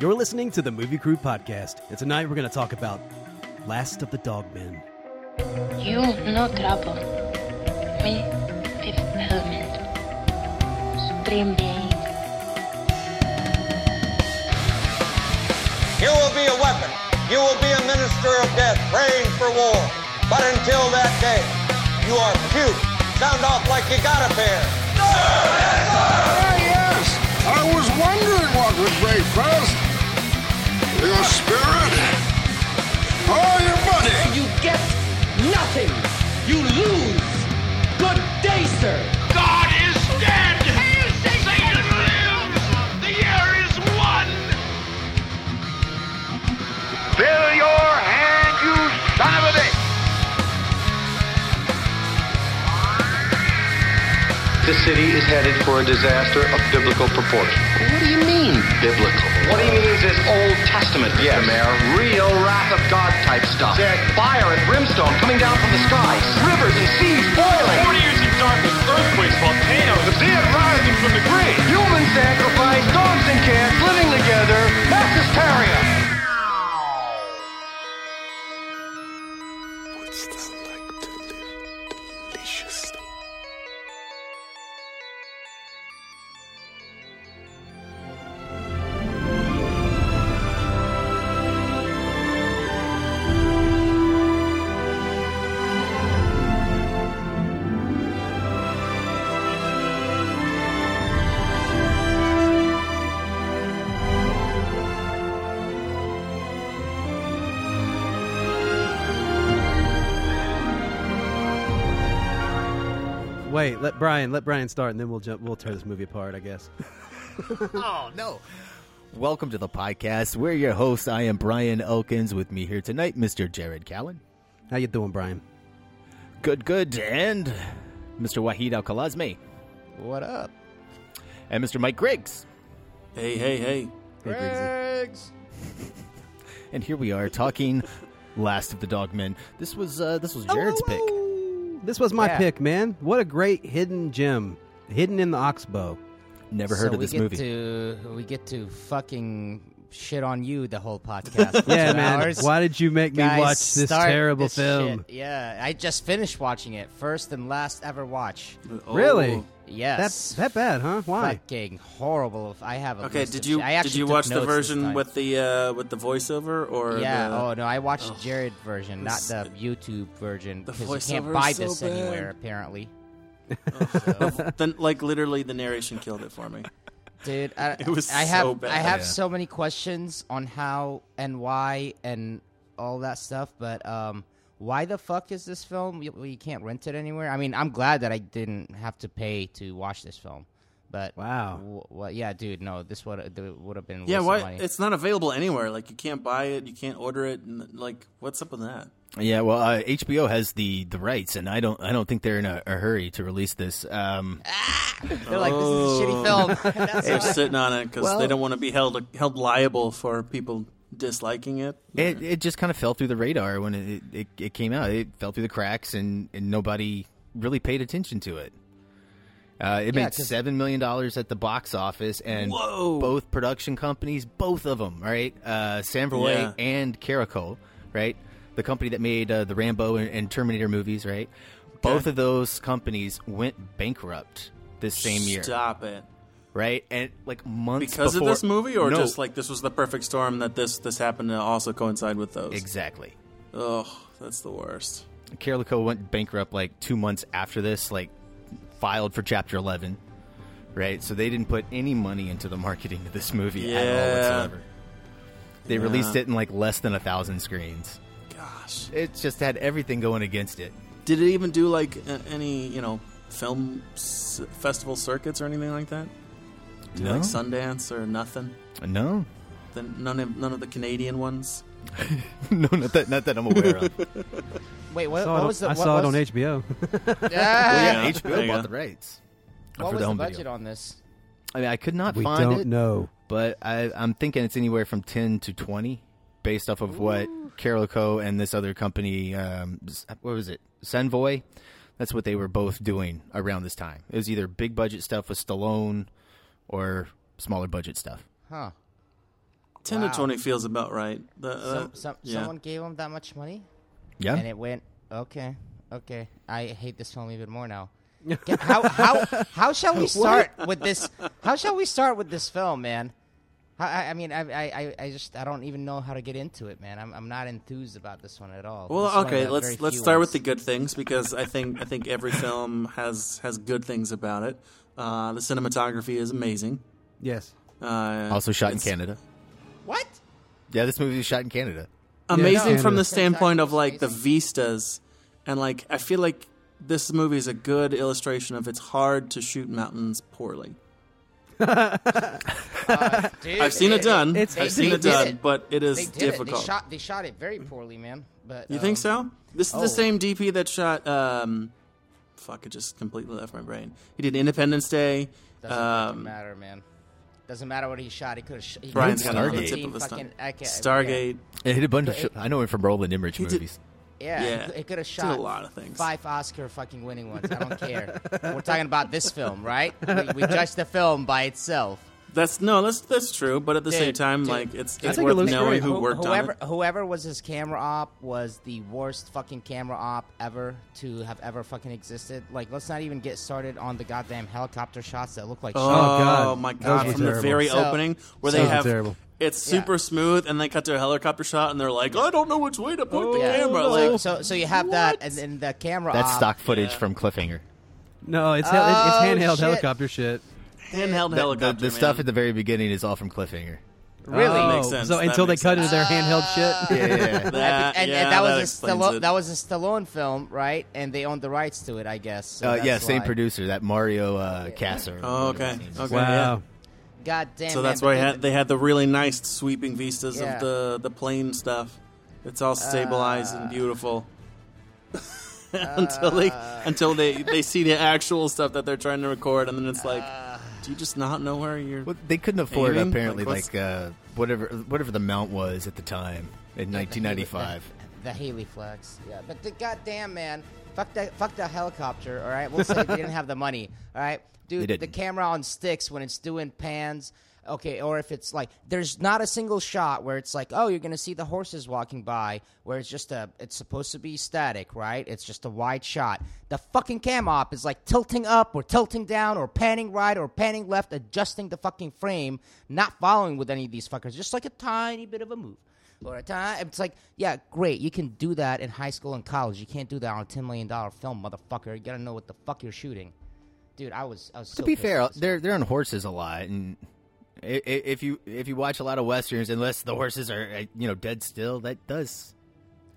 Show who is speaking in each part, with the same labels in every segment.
Speaker 1: You're listening to the Movie Crew Podcast, and tonight we're going to talk about Last of the Dogmen.
Speaker 2: You no trouble. Me, fifth element. Supreme being.
Speaker 3: You will be a weapon. You will be a minister of death, praying for war. But until that day, you are cute. Sound off like you got a pair.
Speaker 4: Ah, yes! I was wondering what would break first. Your spirit or your body?
Speaker 5: You get nothing. You lose. Good day, sir.
Speaker 6: God is dead! Satan lives! The year is one! Fill your hand, you son of a bitch!
Speaker 7: The city is headed for a disaster of biblical proportion. What do you mean, biblical? What he means is Old Testament. Yeah, Mayor. Real wrath of God type stuff. Fire and brimstone coming down from the skies. Rivers and seas boiling.
Speaker 8: 40 years of darkness, earthquakes, volcanoes, the dead rising from the grave.
Speaker 7: Human sacrifice, dogs and cats living together. Mass hysteria.
Speaker 1: Wait, let Brian let Brian start, and then we'll jump. We'll tear this movie apart, I guess.
Speaker 9: Oh no. Welcome to the podcast. We're your hosts. I am Brian Elkins. With me here tonight, Mr. Jared Callen.
Speaker 1: How you doing, Brian?
Speaker 9: Good, good, and Mr. Wahid Al Khalazmi. What up? And Mr. Mike Griggs.
Speaker 1: Hey, Griggsy.
Speaker 9: And here we are talking Last of the Dogmen. This was uh, this
Speaker 10: Oh,
Speaker 9: was Jared's pick.
Speaker 1: This was my pick, man. What a great hidden gem, hidden in the oxbow.
Speaker 9: Never heard
Speaker 10: so
Speaker 9: of this
Speaker 10: we get
Speaker 9: movie.
Speaker 10: To, we get to fucking shit on you the whole podcast. for
Speaker 1: Yeah,
Speaker 10: two
Speaker 1: man.
Speaker 10: hours.
Speaker 1: Why did you make me
Speaker 10: Guys,
Speaker 1: watch this
Speaker 10: start
Speaker 1: terrible
Speaker 10: this
Speaker 1: film?
Speaker 10: shit. Yeah, I just finished watching it. First and last ever watch.
Speaker 1: Oh. Really? That's
Speaker 10: Yes.
Speaker 1: that bad, huh? Why?
Speaker 10: fucking horrible. I have a
Speaker 11: Okay,
Speaker 10: list
Speaker 11: did
Speaker 10: of
Speaker 11: you
Speaker 10: shit. I
Speaker 11: did
Speaker 10: actually
Speaker 11: you
Speaker 10: took
Speaker 11: watch the
Speaker 10: notes this
Speaker 11: version
Speaker 10: time.
Speaker 11: with the uh, with the voiceover or
Speaker 10: Yeah.
Speaker 11: The,
Speaker 10: Oh no, I watched Jared version, not
Speaker 11: This-
Speaker 10: the YouTube version,
Speaker 11: the
Speaker 10: because you
Speaker 11: voiceover
Speaker 10: can't buy
Speaker 11: is so
Speaker 10: this anywhere
Speaker 11: bad.
Speaker 10: apparently.
Speaker 11: the- like literally the narration killed it for me.
Speaker 10: Dude, I,
Speaker 11: It was
Speaker 10: I
Speaker 11: so
Speaker 10: have
Speaker 11: bad.
Speaker 10: I have
Speaker 9: Yeah.
Speaker 10: so many questions on how and why and all that stuff, but um, why the fuck is this film? You, you can't rent it anywhere. I mean, I'm glad that I didn't have to pay to watch this film, but
Speaker 1: Wow.
Speaker 10: wh- wha- yeah, dude, no, this would would have been waste
Speaker 11: Yeah,
Speaker 10: of
Speaker 11: why
Speaker 10: money.
Speaker 11: it's not available anywhere. Like you can't buy it, you can't order it. And, like what's up with that?
Speaker 9: Yeah, well, uh, HBO has the, the rights, and I don't I don't think they're in a, a hurry to release this. Um,
Speaker 10: They're like, this is a shitty film. And that's
Speaker 11: Oh. They're
Speaker 10: why-
Speaker 11: sitting on it because they
Speaker 9: Well-
Speaker 11: don't want to be held held liable for people disliking it.
Speaker 9: It it just kind of fell through the radar when it, it, it came out. It fell through the cracks, and, and nobody really paid attention to it. Uh, it
Speaker 10: Yeah,
Speaker 9: made
Speaker 10: 'cause-
Speaker 9: seven million dollars at the box office, and
Speaker 11: Whoa.
Speaker 9: both production companies, both of them, right? Uh, Sanveroy
Speaker 11: Yeah.
Speaker 9: and Caracol, right? The company that made uh, the Rambo and, and Terminator movies, right? Both of those companies went bankrupt this same year,
Speaker 11: Stop it.
Speaker 9: right? And like months
Speaker 11: Because
Speaker 9: before-
Speaker 11: of this movie, or
Speaker 9: No,
Speaker 11: just like this was the perfect storm that this this happened to also coincide with those.
Speaker 9: exactly.
Speaker 11: Ugh, that's the worst.
Speaker 9: Carolico went bankrupt like two months after this, like filed for Chapter 11, right? So they didn't put any money into the marketing of this movie at all
Speaker 11: Yeah.
Speaker 9: whatsoever. They
Speaker 11: Yeah.
Speaker 9: released it in like less than a thousand screens.
Speaker 11: Gosh.
Speaker 9: It just had everything going against it.
Speaker 11: Did it even do like a- any you know film s- festival circuits or anything like that? Do
Speaker 9: No.
Speaker 11: like Sundance or nothing?
Speaker 9: No,
Speaker 11: Then none of none of the Canadian ones.
Speaker 9: no, not that, not that I'm aware of.
Speaker 10: Wait, what,
Speaker 1: I saw,
Speaker 10: what
Speaker 1: it,
Speaker 10: was the?
Speaker 1: I
Speaker 10: what
Speaker 1: saw it on
Speaker 10: was-
Speaker 1: HBO.
Speaker 10: Ah,
Speaker 9: Yeah,
Speaker 11: Yeah, Uh, there
Speaker 9: HBO
Speaker 11: you
Speaker 9: bought
Speaker 11: go.
Speaker 9: the rights
Speaker 10: what
Speaker 9: for
Speaker 10: was
Speaker 9: the
Speaker 10: the,
Speaker 9: home
Speaker 10: budget
Speaker 9: video.
Speaker 10: on this?
Speaker 9: I mean, I could not
Speaker 1: we
Speaker 9: find
Speaker 1: don't
Speaker 9: it,
Speaker 1: know.
Speaker 9: but I, I'm thinking it's anywhere from 10 to 20, based off of what Carolico and this other company, um, s- what was it, Senvoy? That's what they were both doing around this time. It was either big budget stuff with Stallone or smaller budget stuff.
Speaker 10: Huh.
Speaker 11: Ten
Speaker 10: Wow.
Speaker 11: to twenty feels about right. The- uh,
Speaker 10: Some, some,
Speaker 11: yeah.
Speaker 10: Someone gave him that much money?
Speaker 11: Yeah.
Speaker 10: And it went, okay, okay. I hate this film even more now. Get- how, how, how shall we
Speaker 12: What?
Speaker 10: start with this? How shall we start with this film, man? How, I, I mean, I, I, I- I just, I don't even know how to get into it, man. I'm, I'm not enthused about this one at all. This is one
Speaker 11: Well,
Speaker 10: of
Speaker 11: okay,
Speaker 10: the very
Speaker 11: let's let's
Speaker 10: few
Speaker 11: start
Speaker 10: ones.
Speaker 11: with the good things because I think I think every film has has good things about it. Uh, the cinematography is amazing.
Speaker 1: Yes.
Speaker 11: Uh,
Speaker 9: Also shot in
Speaker 11: it's
Speaker 9: Canada.
Speaker 10: What?
Speaker 9: Yeah, this movie was shot in Canada.
Speaker 11: Amazing
Speaker 9: Yeah,
Speaker 11: from
Speaker 9: Canada.
Speaker 11: the standpoint of like the vistas, and like I feel like this movie is a good illustration of it's hard to shoot mountains poorly.
Speaker 10: Uh, Dude,
Speaker 11: I've seen it
Speaker 10: they-
Speaker 11: done.
Speaker 10: they-
Speaker 11: I've
Speaker 10: they
Speaker 11: seen it
Speaker 10: did
Speaker 11: done, but it is
Speaker 10: They did
Speaker 11: difficult.
Speaker 10: They shot, they shot it very poorly, man. But
Speaker 11: You
Speaker 10: um,
Speaker 11: think so? This is
Speaker 10: oh.
Speaker 11: the same DP that shot. Um, fuck! It just completely left my brain. He did Independence Day.
Speaker 10: Doesn't
Speaker 11: um,
Speaker 10: fucking matter, man. Doesn't matter what he shot. He could have. Sh- he
Speaker 11: Brian's
Speaker 10: could've
Speaker 11: got it on the
Speaker 10: shot
Speaker 11: tip
Speaker 10: 15
Speaker 11: of his tongue.
Speaker 10: fucking- I can't-
Speaker 11: Stargate.
Speaker 9: It hit a bunch of.
Speaker 10: It-
Speaker 9: Sh- I know him from Roland Emmerich movies.
Speaker 10: Yeah, yeah.
Speaker 11: Yeah.
Speaker 10: it could have
Speaker 11: Did a
Speaker 10: shot
Speaker 11: lot of things.
Speaker 10: Five Oscar fucking winning ones. I don't care. We're talking about this film, right? We, we judge the film by itself.
Speaker 11: That's no, that's that's true. But at the same
Speaker 10: Dude,
Speaker 11: time,
Speaker 10: dude,
Speaker 11: like it's
Speaker 10: dude.
Speaker 11: it's worth knowing who
Speaker 10: Who-
Speaker 11: worked on
Speaker 10: whoever,
Speaker 11: it.
Speaker 10: Whoever was his camera op was the worst fucking camera op ever to have ever fucking existed. Like, let's not even get started on the goddamn helicopter shots that look like.
Speaker 11: Oh,
Speaker 10: shit.
Speaker 11: my god! From the very
Speaker 10: So-
Speaker 11: opening, where they
Speaker 10: so-
Speaker 11: have it's super smooth, and they cut to a helicopter shot, and they're like, "I don't know which way to point the
Speaker 10: Yeah.
Speaker 11: camera." Like,
Speaker 10: so, so you have that, and then the camera.
Speaker 9: That's
Speaker 10: op-
Speaker 9: stock footage from Cliffhanger.
Speaker 1: No, it's
Speaker 10: hel-
Speaker 1: it's
Speaker 10: Oh,
Speaker 1: handheld
Speaker 10: shit.
Speaker 1: helicopter shit.
Speaker 11: Handheld
Speaker 9: The- the-
Speaker 11: helicopter.
Speaker 9: The, stuff at the very beginning is all from Cliffhanger.
Speaker 1: Oh, So until they cut into their handheld
Speaker 10: Ah.
Speaker 1: shit.
Speaker 9: Yeah, yeah, yeah.
Speaker 10: and, and that, was a
Speaker 9: explains
Speaker 10: Stallone,
Speaker 9: it.
Speaker 10: that was a Stallone film, right? And they owned the rights to it, I guess. So
Speaker 9: Uh, yeah,
Speaker 10: that's
Speaker 9: same
Speaker 10: why.
Speaker 9: producer, that Mario uh, Casser.
Speaker 11: Oh, okay. Okay.
Speaker 9: Wow.
Speaker 11: Yeah.
Speaker 10: God damn.
Speaker 11: So
Speaker 10: man,
Speaker 11: that's
Speaker 10: but
Speaker 11: why
Speaker 10: they-
Speaker 11: had, they had the really nice sweeping vistas
Speaker 10: Yeah.
Speaker 11: of the the plane stuff. It's all stabilized
Speaker 10: Uh.
Speaker 11: and beautiful. until they
Speaker 10: Uh.
Speaker 11: until they they see the actual stuff that they're trying to record, and then it's like,
Speaker 10: Uh.
Speaker 11: do you just not know where you're?
Speaker 9: They couldn't afford
Speaker 11: aiming?
Speaker 9: apparently
Speaker 11: what's-
Speaker 9: like uh, whatever whatever the mount was at the time in
Speaker 10: the
Speaker 9: 1995.
Speaker 10: The Haley flex. Yeah, but the goddamn man, fuck that, fuck the helicopter. All right, we'll say they didn't have the money. All right,
Speaker 9: They
Speaker 10: dude,
Speaker 9: didn't.
Speaker 10: the camera on sticks when it's doing pans. Okay, or if it's like there's not a single shot where it's like, oh, you're gonna see the horses walking by, where it's just a, it's supposed to be static, right? It's just a wide shot. The fucking cam op is like tilting up or tilting down or panning right or panning left, adjusting the fucking frame, not following with any of these fuckers, just like a tiny bit of a move or a time. It's like, yeah, great. You can do that in high school and college. You can't do that on a ten million dollar film, motherfucker. You gotta know what the fuck you're shooting, dude. I was, I was.
Speaker 9: to
Speaker 10: So
Speaker 9: be
Speaker 10: pissed
Speaker 9: fair,
Speaker 10: at this.
Speaker 9: they're they're on horses a lot, and i- i- if you if you watch a lot of westerns, unless the horses are uh, you know dead still, that does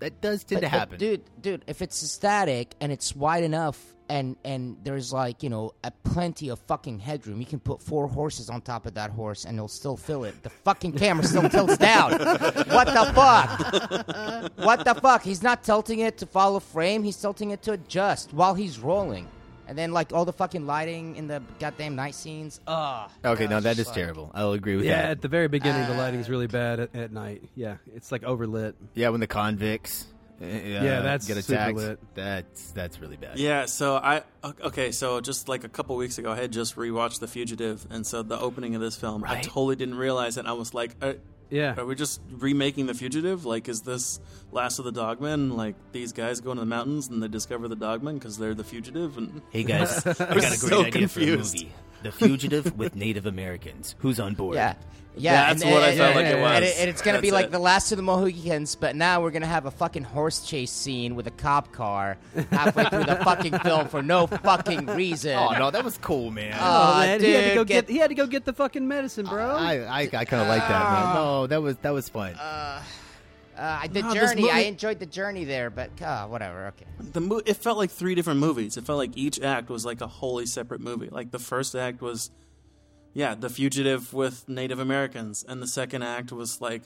Speaker 9: that does tend
Speaker 10: But-
Speaker 9: to
Speaker 10: but
Speaker 9: happen.
Speaker 10: dude. Dude, if it's static and it's wide enough, and and there's like you know a plenty of fucking headroom, you can put four horses on top of that horse, and it'll still fill it. The fucking camera still tilts down. What the fuck? What the fuck? He's not tilting it to follow frame. He's tilting it to adjust while he's rolling. And then like all the fucking lighting in the goddamn night scenes. Ugh.
Speaker 9: okay,
Speaker 10: Uh,
Speaker 9: no, that
Speaker 10: just
Speaker 9: is
Speaker 10: like-
Speaker 9: terrible. I'll agree with
Speaker 1: Yeah,
Speaker 9: that.
Speaker 1: at the very beginning, the lighting's really bad at, at night. Yeah, it's like overlit.
Speaker 9: Yeah, when the convicts, uh,
Speaker 1: Yeah, that's
Speaker 9: get
Speaker 1: super
Speaker 9: attacked,
Speaker 1: lit.
Speaker 9: that's that's really bad.
Speaker 11: Yeah, so I okay, so just like a couple weeks ago, I had just rewatched The Fugitive, and so the opening of this film, I totally didn't realize it. I was like, uh, are,
Speaker 1: Yeah.
Speaker 11: are we just remaking The Fugitive? Like, is this Last of the Dogmen? Like these guys go into the mountains and they discover the Dogmen because they're the fugitive? And
Speaker 9: Hey guys, I
Speaker 11: was
Speaker 9: got a great
Speaker 11: so
Speaker 9: idea
Speaker 11: confused.
Speaker 9: for a movie: The Fugitive with Native Americans. Who's on board?
Speaker 10: Yeah. Yeah,
Speaker 11: That's
Speaker 10: and-
Speaker 11: what I
Speaker 10: and-
Speaker 11: felt like
Speaker 10: and-
Speaker 11: it was.
Speaker 10: And, and it's gonna be
Speaker 11: That's
Speaker 10: like
Speaker 11: it.
Speaker 10: the last of the Mohicans, but now we're gonna have a fucking horse chase scene with a cop car halfway through the fucking film for no fucking reason. Uh,
Speaker 9: Oh no, that was cool, man.
Speaker 10: Aw,
Speaker 1: oh, man, he had to
Speaker 10: dude,
Speaker 1: go
Speaker 10: get-
Speaker 1: get, he had to go get the fucking medicine, bro.
Speaker 9: I I, I kind of like that, man. No, that was that was fun.
Speaker 10: Uh, the
Speaker 11: No, this
Speaker 10: journey, I
Speaker 11: movie-
Speaker 10: enjoyed the journey there, but uh, whatever. Okay.
Speaker 11: the mo- it felt like three different movies. It felt like each act was like a wholly separate movie. Like the first act was, yeah, the fugitive with Native Americans, and the second act was like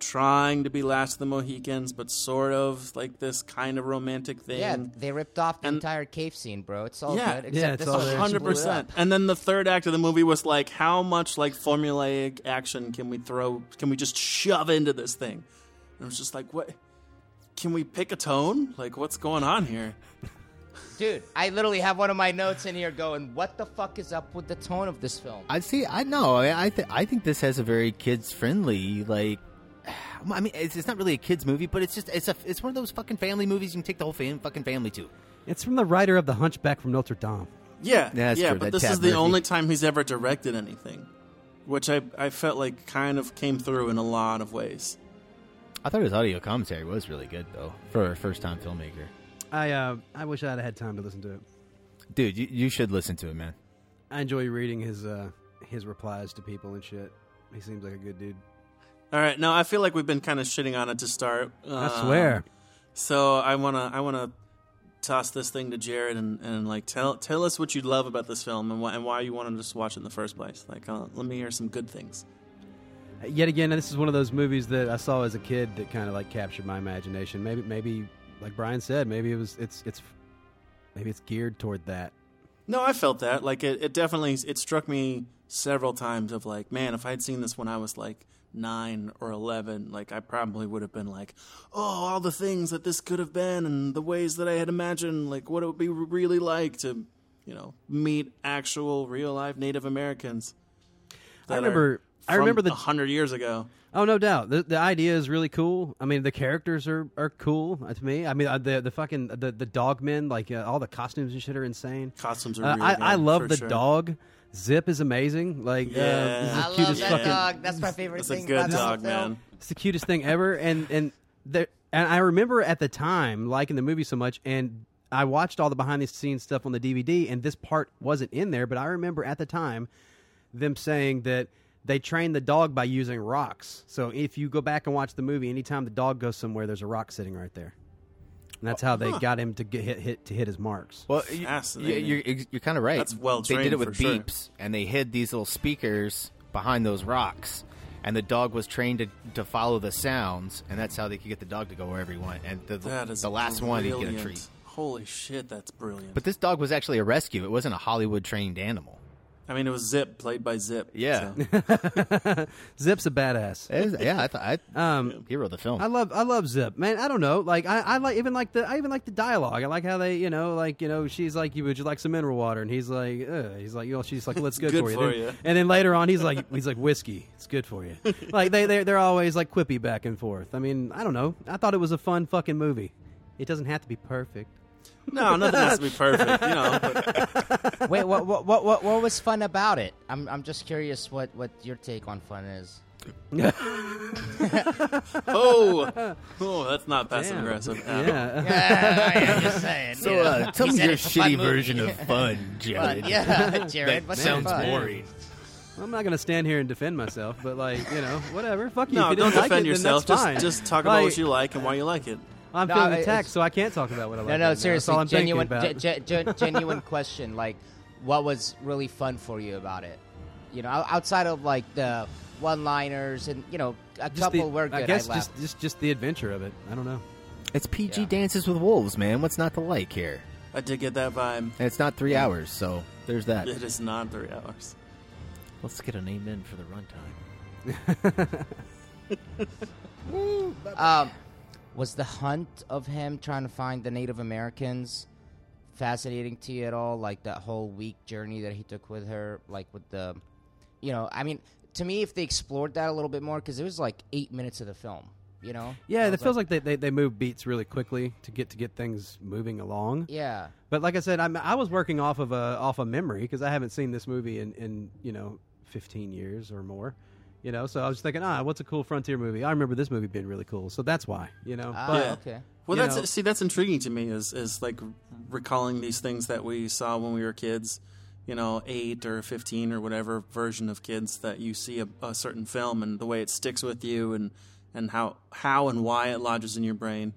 Speaker 11: trying to be last of the Mohicans, but sort of like this kind of romantic thing.
Speaker 10: Yeah, they ripped off the entire cave scene, bro. It's all
Speaker 11: yeah,
Speaker 10: good. Except this one just
Speaker 11: hundred
Speaker 10: blew it up.
Speaker 11: percent. And then the third act of the movie was like, how much like formulaic action can we throw? Can we just shove into this thing? And it was just like, what? Can we pick a tone? Like, what's going on here?
Speaker 10: Dude, I literally have one of my notes in here going, "What the fuck is up with the tone of this film?"
Speaker 9: I see. I know. I I, th- I think this has a very kids friendly like. I mean, it's, it's not really a kids movie, but it's just it's a it's one of those fucking family movies you can take the whole fam- fucking family to.
Speaker 1: It's from the writer of The Hunchback from Notre Dame.
Speaker 11: Yeah,
Speaker 9: That's
Speaker 11: yeah,
Speaker 9: true,
Speaker 11: but
Speaker 9: that
Speaker 11: this
Speaker 9: Tad
Speaker 11: is the
Speaker 9: Murphy.
Speaker 11: only time he's ever directed anything, which I I felt like kind of came through in a lot of ways.
Speaker 9: I thought his audio commentary was really good though for a first time filmmaker.
Speaker 1: I uh, I wish I'd had time to listen to it.
Speaker 9: Dude, you, you should listen to it, man.
Speaker 1: I enjoy reading his uh, his replies to people and shit. He seems like a good dude.
Speaker 11: All right, no, I feel like we've been kind of shitting on it to start. Um,
Speaker 1: swear.
Speaker 11: So I wanna I wanna toss this thing to Jared and, and like tell tell us what you love about this film and why and why you wanted us to watch it in the first place. Like, uh, let me hear some good things.
Speaker 1: Uh, Yet again, this is one of those movies that I saw as a kid that kind of like captured my imagination. Maybe, maybe like Brian said, maybe it was it's it's maybe it's geared toward that.
Speaker 11: No, I felt that. Like it, it definitely it struck me several times of like, man, if I had seen this when I was like nine or eleven, like I probably would have been like, oh, all the things that this could have been and the ways that I had imagined, like what it would be really like to, you know, meet actual real life Native Americans.
Speaker 1: I remember- I remember the-
Speaker 11: hundred years ago.
Speaker 1: Oh, no doubt. The, the idea is really cool. I mean, the characters are, are cool uh, to me. I mean, uh, the the fucking the, the dog men, like uh, all the costumes and shit are insane.
Speaker 11: Costumes are
Speaker 1: Uh,
Speaker 11: really
Speaker 1: I,
Speaker 11: good,
Speaker 1: I love
Speaker 11: for
Speaker 1: the
Speaker 11: sure.
Speaker 1: dog. Zip is amazing. Like, uh, this is the
Speaker 10: I love
Speaker 1: cutest
Speaker 10: that
Speaker 1: fucking
Speaker 10: dog. That's my favorite
Speaker 11: That's a
Speaker 10: thing
Speaker 11: good
Speaker 10: about this
Speaker 11: dog,
Speaker 10: film.
Speaker 11: man.
Speaker 1: It's the cutest thing ever, and and there, and I remember at the time liking the movie so much, and I watched all the behind the scenes stuff on the DVD, and this part wasn't in there, but I remember at the time them saying that they trained the dog by using rocks. So if you go back and watch the movie, anytime the dog goes somewhere, there's a rock sitting right there, and that's how they got him to get hit, hit to hit his marks.
Speaker 9: Well, you,
Speaker 11: Fascinating.
Speaker 9: You're, you're, you're kind of right.
Speaker 11: That's well
Speaker 9: They did
Speaker 11: trained
Speaker 9: it with
Speaker 11: for sure.
Speaker 9: beeps, and they hid these little speakers behind those rocks, and the dog was trained to, to follow the sounds, and that's how they could get the dog to go wherever he wanted. And the,
Speaker 11: That is
Speaker 9: the last one, he'd get a
Speaker 11: brilliant.
Speaker 9: treat.
Speaker 11: Holy shit, that's brilliant.
Speaker 9: But this dog was actually a rescue. It wasn't a Hollywood trained animal.
Speaker 11: I mean, it was Zip played by Zip.
Speaker 9: Yeah.
Speaker 11: so.
Speaker 1: Zip's a badass.
Speaker 9: It is- yeah, I thought I,
Speaker 10: Um,
Speaker 9: hero of the film.
Speaker 1: I love I love Zip, man. I don't know, like I, I like even like the I even like the dialogue. I like how they, you know, like you know, she's like, "You would you like some mineral water?" And he's like, Ugh. he's like, you know, she's like, "Let's good,
Speaker 11: Good
Speaker 1: for you."
Speaker 11: for
Speaker 1: Then-
Speaker 11: you.
Speaker 1: And then later on, he's like, he's like, "Whiskey, it's good for you." like they they they're always like quippy back and forth. I mean, I don't know. I thought it was a fun fucking movie. It doesn't have to be perfect.
Speaker 11: No, nothing has to be perfect, you know. but-
Speaker 10: Wait, what, what, what, what, what was fun about it? I'm, I'm just curious what, what your take on fun is.
Speaker 11: oh, oh, that's not passive aggressive. at all.
Speaker 1: Yeah.
Speaker 10: Yeah, I am just saying.
Speaker 9: so
Speaker 10: you know.
Speaker 9: uh, tell
Speaker 10: He
Speaker 9: me
Speaker 10: said
Speaker 9: your
Speaker 10: it's a fun
Speaker 9: shitty
Speaker 10: movie.
Speaker 9: version of fun,
Speaker 10: Fun,
Speaker 9: Jared.
Speaker 10: yeah, Jared,
Speaker 9: That
Speaker 10: what's
Speaker 9: sounds
Speaker 10: fun?
Speaker 9: boring.
Speaker 1: I'm not gonna stand here and defend myself, but like you know, whatever. Fuck you. if
Speaker 11: No,
Speaker 1: you
Speaker 11: don't
Speaker 1: didn't like
Speaker 11: defend
Speaker 1: it, then
Speaker 11: yourself.
Speaker 1: that's
Speaker 11: Just
Speaker 1: fine.
Speaker 11: just
Speaker 1: Like,
Speaker 11: talk about what you like and why you like it.
Speaker 1: I'm
Speaker 10: No,
Speaker 1: feeling
Speaker 10: I-
Speaker 1: attacked,
Speaker 10: it's-
Speaker 1: so I can't talk about what I like.
Speaker 10: No,
Speaker 1: right now.
Speaker 10: no,
Speaker 1: That's all
Speaker 10: seriously,
Speaker 1: I'm thinking
Speaker 10: genuine,
Speaker 1: about.
Speaker 10: ge- ge- gen- genuine question. Like, what was really fun for you about it? You know, o- outside of like the one-liners and you know a
Speaker 1: Just the-
Speaker 10: couple were good.
Speaker 1: I guess
Speaker 10: laughed.
Speaker 1: just, just just the adventure of it. I don't know.
Speaker 9: It's PG
Speaker 10: Yeah.
Speaker 9: Dances with Wolves, man. What's not to like here?
Speaker 11: I did get that vibe.
Speaker 9: And it's not three hours, so there's that.
Speaker 11: It is not three hours.
Speaker 9: Let's get an amen for the runtime.
Speaker 10: Um, was the hunt of him trying to find the Native Americans fascinating to you at all? Like that whole week journey that he took with her, like with the, you know, I mean, to me, if they explored that a little bit more, because it was like eight minutes of the film, you know. I
Speaker 1: Yeah, it
Speaker 10: was
Speaker 1: feels like, they, they they move beats really quickly to get to get things moving along.
Speaker 10: yeah.
Speaker 1: But like I said, I'm, I was working off of a off of memory because I haven't seen this movie in in you know 15 years or more. You know, so I was thinking, ah, what's a cool frontier movie? I remember this movie being really cool, so that's why. You know,
Speaker 10: Ah,
Speaker 1: but
Speaker 11: Yeah.
Speaker 10: okay.
Speaker 11: Well,
Speaker 1: You
Speaker 11: that's
Speaker 1: know-
Speaker 11: see, that's intriguing to me. Is is like recalling these things that we saw when we were kids, you know, eight or fifteen or whatever version of kids that you see a, a certain film and the way it sticks with you and and how how and why it lodges in your brain.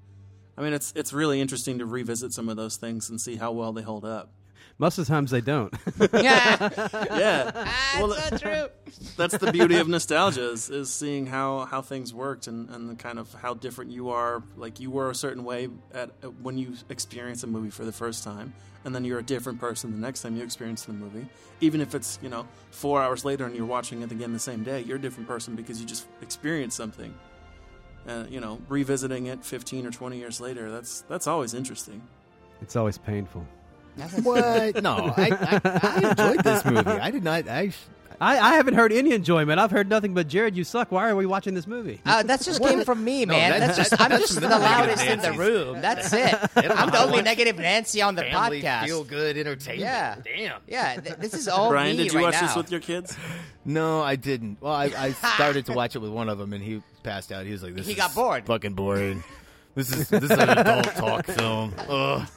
Speaker 11: I mean, it's it's really interesting to revisit some of those things and see how well they hold up.
Speaker 1: most of the times they don't.
Speaker 10: Yeah,
Speaker 11: Yeah. well,
Speaker 10: that's so true.
Speaker 11: that's the beauty of nostalgia is, is seeing how, how things worked and, and the kind of how different you are like you were a certain way at when you experience a movie for the first time and then you're a different person the next time you experience the movie even if it's you know four hours later and you're watching it again the same day you're a different person because you just experienced something uh, you know revisiting it 15 or 20 years later that's that's always interesting
Speaker 1: It's always painful.
Speaker 9: What? no, I, I, I enjoyed this movie. I did not. I
Speaker 1: I, I haven't heard any enjoyment. I've heard nothing but Jared, you suck. Why are we watching this movie?
Speaker 10: Uh, that just
Speaker 1: What?
Speaker 10: came from me,
Speaker 1: No,
Speaker 10: man.
Speaker 1: that-
Speaker 10: that's just
Speaker 1: that-
Speaker 10: I'm
Speaker 1: that's
Speaker 10: just the
Speaker 1: not
Speaker 10: loudest in
Speaker 1: negative
Speaker 10: the
Speaker 1: Nancy's.
Speaker 10: room. That's it.
Speaker 9: They don't
Speaker 10: I'm the
Speaker 9: wanna
Speaker 10: only
Speaker 9: watch
Speaker 10: negative Nancy on the
Speaker 9: Family
Speaker 10: podcast.
Speaker 9: feel-good entertainment.
Speaker 10: Yeah.
Speaker 9: Damn.
Speaker 10: Yeah. th- this is all
Speaker 11: Brian,
Speaker 10: me
Speaker 11: did you
Speaker 10: right
Speaker 11: watch
Speaker 10: now.
Speaker 11: this with your kids?
Speaker 9: No, I didn't. Well, I, I started to watch it with one of them, and he passed out. He was like, "This
Speaker 10: He
Speaker 9: is
Speaker 10: got bored.
Speaker 9: Fucking boring. This is this is an adult talk film." Ugh.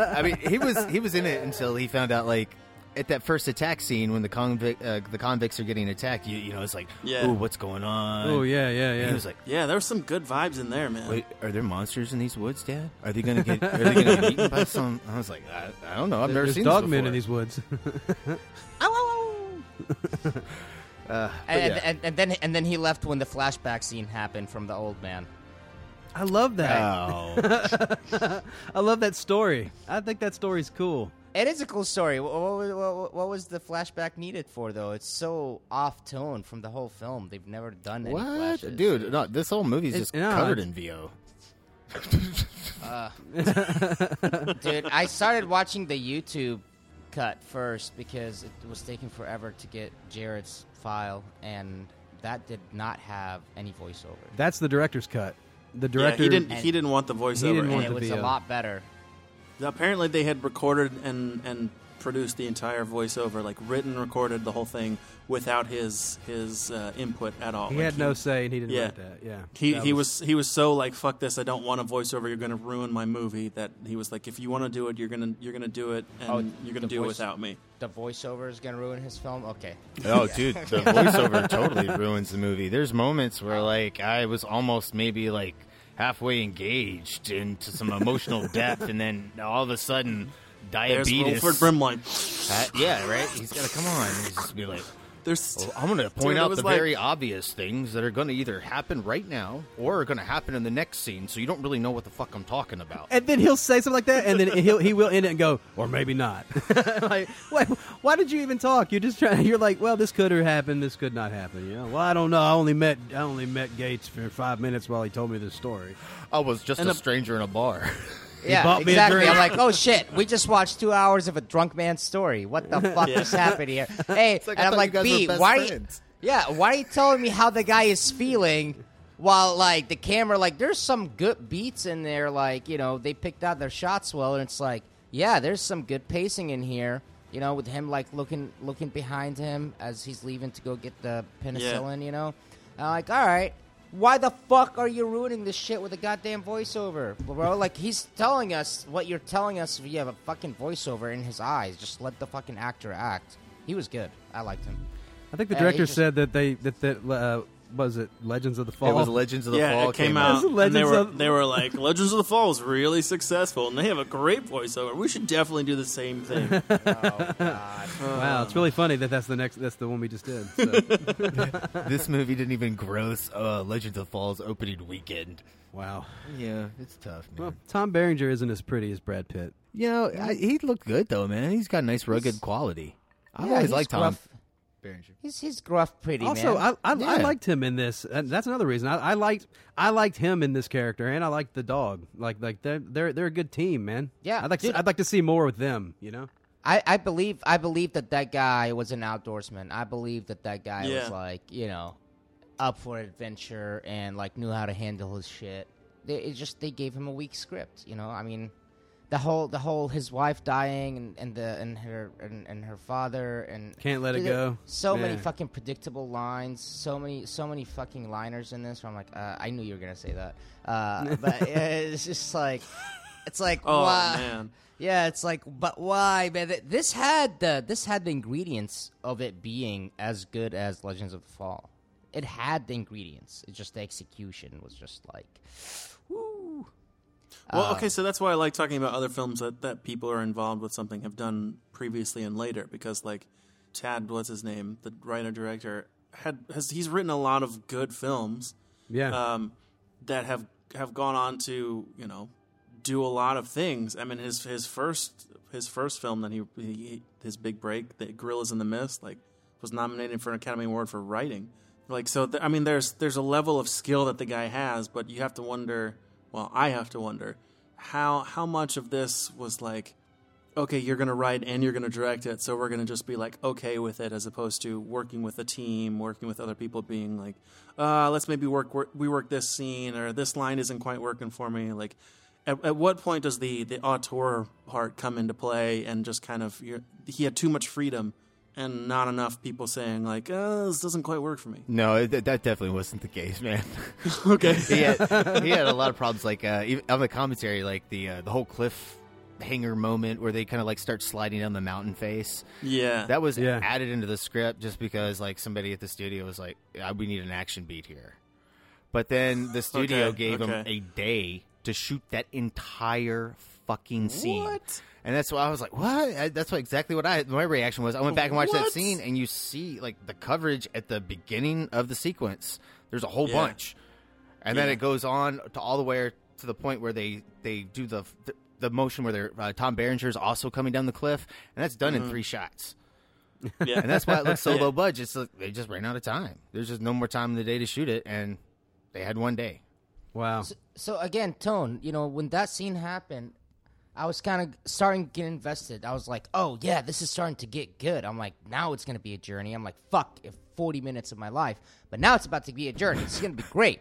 Speaker 9: I mean, he was he was in it until he found out like. At that first attack scene, when the convict uh, the convicts are getting attacked, you, you know it's like,
Speaker 11: Yeah.
Speaker 9: "Ooh, what's going on?"
Speaker 11: Oh, yeah,
Speaker 1: yeah,
Speaker 9: And he was like,
Speaker 11: yeah, there were some good vibes in there, man.
Speaker 9: "Wait, are there monsters in these woods, Dad? Are they gonna get? Are they gonna get eaten by some?" I was like, "I, I don't know. I've never
Speaker 1: There's
Speaker 9: seen
Speaker 1: dog
Speaker 9: this
Speaker 1: men
Speaker 9: before."
Speaker 1: in these woods.
Speaker 9: Uh, but
Speaker 10: And,
Speaker 9: yeah.
Speaker 10: and, and then and then he left when the flashback scene happened from the old man.
Speaker 1: I love that.
Speaker 9: Oh,
Speaker 10: Right.
Speaker 1: I love that story. I think that story's cool.
Speaker 10: It is a cool story. What, what, what, what was the flashback needed for though? It's so off tone from the whole film. They've never done any
Speaker 9: What,
Speaker 10: flashes.
Speaker 9: dude? No, this whole movie is
Speaker 10: It-
Speaker 9: just
Speaker 10: no,
Speaker 9: covered
Speaker 10: it's-
Speaker 9: in VO.
Speaker 10: Uh, dude, I started watching the YouTube cut first because it was taking forever to get Jared's file, and that did not have any voiceover.
Speaker 1: That's the director's cut. The
Speaker 11: Yeah,
Speaker 1: director
Speaker 11: he didn't.
Speaker 10: And-
Speaker 11: He didn't want the voiceover.
Speaker 1: He didn't want
Speaker 10: and
Speaker 1: the
Speaker 10: it was a
Speaker 1: VO.
Speaker 10: lot better.
Speaker 11: Apparently, they had recorded and and produced the entire voiceover, like written, recorded the whole thing without his his uh, input at all.
Speaker 1: He
Speaker 11: Like,
Speaker 1: had no say, and he didn't
Speaker 11: yeah.
Speaker 1: write that. Yeah,
Speaker 11: He
Speaker 1: That
Speaker 11: he was he was so like fuck this. I don't want a voiceover. You're gonna ruin my movie. That he was like, if you want to do it, you're gonna you're gonna do it, and you're gonna
Speaker 10: the
Speaker 11: do it
Speaker 10: voice-
Speaker 11: without me.
Speaker 10: The voiceover is gonna ruin his film. Okay.
Speaker 9: Oh,
Speaker 10: Yeah.
Speaker 9: dude, the voiceover totally ruins the movie. There's moments where, like, I was almost maybe like halfway engaged into some emotional depth, and then all of a sudden,
Speaker 11: There's
Speaker 9: diabetes.
Speaker 11: Wilford Brimley.
Speaker 9: Uh, yeah, right. He's gotta come on. He's just be like,
Speaker 11: "There's."
Speaker 9: Oh, I'm gonna
Speaker 11: Dude,
Speaker 9: point
Speaker 11: it
Speaker 9: out
Speaker 11: was
Speaker 9: the
Speaker 11: like-
Speaker 9: very obvious things that are gonna either happen right now or are gonna happen in the next scene, so you don't really know what the fuck I'm talking about.
Speaker 1: And then he'll say something like that, and then he'll he will end it and go, or maybe not. like, why, why did you even talk? You're just trying. You're like, well, this could have happened. This could not happen. You know, well, I don't know. I only met I only met Gates for five minutes while he told me this story.
Speaker 9: I was just
Speaker 1: And
Speaker 9: a
Speaker 1: the-
Speaker 9: stranger in a bar.
Speaker 10: Yeah, exactly. I'm like, oh shit, we just watched two hours of a drunk man's story. What the fuck
Speaker 9: Yeah.
Speaker 10: just happened here? Hey,
Speaker 9: It's like, I
Speaker 10: and I'm
Speaker 9: thought you
Speaker 10: like,
Speaker 9: guys were
Speaker 10: B,
Speaker 9: best
Speaker 10: why? Are you,
Speaker 9: friends."
Speaker 10: yeah, why are you telling me how the guy is feeling? While like the camera, like there's some good beats in there. Like you know, they picked out their shots well, and it's like, yeah, there's some good pacing in here. You know, with him like looking looking behind him as he's leaving to go get the penicillin. You know, and I'm like, all right, why the fuck are you ruining this shit with a goddamn voiceover, bro? Like he's telling us what you're telling us. If you have a fucking voiceover in his eyes, just let the fucking actor act. He was good. I liked him.
Speaker 1: I think the
Speaker 10: Uh,
Speaker 1: director
Speaker 10: he's just-
Speaker 1: said that they that that uh, was it Legends of the Fall.
Speaker 9: was Legends of the
Speaker 11: yeah, it came, out.
Speaker 1: It was
Speaker 11: and they
Speaker 1: Legends
Speaker 11: were
Speaker 1: of-
Speaker 11: they were like, "Legends of the Fall was really successful, and they have a great voiceover. We should definitely do the same thing."
Speaker 1: wow, it's really funny that that's the next. That's the one we just did. so.
Speaker 9: this movie didn't even gross uh, Legends of Falls opening weekend.
Speaker 1: Wow.
Speaker 9: Yeah, it's tough, man.
Speaker 1: well, Tom Berenger isn't as pretty as Brad Pitt.
Speaker 9: you know, I, he looked good though, man. He's got nice rugged quality. I've
Speaker 10: Yeah,
Speaker 9: always
Speaker 10: he's
Speaker 9: liked Tom.
Speaker 10: gruff. He's he's gruff, pretty
Speaker 1: Also,
Speaker 10: man.
Speaker 1: I, I, I
Speaker 10: Yeah.
Speaker 1: liked him in this. And that's another reason I, I liked I liked him in this character, and I liked the dog. Like like they're they're they're a good team, man.
Speaker 10: Yeah,
Speaker 1: I'd like
Speaker 10: dude.
Speaker 1: to, I'd like to see more with them. You know,
Speaker 10: I, I believe I believe that that guy was an outdoorsman. I believe that that guy
Speaker 1: Yeah.
Speaker 10: was like you know up for adventure and like knew how to handle his shit. They it just they gave him a weak script. You know, I mean, the whole the whole his wife dying and, and the and her and, and her father and
Speaker 1: Can't let it
Speaker 10: Dude, there-
Speaker 1: go.
Speaker 10: So many
Speaker 1: Yeah.
Speaker 10: fucking predictable lines. So many so many fucking liners in this. Where I'm like, uh, I knew you were gonna say that. Uh, but uh, it's just like it's like
Speaker 11: Oh,
Speaker 10: why?
Speaker 11: man.
Speaker 10: Yeah, it's like, but why, man? Th- This had the this had the ingredients of it being as good as Legends of the Fall. It had the ingredients. It's just the execution was just like, woo.
Speaker 11: Well,
Speaker 10: Uh,
Speaker 11: okay, so that's why I like talking about other films that, that people are involved with something have done previously and later because like Tad, what's his name, the writer director had has he's written a lot of good films,
Speaker 1: Yeah.
Speaker 11: um, that have have gone on to you know do a lot of things. I mean his his first his first film that he, he his big break, the Gorillas in the Mist, like was nominated for an Academy Award for writing. Like so, th- I mean, there's there's a level of skill that the guy has, but you have to wonder. Well, I have to wonder how how much of this was like okay you're going to write and you're going to direct it so we're going to just be like okay with it as opposed to working with a team working with other people being like uh let's maybe work, work we work this scene or this line isn't quite working for me like at, at what point does the the auteur part come into play and just kind of you're, he had too much freedom and not enough people saying like uh, this doesn't quite work for me
Speaker 9: No, it, that definitely wasn't the case, man.
Speaker 11: Okay.
Speaker 9: he, had, he had a lot of problems. Like uh, even on the commentary, like the uh, the whole cliff hanger moment where they kind of like start sliding down the mountain face.
Speaker 11: Yeah.
Speaker 9: that was
Speaker 11: Yeah.
Speaker 9: added into the script just because like somebody at the studio was like, "Yeah, "We need an action beat here." But then the studio
Speaker 11: Okay,
Speaker 9: gave him
Speaker 11: okay.
Speaker 9: a day to shoot that entire fucking scene.
Speaker 11: What?
Speaker 9: And that's why I was like, "What?" I, that's what, exactly what I my reaction was. I went back and watched
Speaker 11: What?
Speaker 9: that scene, and you see like the coverage at the beginning of the sequence. There's a whole
Speaker 11: Yeah.
Speaker 9: bunch, and then
Speaker 11: Yeah.
Speaker 9: it goes on to all the way to the point where they they do the the, motion where they're, uh, Tom Berenger's also coming down the cliff, and that's done in
Speaker 11: Mhm.
Speaker 9: three shots.
Speaker 11: yeah
Speaker 9: And that's why it looks so
Speaker 11: Yeah.
Speaker 9: low budget. It's like they just ran out of time. There's just no more time in the day to shoot it, and they had one day.
Speaker 1: Wow.
Speaker 10: So again, tone. You know, when that scene happened, I was kind of starting to get invested. I was like, "Oh yeah, this is starting to get good." I'm like, "Now it's gonna be a journey." I'm like, "Fuck, if 40 minutes of my life, but now it's about to be a journey. It's gonna be great."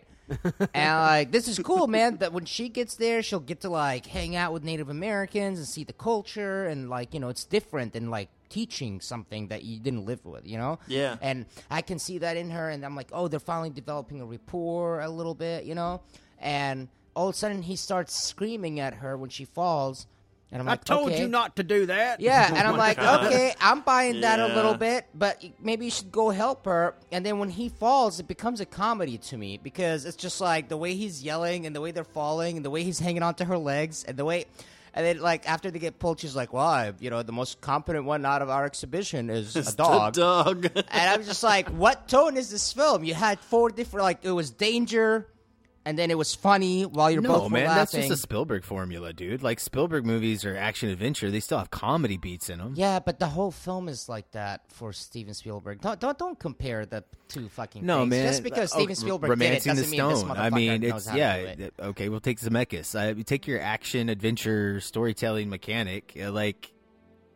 Speaker 10: and like, this is cool, man. That when she gets there, she'll get to like hang out with Native Americans and see the culture, and like, you know, it's different than like teaching something that you didn't live with, you know?
Speaker 11: Yeah.
Speaker 10: And I can see that in her, and I'm like, oh, they're finally developing a rapport a little bit, you know? And all of a sudden, he starts screaming at her when she falls. And I'm like, okay.
Speaker 1: to do that.
Speaker 10: Yeah, and I'm
Speaker 9: Oh
Speaker 10: like, okay, I'm buying that a little
Speaker 1: Yeah.
Speaker 10: bit, but maybe you should go help her. And then when he falls, it becomes a comedy to me because it's just like the way he's yelling and the way they're falling and the way he's hanging onto her legs and the way. And then, like after they get pulled, she's like, "Well, I, you know, the most competent one out of our exhibition is a dog."
Speaker 11: dog. and
Speaker 10: I'm just like, "What tone is this film? You had four different. Like it was danger, and then it was funny while you're
Speaker 9: no,
Speaker 10: both were
Speaker 9: Oh, man, that's
Speaker 10: laughing.
Speaker 9: just a Spielberg formula, dude. Like Spielberg movies are action adventure. They still have comedy beats in them.
Speaker 10: Yeah, but the whole film is like that for Steven Spielberg. Don't don't, don't compare the two fucking
Speaker 9: No,
Speaker 10: things.
Speaker 9: man.
Speaker 10: Just because
Speaker 9: uh,
Speaker 10: Steven
Speaker 9: oh,
Speaker 10: Spielberg did it
Speaker 9: romancing
Speaker 10: doesn't
Speaker 9: the
Speaker 10: mean this
Speaker 9: stone.
Speaker 10: motherfucker
Speaker 9: I mean,
Speaker 10: knows
Speaker 9: it's
Speaker 10: how
Speaker 9: yeah.
Speaker 10: to do it.
Speaker 9: th- Okay, we'll take Zemeckis. I, you take your action adventure storytelling mechanic. uh, Like,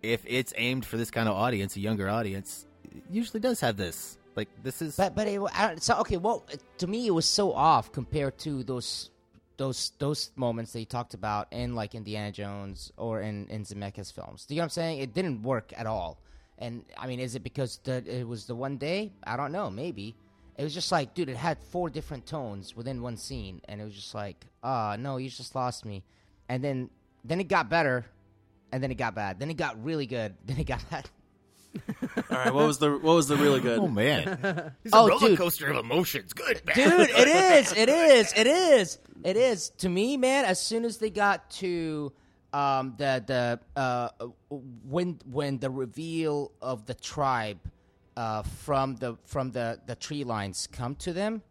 Speaker 9: if it's aimed for this kind of audience, a younger audience, it usually does have this. Like, this is
Speaker 10: But but it, I don't, so okay. Well, to me, it was so off compared to those those those moments that you talked about in like Indiana Jones or in in Zemeckis films. Do you know what I'm saying? It didn't work at all. And I mean, is it because the, it was the one day? I don't know. Maybe it was just like, dude, it had four different tones within one scene, and it was just like, uh no, you just lost me. And then then it got better, and then it got bad. Then it got really good. Then it got bad.
Speaker 11: all right what was the what was the really good
Speaker 9: oh man
Speaker 10: It's a Oh, roller dude.
Speaker 9: coaster of emotions. Good,
Speaker 10: dude it is it is it is it is to me man as soon as they got to um the the uh when when the reveal of the tribe uh from the from the the tree lines come to them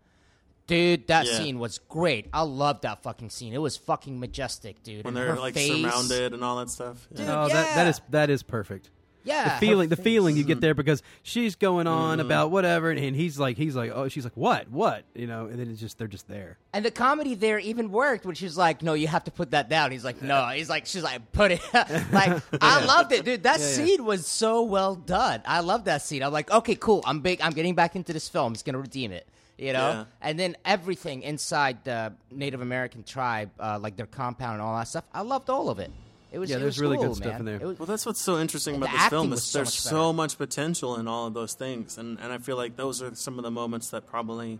Speaker 10: dude that
Speaker 11: Yeah.
Speaker 10: scene was great i love that fucking scene it was fucking majestic dude
Speaker 11: when
Speaker 10: And
Speaker 11: they're
Speaker 10: her
Speaker 11: like
Speaker 10: face-
Speaker 11: surrounded and all that stuff Yeah.
Speaker 1: Oh, that, that is that is perfect.
Speaker 10: Yeah.
Speaker 1: the feeling
Speaker 10: Her
Speaker 1: the feeling you get there because she's going on about whatever, and, and he's like he's like oh she's like what what you know, and then it's just they're just there.
Speaker 10: And the comedy there even worked when she's like, "No, you have to put that down." He's like, "No." He's like, "She's like, put it." like, I loved it, dude. That
Speaker 1: Yeah, yeah.
Speaker 10: scene was so well done. I love that scene. I'm like, okay, cool. I'm big. I'm getting back into this film. It's gonna redeem it, you know.
Speaker 11: Yeah.
Speaker 10: And then everything inside the Native American tribe, uh, like their compound and all that stuff. I loved all of it. It was
Speaker 1: Yeah,
Speaker 10: it
Speaker 1: there's
Speaker 10: was
Speaker 1: really good
Speaker 10: cool,
Speaker 1: stuff
Speaker 10: man.
Speaker 1: in there.
Speaker 10: It was-
Speaker 11: Well, that's what's so interesting
Speaker 10: And
Speaker 11: about
Speaker 10: the
Speaker 11: this film
Speaker 10: acting
Speaker 11: is
Speaker 10: was so
Speaker 11: there's
Speaker 10: much
Speaker 11: so much potential in all of those things, and and I feel like those are some of the moments that probably,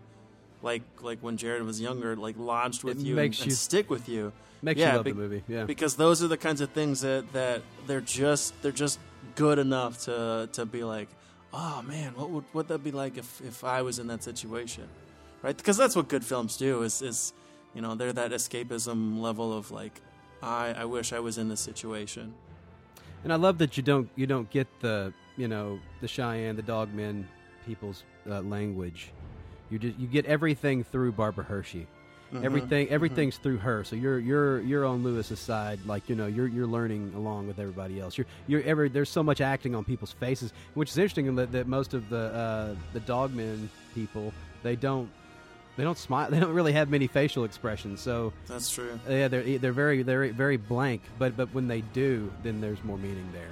Speaker 11: like like when Jared was younger, like lodged with
Speaker 1: It
Speaker 11: you,
Speaker 1: makes
Speaker 11: and,
Speaker 1: you-
Speaker 11: and stick with you.
Speaker 1: makes you love the movie, yeah.
Speaker 11: because those are the kinds of things that that they're just they're just good enough to to be like, oh man, what would what that be like if if I was in that situation, right? Because that's what good films do is is you know they're that escapism level of like. I, I wish I was in this situation.
Speaker 1: And I love that you don't you don't get the you know the Cheyenne the Dogmen people's uh, language. You just you get everything through Barbara Hershey.
Speaker 11: Mhm.
Speaker 1: Everything
Speaker 11: Mhm.
Speaker 1: everything's through her. So you're you're you're on Lewis's side. Like you know you're you're learning along with everybody else. You're you're ever there's so much acting on people's faces, which is interesting in that, that most of the uh, the Dogmen people they don't They don't smile. They don't really have many facial expressions. So
Speaker 11: That's true.
Speaker 1: yeah, they're they're very they're very blank. But but when they do, then there's more meaning there.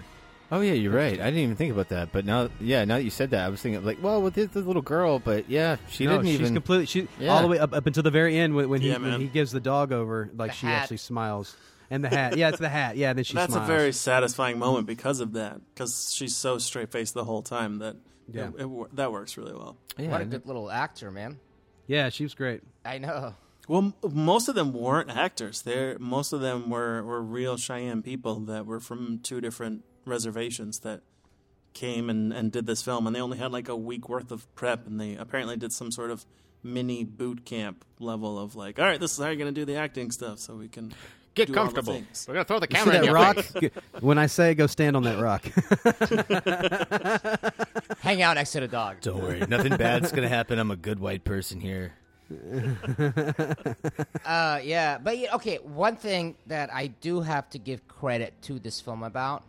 Speaker 9: Oh yeah, you're right. I didn't even think about that. But now, yeah, now that you said that, I was thinking like, well, with this, this little girl, but yeah, she
Speaker 1: no,
Speaker 9: didn't
Speaker 1: Oh, she's
Speaker 9: even
Speaker 1: completely she
Speaker 9: Yeah.
Speaker 1: all the way up, up until the very end when, when
Speaker 9: Yeah,
Speaker 1: he when
Speaker 9: man.
Speaker 1: he gives the dog over, like she
Speaker 9: hat.
Speaker 1: actually smiles and the hat. Yeah, it's the hat. Yeah, then she
Speaker 11: That's
Speaker 1: smiles.
Speaker 11: a very satisfying moment because of that, because she's so straight faced the whole time that
Speaker 1: Yeah.
Speaker 11: it- it wor- that works really well.
Speaker 10: what a good little actor, man.
Speaker 1: yeah, she was great.
Speaker 10: I know.
Speaker 11: Well, m- most of them weren't actors. They're, most of them were, were real Cheyenne people that were from two different reservations that came and, and did this film. And they only had like a week worth of prep. And they apparently did some sort of mini boot camp level of like, all right, this is how you're going to do the acting stuff so we can
Speaker 8: Get
Speaker 11: do all the
Speaker 8: comfortable.
Speaker 11: things."
Speaker 8: We're gonna throw the
Speaker 1: You see that rock? when I say go stand on that rock,
Speaker 10: Hang out next to the dog.
Speaker 9: Don't worry, nothing bad's gonna happen. I'm a good white person here.
Speaker 10: uh, yeah, but yeah, okay. One thing that I do have to give credit to this film about,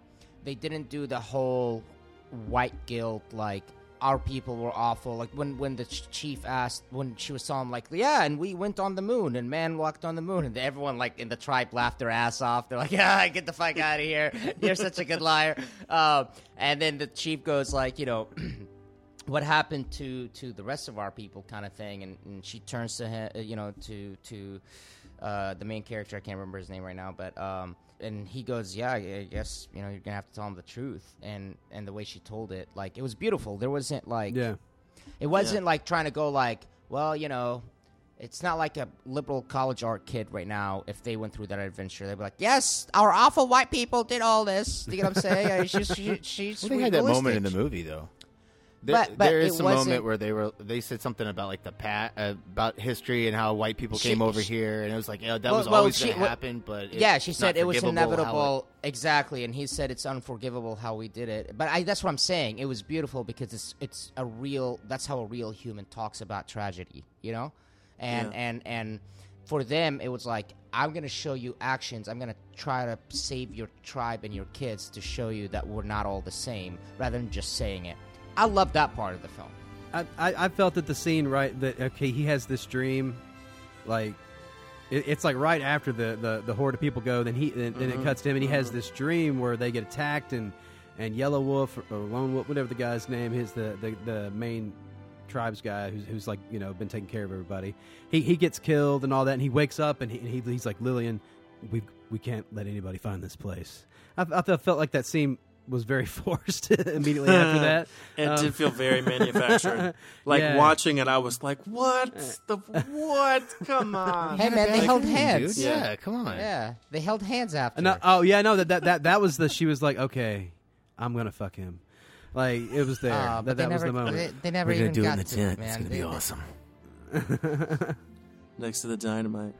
Speaker 10: they didn't do the whole white guilt like our people were awful. Like when when the ch- chief asked when she was saw him, like yeah, and we went on the moon and man walked on the moon, and everyone like in the tribe laughed their ass off. They're like, yeah, get the fuck out of here. You're such a good liar. Uh, and then the chief goes like, you know. what happened to to the rest of our people kind of thing and, and she turns to him uh, you know to to uh, the main character i can't remember his name right now but um and he goes yeah i I guess you know you're gonna have to tell him the truth and and the way she told it like it was beautiful there wasn't like
Speaker 1: Yeah.
Speaker 10: it wasn't like trying to go like well you know it's not like a liberal college art kid right now. If they went through that adventure, they'd be like, "Yes, our awful white people did all this." You know what I'm saying? Uh, She's, she, she's
Speaker 9: Well, they had that
Speaker 10: realistic.
Speaker 9: moment in the movie though. There,
Speaker 10: But- but
Speaker 9: there is
Speaker 10: it
Speaker 9: a
Speaker 10: wasn't-
Speaker 9: moment where they were they said something about like the pat uh, about history and how white people
Speaker 10: She-
Speaker 9: came over
Speaker 10: she-
Speaker 9: here, and it was like, yeah, that
Speaker 10: Well-
Speaker 9: was
Speaker 10: well,
Speaker 9: always
Speaker 10: she-
Speaker 9: gonna
Speaker 10: well,
Speaker 9: happen. But it's
Speaker 10: yeah, she
Speaker 9: not
Speaker 10: said it was
Speaker 9: forgivable how
Speaker 10: inevitable. Exactly, and he said it's unforgivable how we did it. But I, that's what I'm saying. It was beautiful because it's it's a real. That's how a real human talks about tragedy. You know, and
Speaker 12: Yeah.
Speaker 10: and and for them it was like I'm gonna show you actions. I'm gonna try to save your tribe and your kids to show you that we're not all the same, rather than just saying it. I love that part of the film.
Speaker 1: I, I, I felt that the scene right that okay he has this dream, like it, it's like right after the, the the horde of people go then he then, then it
Speaker 9: Mhm.
Speaker 1: cuts to him and he has this dream where they get attacked and and yellow wolf or, or lone wolf whatever the guy's name is the the, the main tribes guy who's, who's like you know been taking care of everybody he he gets killed and all that and he wakes up and, he, and he, he's like Lillian we we can't let anybody find this place I, I felt- felt like that scene was very forced immediately after that
Speaker 11: it
Speaker 1: Um,
Speaker 11: did feel very manufactured. Like
Speaker 1: Yeah. Uh.
Speaker 11: watching it, I was like, "What the what? Come on!"
Speaker 10: Hey man, they
Speaker 11: Like,
Speaker 10: held hands.
Speaker 11: Yeah.
Speaker 9: come on.
Speaker 10: Yeah, they held hands after. Uh,
Speaker 1: No, oh yeah, no, that, that that that was the she was like, okay, I'm gonna fuck him. Like it was there.
Speaker 10: Aw,
Speaker 1: that
Speaker 10: Ah, but
Speaker 1: that
Speaker 10: they
Speaker 1: was
Speaker 10: never-
Speaker 1: the moment.
Speaker 10: they- they never We're gonna even do it in got the to it, tent. It's man. gonna be They- they- awesome.
Speaker 11: next to the dynamite.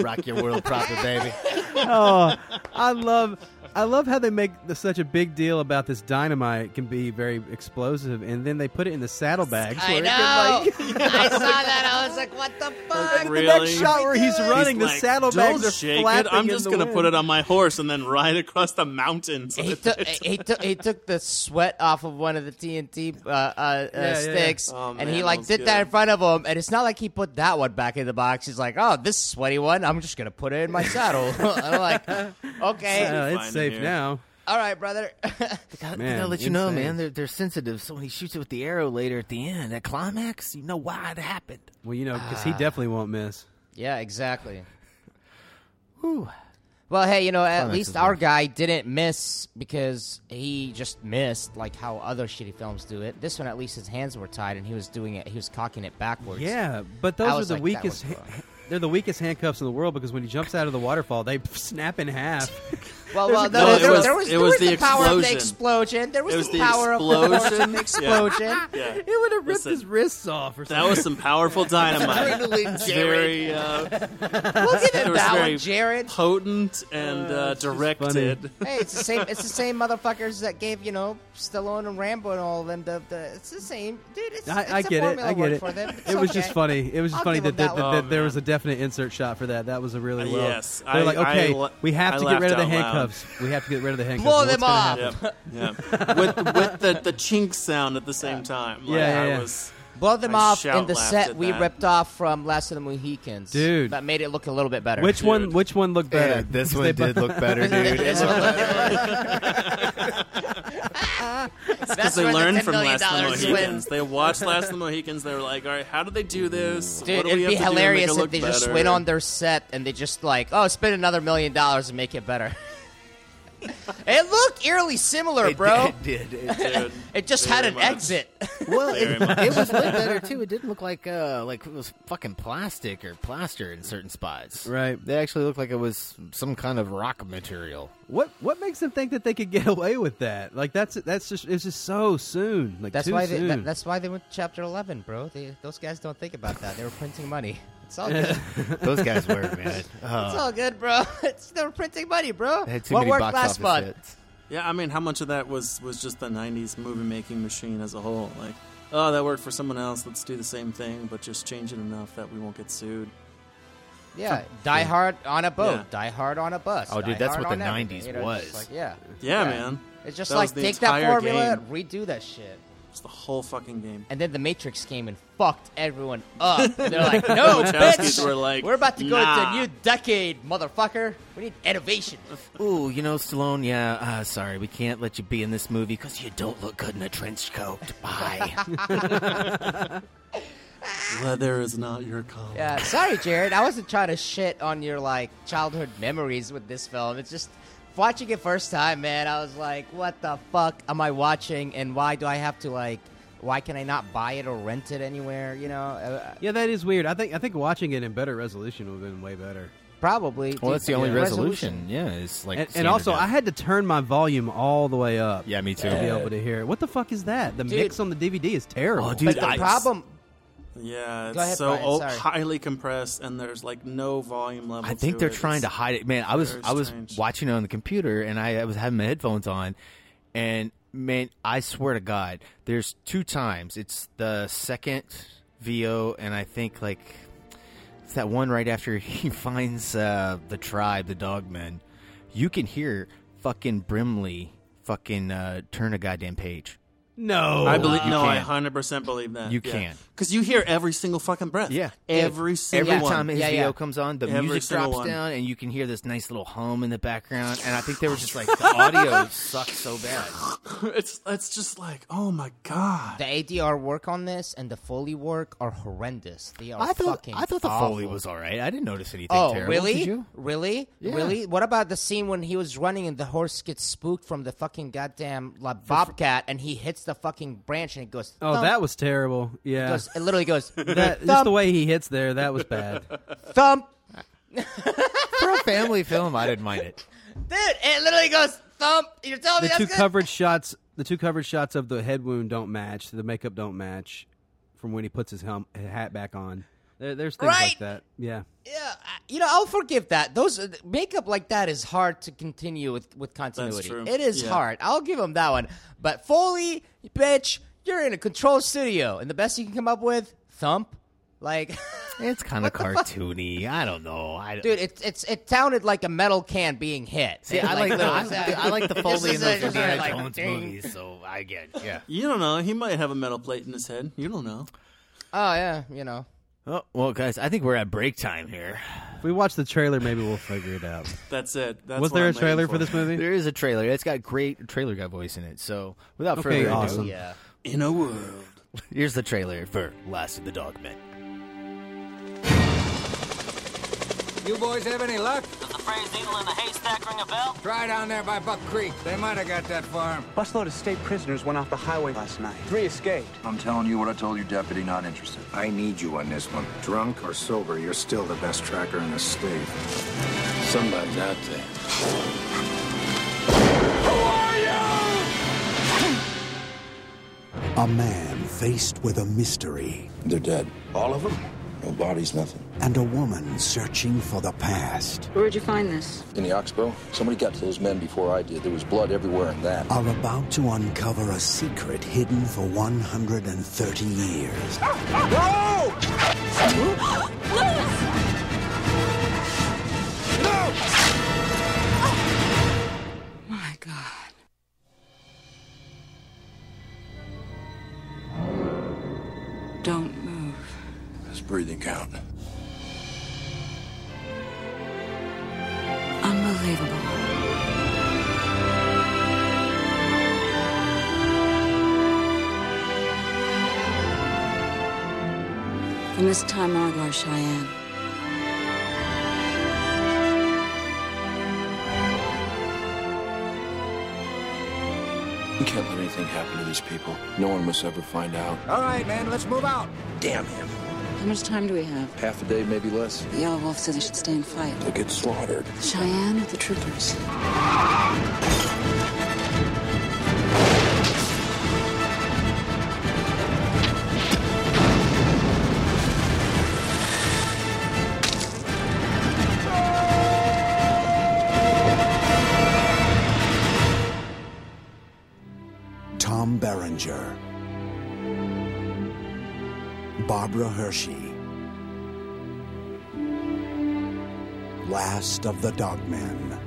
Speaker 9: Rock your world proper, baby.
Speaker 1: oh, I love I love how they make the, such a big deal about this dynamite can be very explosive, and then they put it in the saddlebags.
Speaker 10: I
Speaker 1: where it
Speaker 10: know.
Speaker 1: can, like-
Speaker 10: I saw that. I was like, "What the fuck?"
Speaker 1: the next shot where he's running, the
Speaker 11: He's like,
Speaker 1: saddlebags
Speaker 11: "Don't
Speaker 1: are
Speaker 11: shake it.
Speaker 1: flapping.
Speaker 11: I'm just
Speaker 1: in the
Speaker 11: gonna
Speaker 1: wind.
Speaker 11: put it on my horse and then ride across the mountains.
Speaker 10: he took he took he took the sweat off of one of the TNT uh, uh, uh,
Speaker 11: Yeah, yeah, yeah.
Speaker 10: sticks,
Speaker 11: Oh,
Speaker 10: and
Speaker 11: man,
Speaker 10: he
Speaker 11: that
Speaker 10: like
Speaker 11: was
Speaker 10: did that
Speaker 11: good.
Speaker 10: in front of him. And it's not like he put that one back in the box. He's like, "Oh, this sweaty one, I'm just gonna put it in my saddle." I'm like, "Okay,
Speaker 1: Yeah, Oh, it's safe now.
Speaker 10: All right, brother.
Speaker 9: I,
Speaker 1: Man,
Speaker 9: gotta let you know,
Speaker 1: insane.
Speaker 9: man. They're they're sensitive. So when he shoots it with the arrow later at the end, that climax, you know why it happened.
Speaker 1: Well, you know, because he
Speaker 9: Ah.
Speaker 1: definitely won't miss.
Speaker 10: yeah, exactly.
Speaker 9: Whew.
Speaker 10: Well, hey, you know, at
Speaker 1: Climax
Speaker 10: least
Speaker 1: is
Speaker 10: our guy didn't miss because he just missed, like how other shitty films do it. This one, at least his hands were tied and he was doing it, he was cocking it backwards.
Speaker 1: Yeah, but
Speaker 10: I
Speaker 1: those are
Speaker 10: was
Speaker 1: the
Speaker 10: like, that
Speaker 1: weakest.
Speaker 10: was
Speaker 1: ha- they're the weakest handcuffs in the world because when he jumps out of the waterfall, they snap in half.
Speaker 10: Well,
Speaker 1: There's
Speaker 10: well,
Speaker 1: a-
Speaker 10: no,
Speaker 1: No, it
Speaker 10: there, was,
Speaker 1: was-
Speaker 10: there was,
Speaker 1: it
Speaker 10: there
Speaker 1: was
Speaker 10: was
Speaker 1: the
Speaker 10: the, power of the
Speaker 1: explosion.
Speaker 10: explosion. There was,
Speaker 11: It was
Speaker 10: the
Speaker 11: the
Speaker 10: power of
Speaker 11: explosion.
Speaker 10: the
Speaker 11: Yeah.
Speaker 10: explosion.
Speaker 11: Yeah.
Speaker 1: It would have ripped
Speaker 11: Listen.
Speaker 1: his wrists off or something.
Speaker 11: That was some powerful dynamite.
Speaker 1: Adrenaline,
Speaker 11: It's
Speaker 1: Jared.
Speaker 11: Very, uh, Look
Speaker 10: at that one, Jared.
Speaker 11: Potent and uh,
Speaker 1: Oh,
Speaker 11: directed.
Speaker 10: hey, it's the same. It's the same motherfuckers that gave you know Stallone and Rambo and all of them. The, the it's the same dude. It's, it's
Speaker 1: I, I
Speaker 10: a
Speaker 1: get it.
Speaker 10: formula
Speaker 1: I
Speaker 10: word
Speaker 1: get it.
Speaker 10: For them. It's
Speaker 1: It was
Speaker 10: okay.
Speaker 1: just funny. It was just
Speaker 10: I'll
Speaker 1: funny that,
Speaker 10: give them
Speaker 1: that,
Speaker 10: that
Speaker 1: that,
Speaker 10: one.
Speaker 1: that there was a definite insert shot for that. That was a really
Speaker 11: Uh,
Speaker 1: well.
Speaker 11: yes,
Speaker 1: they're
Speaker 11: I-
Speaker 1: like, okay,
Speaker 11: I la-
Speaker 1: we have
Speaker 11: I
Speaker 1: to get rid of the
Speaker 11: laughed out loud.
Speaker 1: handcuffs. We have to get rid of the handcuffs.
Speaker 10: Blow
Speaker 1: What's
Speaker 10: them
Speaker 1: gonna
Speaker 10: off.
Speaker 1: happen?
Speaker 11: Yeah, yeah. with with the the chink sound at the same time. Like,
Speaker 1: Yeah, yeah,
Speaker 11: I
Speaker 1: yeah.
Speaker 11: was
Speaker 10: blow them
Speaker 11: I
Speaker 10: off in
Speaker 11: shout
Speaker 10: the
Speaker 11: laughed
Speaker 10: set
Speaker 11: at
Speaker 10: we
Speaker 11: that.
Speaker 10: ripped off from Last of the Mohicans,
Speaker 1: Dude.
Speaker 10: That made it look a little bit better.
Speaker 1: Which one? Which one looked better?
Speaker 9: Yeah, uh, this one did look better, dude. It
Speaker 11: Because they learned from Last of the Mohicans. They watched Last of the Mohicans. They were like, all right, how do they do this?
Speaker 10: Dude,
Speaker 11: what do we
Speaker 10: it'd be
Speaker 11: have to do to make it
Speaker 10: hilarious if
Speaker 11: look
Speaker 10: they just
Speaker 11: better?"
Speaker 10: went on their set and they just like, oh, spend another million dollars and make it better. it looked eerily similar, bro.
Speaker 9: did. It,
Speaker 11: did.
Speaker 10: It just had
Speaker 11: Very
Speaker 10: an
Speaker 11: much.
Speaker 10: exit.
Speaker 9: Well,
Speaker 11: Very
Speaker 9: it,
Speaker 11: much.
Speaker 9: it was way better too. It didn't look like uh, like it was fucking plastic or plaster in certain spots.
Speaker 1: Right.
Speaker 9: They actually looked like it was some kind of rock material.
Speaker 1: What What makes them think that they could get away with that? Like that's that's just it's just so soon. Like
Speaker 10: That's
Speaker 1: too
Speaker 10: why they,
Speaker 1: soon.
Speaker 10: that, that's why they went to Chapter Eleven, bro. They, those guys don't think about that. They were printing money. It's all good.
Speaker 9: Those guys were man. Uh,
Speaker 10: it's all good, bro. It's, they were printing money, bro.
Speaker 9: They had too
Speaker 10: What
Speaker 9: many
Speaker 10: worked
Speaker 9: box
Speaker 10: last
Speaker 9: office
Speaker 10: month?
Speaker 9: hits.
Speaker 11: Yeah, I mean, how much of that was, was just the 90s movie making machine as a whole? Like, oh, that worked for someone else. Let's do the same thing, but just change it enough that we won't get sued.
Speaker 10: Yeah, Die Hard on a boat,
Speaker 11: Yeah.
Speaker 10: Die Hard on a bus.
Speaker 9: Oh, dude,
Speaker 10: Die
Speaker 9: that's
Speaker 10: Hard
Speaker 9: what
Speaker 10: on
Speaker 9: the
Speaker 10: everything,
Speaker 9: 90s
Speaker 10: you know, it's just
Speaker 9: was.
Speaker 10: like, yeah,
Speaker 11: Yeah, man.
Speaker 10: It's just
Speaker 11: That was
Speaker 10: like
Speaker 11: the
Speaker 10: take that
Speaker 11: entire
Speaker 10: formula,
Speaker 11: game.
Speaker 10: redo that shit.
Speaker 11: It's the whole fucking game.
Speaker 10: And then the Matrix came and fucked everyone up. And they're like,
Speaker 11: The
Speaker 10: no,
Speaker 11: Wachowskis
Speaker 10: bitch,
Speaker 11: were like,
Speaker 10: we're about to go
Speaker 11: "Nah."
Speaker 10: into a new decade, motherfucker. We need innovation.
Speaker 9: Ooh, you know, Stallone. Yeah, uh, sorry, we can't let you be in this movie because you don't look good in a trench coat. Bye.
Speaker 11: Leather is not your color.
Speaker 10: Yeah, sorry, Jared. I wasn't trying to shit on your like childhood memories with this film. It's just watching it first time, man. I was like, what the fuck am I watching, and why do I have to like? Why can I not buy it or rent it anywhere? You know, Uh,
Speaker 1: yeah, that is weird. I think I think watching it in better resolution would have been way better.
Speaker 10: probably.
Speaker 9: well, that's the only
Speaker 10: Yeah.
Speaker 9: resolution. Yeah, it's like
Speaker 1: and, and
Speaker 9: standard
Speaker 1: also,
Speaker 9: def.
Speaker 1: I had to turn my volume all the way up.
Speaker 9: Yeah, me too.
Speaker 1: To be able to hear it. What the fuck is that? The
Speaker 10: Dude.
Speaker 1: mix on the DVD is terrible.
Speaker 9: Oh, dude,
Speaker 10: But the
Speaker 9: I-
Speaker 10: problem,
Speaker 11: Yeah, it's
Speaker 10: Go ahead,
Speaker 11: so
Speaker 10: Brian,
Speaker 11: o-
Speaker 10: sorry.
Speaker 11: highly compressed, and there's like no volume level.
Speaker 9: I think
Speaker 11: to
Speaker 9: they're
Speaker 11: it.
Speaker 9: trying to
Speaker 11: It's-
Speaker 9: hide it. Man, I was
Speaker 11: very
Speaker 9: I was
Speaker 11: strange.
Speaker 9: watching it on the computer and I, I was having my headphones on, and man, I swear to God, there's two times. It's the second VO, and I think like it's that one right after he finds uh, the tribe, the dogmen. You can hear fucking Brimley fucking uh, turn a goddamn page.
Speaker 1: No,
Speaker 11: I believe
Speaker 9: You
Speaker 11: no, I
Speaker 9: can't.
Speaker 11: hundred percent believe that.
Speaker 9: You can't.
Speaker 11: because you hear every single fucking breath.
Speaker 9: Yeah.
Speaker 11: every single
Speaker 9: Every
Speaker 11: one.
Speaker 9: time his
Speaker 10: Yeah,
Speaker 9: VO
Speaker 10: yeah.
Speaker 9: comes on, the
Speaker 11: Every
Speaker 9: music
Speaker 11: single
Speaker 9: drops
Speaker 11: one.
Speaker 9: down, and you can hear this nice little hum in the background. And I think they were just like, the audio sucks so bad.
Speaker 11: it's it's just like oh my god.
Speaker 10: the ADR work on this and the Foley work are horrendous. They are
Speaker 9: I thought
Speaker 10: fucking.
Speaker 9: I thought the
Speaker 10: awful.
Speaker 9: Foley was all right. I didn't notice anything
Speaker 10: Oh,
Speaker 9: terrible.
Speaker 10: really?
Speaker 9: Did you?
Speaker 10: Really?
Speaker 9: Yeah.
Speaker 10: Really? What about the scene when he was running and the horse gets spooked from the fucking goddamn like, bobcat and he hits the fucking branch and it goes.
Speaker 1: Oh,
Speaker 10: thump,
Speaker 1: that was terrible. Yeah,
Speaker 10: goes- it literally goes
Speaker 1: that, just
Speaker 10: thump,
Speaker 1: the way he hits there, that was bad.
Speaker 10: thump.
Speaker 9: For a family film, I didn't mind it.
Speaker 10: Dude, it literally goes thump. You're telling
Speaker 1: the
Speaker 10: me
Speaker 1: two
Speaker 10: that's good?
Speaker 1: coverage shots, the two coverage shots of the head wound don't match. The makeup don't match from when he puts his helm, hat back on. There, there's things
Speaker 10: Right.
Speaker 1: like that. Yeah.
Speaker 10: Yeah, I- you know, I'll forgive that. Those uh, makeup like that is hard to continue with with continuity.
Speaker 11: true.
Speaker 10: It is
Speaker 11: Yeah.
Speaker 10: hard. I'll give him that one. But Foley, bitch, you're in a control studio, and the best you can come up with, thump. Like,
Speaker 9: It's kind of cartoony. I don't know. I,
Speaker 10: dude, it, it's it sounded like a metal can being hit.
Speaker 9: See, I like the I, I like the Foley in
Speaker 10: is
Speaker 9: those
Speaker 10: a-
Speaker 9: Indiana
Speaker 10: like,
Speaker 9: Jones
Speaker 10: ding.
Speaker 9: movies, so I get it. yeah.
Speaker 11: You don't know. He might have a metal plate in his head. You don't know.
Speaker 10: oh yeah, you know.
Speaker 9: Oh, well, guys, I think we're at break time here.
Speaker 1: If we watch the trailer, maybe we'll figure it out.
Speaker 11: That's it. That's
Speaker 1: was
Speaker 11: what
Speaker 1: there
Speaker 11: I'm
Speaker 1: a
Speaker 11: waiting
Speaker 1: trailer for
Speaker 11: for
Speaker 1: this movie?
Speaker 9: There is a trailer. It's got great trailer guy voice in it. So without
Speaker 1: Okay,
Speaker 9: further ado,
Speaker 1: awesome.
Speaker 10: Yeah.
Speaker 11: In a world.
Speaker 9: here's the trailer for Last of the Dogmen.
Speaker 12: You boys have any luck?
Speaker 5: The phrase needle in a haystack ring a bell?
Speaker 12: Try down there by Buck Creek. They might have got that farm.
Speaker 13: Busload of state prisoners went off the highway last night. Three escaped.
Speaker 14: I'm telling you what I told you, deputy, not interested. I need you on this one. Drunk or sober, you're still the best tracker in the state. Somebody's out there.
Speaker 15: A man faced with a mystery
Speaker 14: They're dead. All of them? No bodies, nothing.
Speaker 15: and a woman searching for the past
Speaker 16: Where'd you find this?
Speaker 14: In the oxbow? Somebody got to those men before I did. There was blood everywhere in that.
Speaker 15: are about to uncover a secret hidden for 130 years.
Speaker 16: My God. Don't move.
Speaker 14: His breathing count.
Speaker 16: Unbelievable. From this time on, I'll go Cheyenne.
Speaker 14: We can't let anything happen to these people. No one must ever find out.
Speaker 12: All right, man, let's move out.
Speaker 14: Damn him.
Speaker 16: How much time do we have?
Speaker 14: Half a day, maybe less.
Speaker 16: The Yellow Wolf said they should stay and fight.
Speaker 14: They'll get slaughtered.
Speaker 16: Cheyenne or the troopers?
Speaker 15: Tom Berenger, Barbara Hershey, Last of the Dogmen.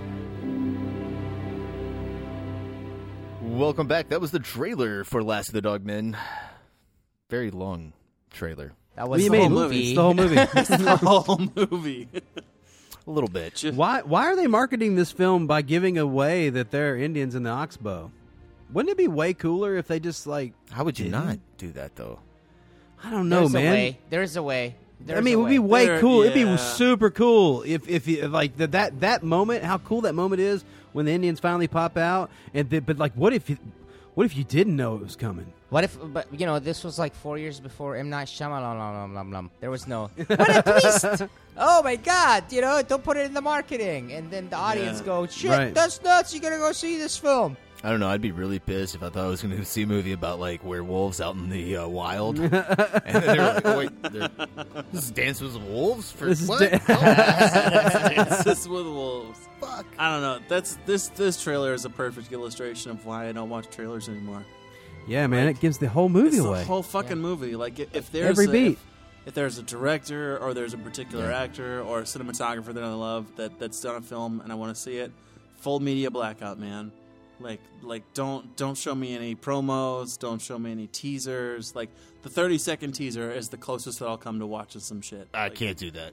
Speaker 9: Welcome back. That was the trailer for Last of the Dogmen. Very long trailer.
Speaker 1: was
Speaker 10: That
Speaker 1: What do you the mean? whole movie. It's the whole movie. It's the whole
Speaker 11: movie.
Speaker 9: A little bit.
Speaker 1: Why why are they marketing this film by giving away that there are Indians in the oxbow? Wouldn't it be way cooler if they just like
Speaker 9: How would you
Speaker 1: didn't?
Speaker 9: not do that though?
Speaker 1: I don't know,
Speaker 10: There's
Speaker 1: man.
Speaker 10: A way. There's a way. There's
Speaker 1: I mean, it
Speaker 10: a
Speaker 1: would be way
Speaker 10: There-
Speaker 1: cool. It'd
Speaker 10: yeah.
Speaker 1: be super cool if, if you- like the, that that moment, how cool that moment is when the Indians finally pop out. And the, but like, what if you, what if you didn't know it was coming?
Speaker 10: What if, but you know, this was like four years before M Night Shyamalan. lum, lum, lum. There was no. What a twist! oh my God! You know, don't put it in the marketing, and then the audience
Speaker 9: Yeah.
Speaker 10: go, "Shit,
Speaker 9: Right.
Speaker 10: that's nuts! You're gonna go see this film."
Speaker 9: I don't know. I'd be really pissed if I thought I was going to see a movie about like werewolves out in the uh, wild, and then they were like, oh, "Wait, they're- this is Dance with Wolves for
Speaker 11: This is
Speaker 9: what?"
Speaker 11: Dan-
Speaker 9: Oh.
Speaker 11: Dances with Wolves. Fuck. I don't know. That's this this trailer is a perfect illustration of why I don't watch trailers anymore.
Speaker 1: Yeah, man, it gives the whole movie
Speaker 11: It's
Speaker 1: away.
Speaker 11: the whole fucking movie. Like i- if there's
Speaker 1: Every
Speaker 11: a,
Speaker 1: beat.
Speaker 11: If, if there's a director or there's a particular actor or a cinematographer that I love that that's done a film and I want to see it, full media blackout, man. Like like don't don't show me any promos, don't show me any teasers. Like the 30 second teaser is the closest that I'll come to watching some shit.
Speaker 9: I can't do that.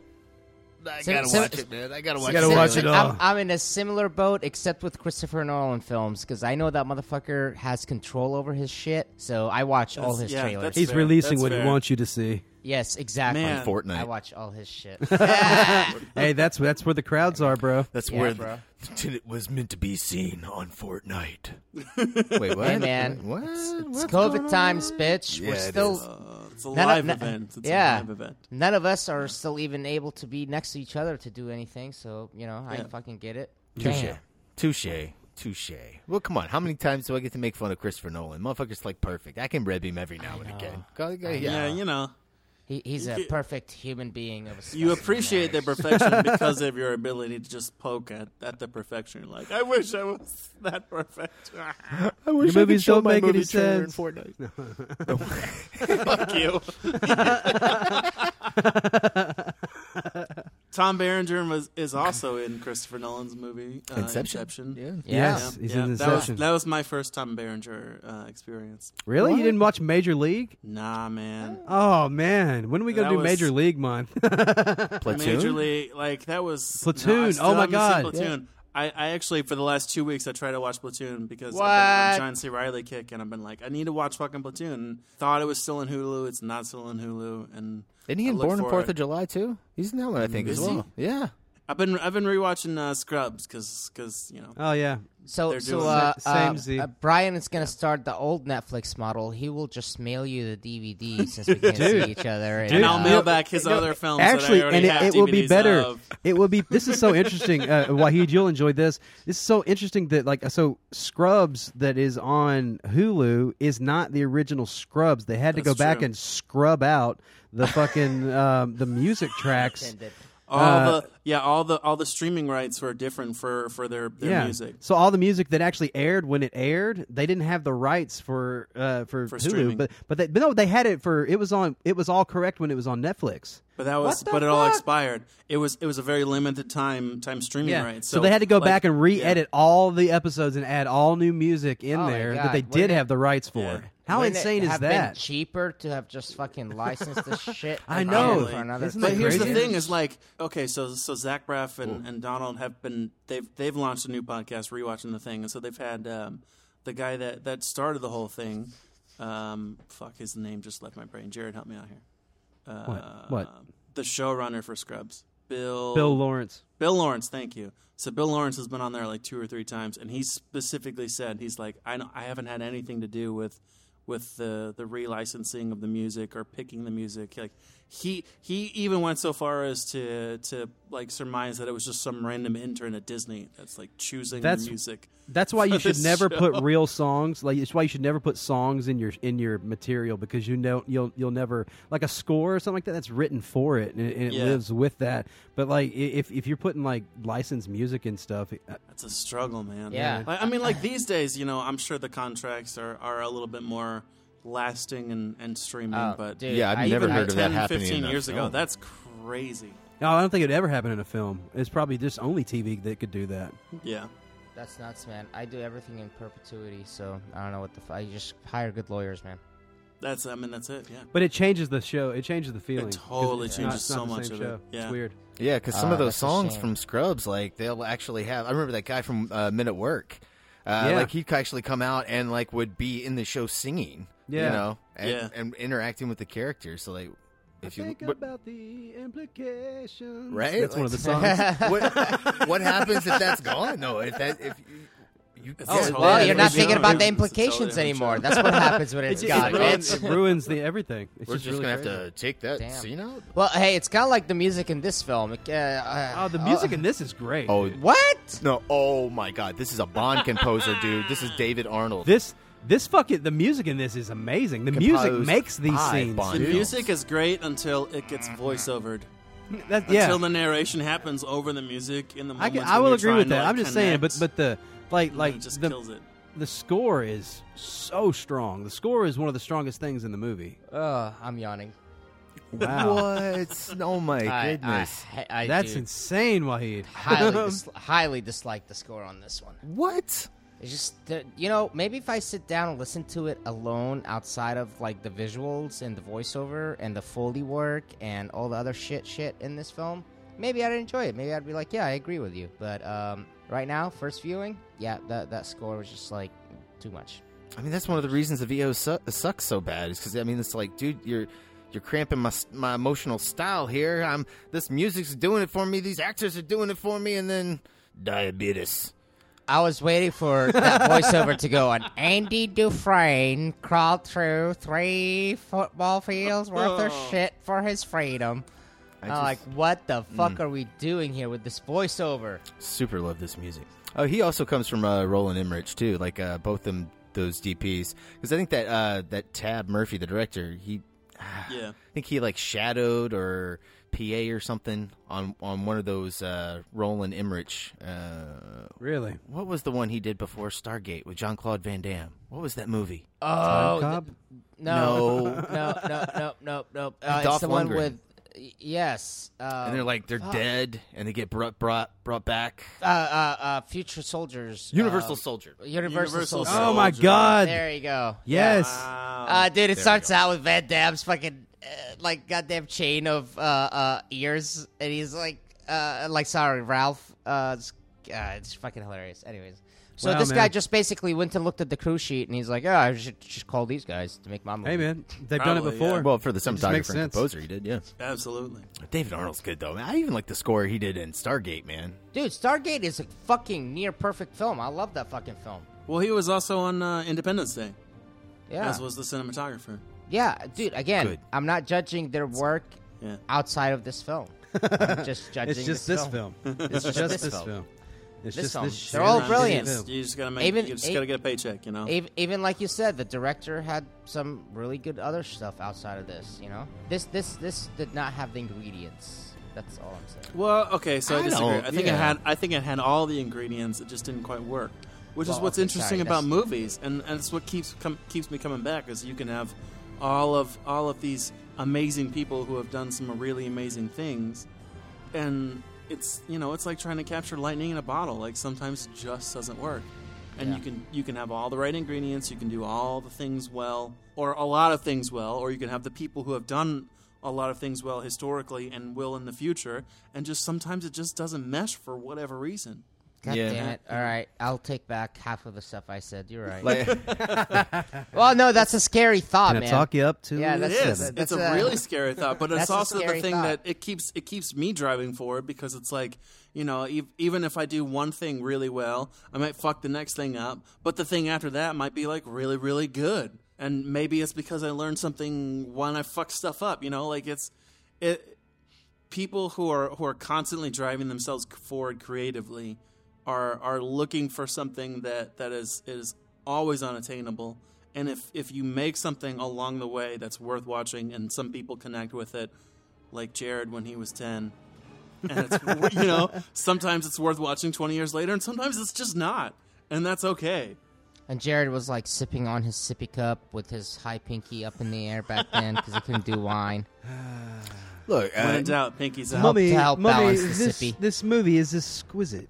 Speaker 9: I
Speaker 10: Sim-
Speaker 9: gotta
Speaker 10: sim-
Speaker 9: watch it, man. I gotta
Speaker 10: sim-
Speaker 9: watch.
Speaker 10: sim-
Speaker 9: it. uh,
Speaker 10: sim- I'm, I'm in a similar boat, except with Christopher Nolan films, because I know that motherfucker has control over his shit. So I watch all
Speaker 1: That's-
Speaker 10: his
Speaker 1: yeah,
Speaker 10: trailers.
Speaker 1: that's He's fair. releasing That's what he fair. wants you to see.
Speaker 10: Yes, exactly.
Speaker 1: Man. On Fortnite.
Speaker 10: I watch all his shit.
Speaker 1: hey, that's that's where the crowds are, bro.
Speaker 9: That's
Speaker 10: Yeah,
Speaker 9: where
Speaker 10: bro.
Speaker 9: the, it was meant to be seen on Fortnite. Wait, what?
Speaker 10: Hey, man.
Speaker 9: What?
Speaker 10: It's, it's
Speaker 9: What's going
Speaker 10: COVID
Speaker 9: on?
Speaker 10: times, bitch.
Speaker 9: Yeah,
Speaker 10: We're
Speaker 9: it
Speaker 10: still.
Speaker 9: is.
Speaker 11: uh, it's a
Speaker 10: None
Speaker 11: live
Speaker 10: none-
Speaker 11: event. It's a
Speaker 10: yeah.
Speaker 11: live event.
Speaker 10: None of us are still even able to be next to each other to do anything. So, you know, I
Speaker 11: Yeah.
Speaker 10: fucking get it.
Speaker 9: Touche.
Speaker 10: Damn.
Speaker 9: Touche. Touche. Well, come on. How many times do I get to make fun of Christopher Nolan? Motherfucker's like perfect. I can rib him every now and again. Go- go-
Speaker 10: I
Speaker 9: yeah.
Speaker 10: know.
Speaker 11: You know.
Speaker 10: He, he's
Speaker 11: You
Speaker 10: a
Speaker 11: get-
Speaker 10: perfect human being. Of a
Speaker 11: You
Speaker 10: specimen
Speaker 11: appreciate
Speaker 10: there.
Speaker 11: their perfection because of your ability to just poke at, at the perfection. You're Like, I wish I was that perfect.
Speaker 9: I wish
Speaker 1: Your
Speaker 9: I could
Speaker 1: movies
Speaker 9: show
Speaker 1: don't
Speaker 9: my
Speaker 1: make
Speaker 9: movie
Speaker 1: any
Speaker 9: trailer in
Speaker 1: sense.
Speaker 9: Fortnite. No.
Speaker 11: Fuck you. Tom Berenger was, is also in Christopher Nolan's movie uh,
Speaker 9: Inception?
Speaker 1: Yeah. Yes, he's in
Speaker 11: That was,
Speaker 1: Inception.
Speaker 11: that was my first Tom Berenger uh, experience.
Speaker 1: Really, you didn't watch Major League?
Speaker 11: Nah, man.
Speaker 1: Oh man, when are we gonna
Speaker 11: That
Speaker 1: do
Speaker 11: was-
Speaker 1: Major League month?
Speaker 11: Major League, like that was
Speaker 1: Platoon.
Speaker 11: No, I still
Speaker 1: Oh, my
Speaker 11: haven't seen
Speaker 1: God.
Speaker 11: Platoon. I, I actually for the last two weeks I tried to watch Platoon because I've
Speaker 10: What?
Speaker 11: been on John C. Riley kick and I've been like I need to watch fucking Platoon. Thought it was still in Hulu. It's not still in Hulu. And
Speaker 9: Isn't he
Speaker 11: I
Speaker 9: in
Speaker 11: looked
Speaker 9: Born on
Speaker 11: for
Speaker 9: Fourth
Speaker 11: it.
Speaker 9: of July too? He's in that one, I think,
Speaker 11: Is
Speaker 9: as
Speaker 11: he?
Speaker 9: well. Yeah.
Speaker 11: I've been I've been rewatching uh, Scrubs because you know.
Speaker 1: Oh yeah.
Speaker 10: So,
Speaker 11: they're
Speaker 10: so
Speaker 11: doing
Speaker 10: uh,
Speaker 11: that.
Speaker 10: uh, uh, Brian is going to start the old Netflix model. He will just mail you the DVD since we can't see each other.
Speaker 11: and I'll
Speaker 10: uh,
Speaker 11: mail back his other films.
Speaker 1: Actually,
Speaker 11: that I already
Speaker 1: and it,
Speaker 11: have
Speaker 1: it will be
Speaker 11: DVDs
Speaker 1: better.
Speaker 11: Of.
Speaker 1: It will be. This is so interesting, uh, Wahid. You'll enjoy this. This is so interesting that like so Scrubs that is on Hulu is not the original Scrubs. They had to
Speaker 11: That's
Speaker 1: go back
Speaker 11: true.
Speaker 1: and scrub out the fucking um, the music tracks.
Speaker 11: All
Speaker 1: Uh,
Speaker 11: the yeah, all the all the streaming rights were different for for their, their music.
Speaker 1: So all the music that actually aired when it aired, they didn't have the rights for uh, for, Hulu,
Speaker 11: streaming.
Speaker 1: but but, they, but no, they had it for it was on it was all correct when it was on Netflix.
Speaker 11: But that was but it all expired. It was it was a very limited time time streaming rights.
Speaker 1: So, they had to go
Speaker 11: like,
Speaker 1: back and re-edit all the episodes and add all new music in
Speaker 11: Oh my
Speaker 1: there
Speaker 11: God,
Speaker 1: that they
Speaker 11: what
Speaker 1: did
Speaker 11: an-
Speaker 1: have the rights for. How
Speaker 10: Wouldn't
Speaker 1: insane
Speaker 10: it
Speaker 1: is
Speaker 10: have Been
Speaker 1: that?
Speaker 10: cheaper to have just fucking licensed the shit.
Speaker 1: I
Speaker 10: and
Speaker 1: know.
Speaker 10: own it For another
Speaker 11: but
Speaker 10: thing?
Speaker 11: here's the thing: is like, okay, so so Zach Braff and, and Donald have been they've they've launched a new podcast, rewatching the thing, and so they've had um, the guy that that started the whole thing. Um, fuck, his name just left my brain. Jared, help me out here. Uh,
Speaker 1: What? What?
Speaker 11: The showrunner for Scrubs, Bill
Speaker 1: Bill Lawrence.
Speaker 11: Bill Lawrence, thank you. So Bill Lawrence has been on there like two or three times, and he specifically said he's like, I don't, I haven't had anything to do with with the the relicensing of the music or picking the music. Like he he even went so far as to to like surmise that it was just some random intern at Disney that's like choosing
Speaker 1: That's
Speaker 11: the music.
Speaker 1: That's why
Speaker 11: for
Speaker 1: you should
Speaker 11: this
Speaker 1: never
Speaker 11: show.
Speaker 1: put real songs. Like it's why you should never put songs in your in your material because you know you'll you'll never like a score or something like that. That's written for it and it, and it
Speaker 11: Yeah.
Speaker 1: lives with that. But like i- if if you're putting like licensed music and stuff, uh,
Speaker 11: It's a struggle, man.
Speaker 1: Yeah.
Speaker 11: Like, I mean, like these days, you know, I'm sure the contracts are, are a little bit more lasting and, and streaming,
Speaker 10: Oh,
Speaker 11: but
Speaker 10: dude, Yeah, I've I-
Speaker 11: even
Speaker 10: never heard
Speaker 11: like
Speaker 10: of that
Speaker 11: 10,
Speaker 1: happening
Speaker 11: 15
Speaker 1: in a
Speaker 11: years ago,
Speaker 1: film.
Speaker 11: that's crazy.
Speaker 1: no, I don't think it ever happened in a film. It's probably just only TV that could do that.
Speaker 11: Yeah.
Speaker 10: That's nuts, man. I do everything in perpetuity, so I don't know what the. F- I just hire good lawyers, man.
Speaker 11: That's I mean that's it. Yeah.
Speaker 1: But it changes the show. It changes the feeling.
Speaker 11: It
Speaker 1: 'Cause
Speaker 11: totally
Speaker 1: it's not-
Speaker 11: changes
Speaker 1: it's not
Speaker 11: so
Speaker 1: the
Speaker 11: much
Speaker 1: same
Speaker 11: of
Speaker 1: show.
Speaker 11: it. Yeah.
Speaker 1: It's weird.
Speaker 9: Yeah, because some
Speaker 1: Uh,
Speaker 9: of those
Speaker 1: that's a
Speaker 9: songs
Speaker 1: shame.
Speaker 9: from Scrubs, like they'll actually have. I remember that guy from uh, Men at Work. Uh,
Speaker 1: Yeah.
Speaker 9: Like he'd actually come out and like would be in the show singing.
Speaker 1: Yeah.
Speaker 9: You know, and,
Speaker 1: Yeah.
Speaker 9: and interacting with the characters. So like, if you
Speaker 1: Think
Speaker 9: but-
Speaker 1: about the implications.
Speaker 9: right,
Speaker 1: That's one of the songs.
Speaker 9: what, what happens if that's gone? No, if that if you, you
Speaker 10: Oh, well, you're not thinking about the implications anymore. That's what happens when it's
Speaker 1: It- it
Speaker 10: gone.
Speaker 1: ruins-
Speaker 10: man.
Speaker 1: it ruins the everything. It's
Speaker 9: We're
Speaker 1: just
Speaker 9: just,
Speaker 1: really
Speaker 9: gonna have
Speaker 1: crazy.
Speaker 9: to take that
Speaker 10: Damn.
Speaker 9: scene out.
Speaker 10: Well, hey, it's kind of like the music in this film. It, uh, uh,
Speaker 1: Oh, the music in this is great.
Speaker 9: Oh,
Speaker 10: what?
Speaker 9: No, oh my God, this is a Bond composer, dude. This is David Arnold.
Speaker 1: This this fucking the music in this is amazing. The music
Speaker 9: Composed
Speaker 1: makes these
Speaker 9: by
Speaker 1: scenes.
Speaker 9: Bond.
Speaker 11: The music is great until it gets voiceovered.
Speaker 1: That- Mm-hmm. yeah.
Speaker 11: Until the narration happens over the music in the
Speaker 1: I,
Speaker 11: moment.
Speaker 1: can, I will agree with that. I'm just saying, but but the like like
Speaker 11: just
Speaker 1: the,
Speaker 11: kills it.
Speaker 1: The score is so strong. The score is one of the strongest things in the movie.
Speaker 10: Uh, I'm yawning.
Speaker 1: Wow.
Speaker 9: What? Oh
Speaker 10: I-
Speaker 9: my
Speaker 10: I-
Speaker 9: goodness.
Speaker 10: I, I
Speaker 1: That's
Speaker 10: do
Speaker 1: insane, Wahid.
Speaker 10: highly dis- highly dislike the score on this one.
Speaker 9: What?
Speaker 10: It's just the- you know maybe if I sit down and listen to it alone outside of like the visuals and the voiceover and the foley work and all the other shit shit in this film, maybe I'd enjoy it. Maybe I'd be like, yeah, I agree with you. But um, right now, first viewing, yeah, that that score was just like too much.
Speaker 9: I mean, that's one of the reasons the VO su- sucks so bad. Is because I mean, it's like, dude, you're you're cramping my s- my emotional style here. I'm this music's doing it for me. These actors are doing it for me, and then diabetes.
Speaker 10: I was waiting for that voiceover to go on. Andy Dufresne crawled through three football fields worth of shit for his freedom.
Speaker 9: Oh. I
Speaker 10: I'm
Speaker 9: just-
Speaker 10: like, what the fuck
Speaker 9: Mm.
Speaker 10: are we doing here with this voiceover?
Speaker 9: Super love this music. Oh, he also comes from uh, Roland Emmerich too. Like uh, both them those DPs. Because I think that uh, that Tab Murphy, the director, he
Speaker 11: Yeah.
Speaker 9: I think he like shadowed or PA or something on on one of those uh, Roland Emmerich. Uh,
Speaker 1: really?
Speaker 9: What was the one he did before Stargate with Jean Claude Van Damme? What was that movie?
Speaker 10: Oh, th- no,
Speaker 9: No.
Speaker 10: no, no, no, no, no. Uh, it's
Speaker 9: Dolph
Speaker 10: the one
Speaker 9: Lundgren.
Speaker 10: with y- yes, uh,
Speaker 9: and they're like they're
Speaker 10: fuck.
Speaker 9: dead, and they get brought brought brought back. Um,
Speaker 10: Uh, uh, uh, future soldiers.
Speaker 9: Universal
Speaker 10: uh,
Speaker 9: Soldier.
Speaker 10: Universal,
Speaker 9: Universal
Speaker 10: Soldier.
Speaker 1: Oh my god.
Speaker 10: There you go.
Speaker 1: Yes.
Speaker 10: Uh, dude, it
Speaker 1: Oh, There we
Speaker 10: starts out with Van Damme's fucking uh, like goddamn chain of uh, uh, ears, and he's like, uh, like sorry, Ralph. Uh, it's, uh, it's fucking hilarious. Anyways, so
Speaker 1: Wow,
Speaker 10: this guy
Speaker 1: man.
Speaker 10: just basically went and looked at the crew sheet, and he's like, oh, I should just call these guys to make my movie.
Speaker 1: Hey man, they've done it before.
Speaker 9: Well, for the
Speaker 1: It just makes
Speaker 9: cinematographer and
Speaker 1: sense.
Speaker 9: composer, he did. Yeah,
Speaker 11: Absolutely.
Speaker 9: David Arnold's good though. Man, I even like the score he did in Stargate. Man,
Speaker 10: Dude, Stargate is a fucking near perfect film. I love that fucking film.
Speaker 11: Well, he was also on uh, Independence Day.
Speaker 10: Yeah.
Speaker 11: As was the cinematographer.
Speaker 10: Yeah, dude. Again,
Speaker 11: good.
Speaker 10: I'm not judging their work
Speaker 11: Yeah.
Speaker 10: outside of this film. I'm just judging.
Speaker 1: It's just this film.
Speaker 10: It's just, this, film.
Speaker 1: It's
Speaker 10: This
Speaker 1: just
Speaker 10: film.
Speaker 1: this
Speaker 10: They're all
Speaker 1: shitty
Speaker 10: brilliant.
Speaker 1: film.
Speaker 11: You just gotta make. you just gotta get a paycheck. You know.
Speaker 10: Even, even like you said, the director had some really good other stuff outside of this. You know, this this this did not have the ingredients. That's all I'm saying.
Speaker 11: Well, okay, so I,
Speaker 10: I
Speaker 11: disagree.
Speaker 10: don't-
Speaker 11: I think
Speaker 10: yeah.
Speaker 11: it had I think it had all the ingredients. It just didn't quite work, which is
Speaker 10: Well,
Speaker 11: what's
Speaker 10: okay,
Speaker 11: interesting
Speaker 10: sorry,
Speaker 11: about
Speaker 10: that's-
Speaker 11: movies, and and it's what keeps com- keeps me coming back is you can have all of all of these amazing people who have done some really amazing things, and it's you know it's like trying to capture lightning in a bottle. Like sometimes it just doesn't work. and you can you can have all the right ingredients, you can do all the things well, or a lot of things well, or you can have the people who have done a lot of things well historically and will in the future, and just sometimes it just doesn't mesh for whatever reason.
Speaker 10: God
Speaker 11: Yeah.
Speaker 10: damn it! All right, I'll take back half of the stuff I said. You're right.
Speaker 11: Like-
Speaker 10: well, no, that's a scary thought,
Speaker 1: Can I
Speaker 10: man.
Speaker 1: talk you up to
Speaker 10: Yeah,
Speaker 1: it?
Speaker 10: that's
Speaker 11: it is.
Speaker 10: that-
Speaker 11: it's
Speaker 10: that's
Speaker 11: a, really scary thought, but it's
Speaker 10: That's a
Speaker 11: also the
Speaker 10: scary
Speaker 11: thing
Speaker 10: thought.
Speaker 11: that it keeps it keeps me driving forward because it's like you know ev- even if I do one thing really well, I might fuck the next thing up, but the thing after that might be like really really good, and maybe it's because I learned something when I fuck stuff up. You know, like it's it. People who are who are constantly driving themselves forward creatively are are looking for something that that is is always unattainable and if if you make something along the way that's worth watching and some people connect with it like jared when he was 10 and it's wor- you know sometimes it's worth watching 20 years later and sometimes it's just not and that's okay
Speaker 10: And Jared was like sipping on his sippy cup with his high pinky up in the air back then because he couldn't do wine.
Speaker 9: Look, uh,
Speaker 11: when in doubt pinky's out
Speaker 10: Mummy.
Speaker 1: Mummy,
Speaker 10: to help
Speaker 1: mummy,
Speaker 10: balance the
Speaker 1: this,
Speaker 10: sippy.
Speaker 1: this movie is exquisite.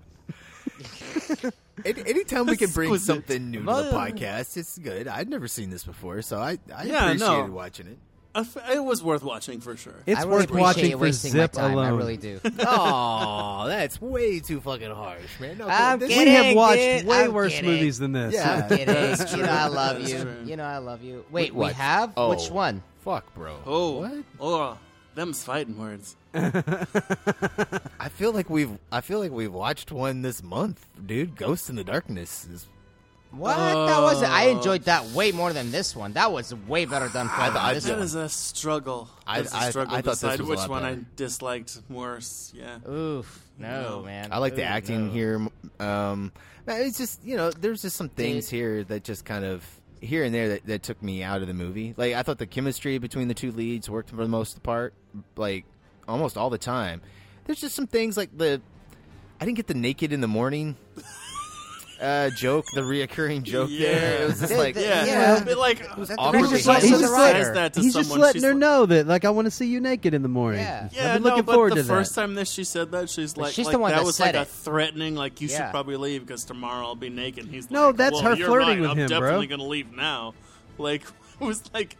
Speaker 9: Any, anytime we can bring
Speaker 1: Exquisite.
Speaker 9: something new to the
Speaker 11: Mother-
Speaker 9: podcast, it's good. I'd never seen this before, so I, I
Speaker 11: Yeah,
Speaker 9: appreciated
Speaker 11: no.
Speaker 9: watching it.
Speaker 11: I f- it was worth watching for sure
Speaker 1: It's
Speaker 10: I really
Speaker 1: worth
Speaker 10: appreciate
Speaker 1: watching
Speaker 10: you
Speaker 1: for
Speaker 10: wasting my
Speaker 1: Zip
Speaker 10: time, I
Speaker 1: alone.
Speaker 10: really do.
Speaker 9: Oh, that's way too fucking harsh, man. No,
Speaker 10: I'm
Speaker 9: this-
Speaker 1: we have
Speaker 10: kidding,
Speaker 1: watched
Speaker 10: dude.
Speaker 1: way
Speaker 10: I'm
Speaker 1: worse
Speaker 10: kidding.
Speaker 1: movies than this.
Speaker 9: Yeah.
Speaker 10: I'm kidding.
Speaker 11: That's
Speaker 10: you
Speaker 11: true.
Speaker 10: know I love
Speaker 11: That's
Speaker 10: you.
Speaker 11: true.
Speaker 10: You know I love you. Wait, we
Speaker 9: what?
Speaker 10: have
Speaker 9: Oh.
Speaker 10: which one?
Speaker 9: Fuck, bro.
Speaker 11: oh
Speaker 9: What?
Speaker 11: oh them's fighting words
Speaker 9: I feel like we've I feel like we've watched one this month, dude. Ghost in the Darkness is.
Speaker 10: What? that was I enjoyed that way more than this one. That was way better done for
Speaker 9: Oh. I- I-
Speaker 10: this
Speaker 11: that
Speaker 10: one.
Speaker 11: is a struggle
Speaker 9: I-
Speaker 11: That's
Speaker 9: I-
Speaker 11: a struggle
Speaker 9: I
Speaker 11: to
Speaker 9: thought this
Speaker 11: decide
Speaker 9: was a
Speaker 11: which
Speaker 9: lot
Speaker 11: one i
Speaker 9: better.
Speaker 11: disliked worse yeah
Speaker 10: Oof. No,
Speaker 11: No.
Speaker 10: man.
Speaker 9: I like the
Speaker 10: Ooh,
Speaker 9: acting
Speaker 10: no.
Speaker 9: here. Um, man, it's just you know, there's just some things here that just kind of here and there that, that took me out of the movie. Like I thought the chemistry between the two leads worked for the most part, like almost all the time. There's just some things like the I didn't get the naked in the morning uh, joke, the reoccurring joke. There, it was just
Speaker 10: Yeah,
Speaker 9: like
Speaker 10: the-
Speaker 11: yeah,
Speaker 10: yeah.
Speaker 11: It's a bit like
Speaker 9: was
Speaker 11: that
Speaker 9: awkward
Speaker 11: person
Speaker 9: to hear.
Speaker 11: who
Speaker 1: He's just
Speaker 11: says
Speaker 10: like-
Speaker 11: that to
Speaker 1: He's
Speaker 11: someone
Speaker 1: just letting
Speaker 11: she's
Speaker 1: her
Speaker 11: like-
Speaker 1: know that, like, I want to see you naked in the morning.
Speaker 10: Yeah.
Speaker 11: Yeah,
Speaker 1: I've been
Speaker 11: no,
Speaker 1: looking
Speaker 11: but
Speaker 1: forward
Speaker 11: the
Speaker 1: to
Speaker 11: first
Speaker 1: that.
Speaker 11: time that she said that, she's like,
Speaker 10: she's
Speaker 11: like,
Speaker 10: the one
Speaker 11: that
Speaker 10: that
Speaker 11: was
Speaker 10: said
Speaker 11: like a
Speaker 10: it.
Speaker 11: threatening, like you
Speaker 10: Yeah.
Speaker 11: should probably leave because tomorrow I'll be naked. And he's
Speaker 1: No,
Speaker 11: like,
Speaker 1: that's
Speaker 11: "Well,
Speaker 1: her
Speaker 11: you're
Speaker 1: flirting
Speaker 11: right.
Speaker 1: with
Speaker 11: I'm
Speaker 1: him, bro.
Speaker 11: definitely gonna leave now. Like, it was like,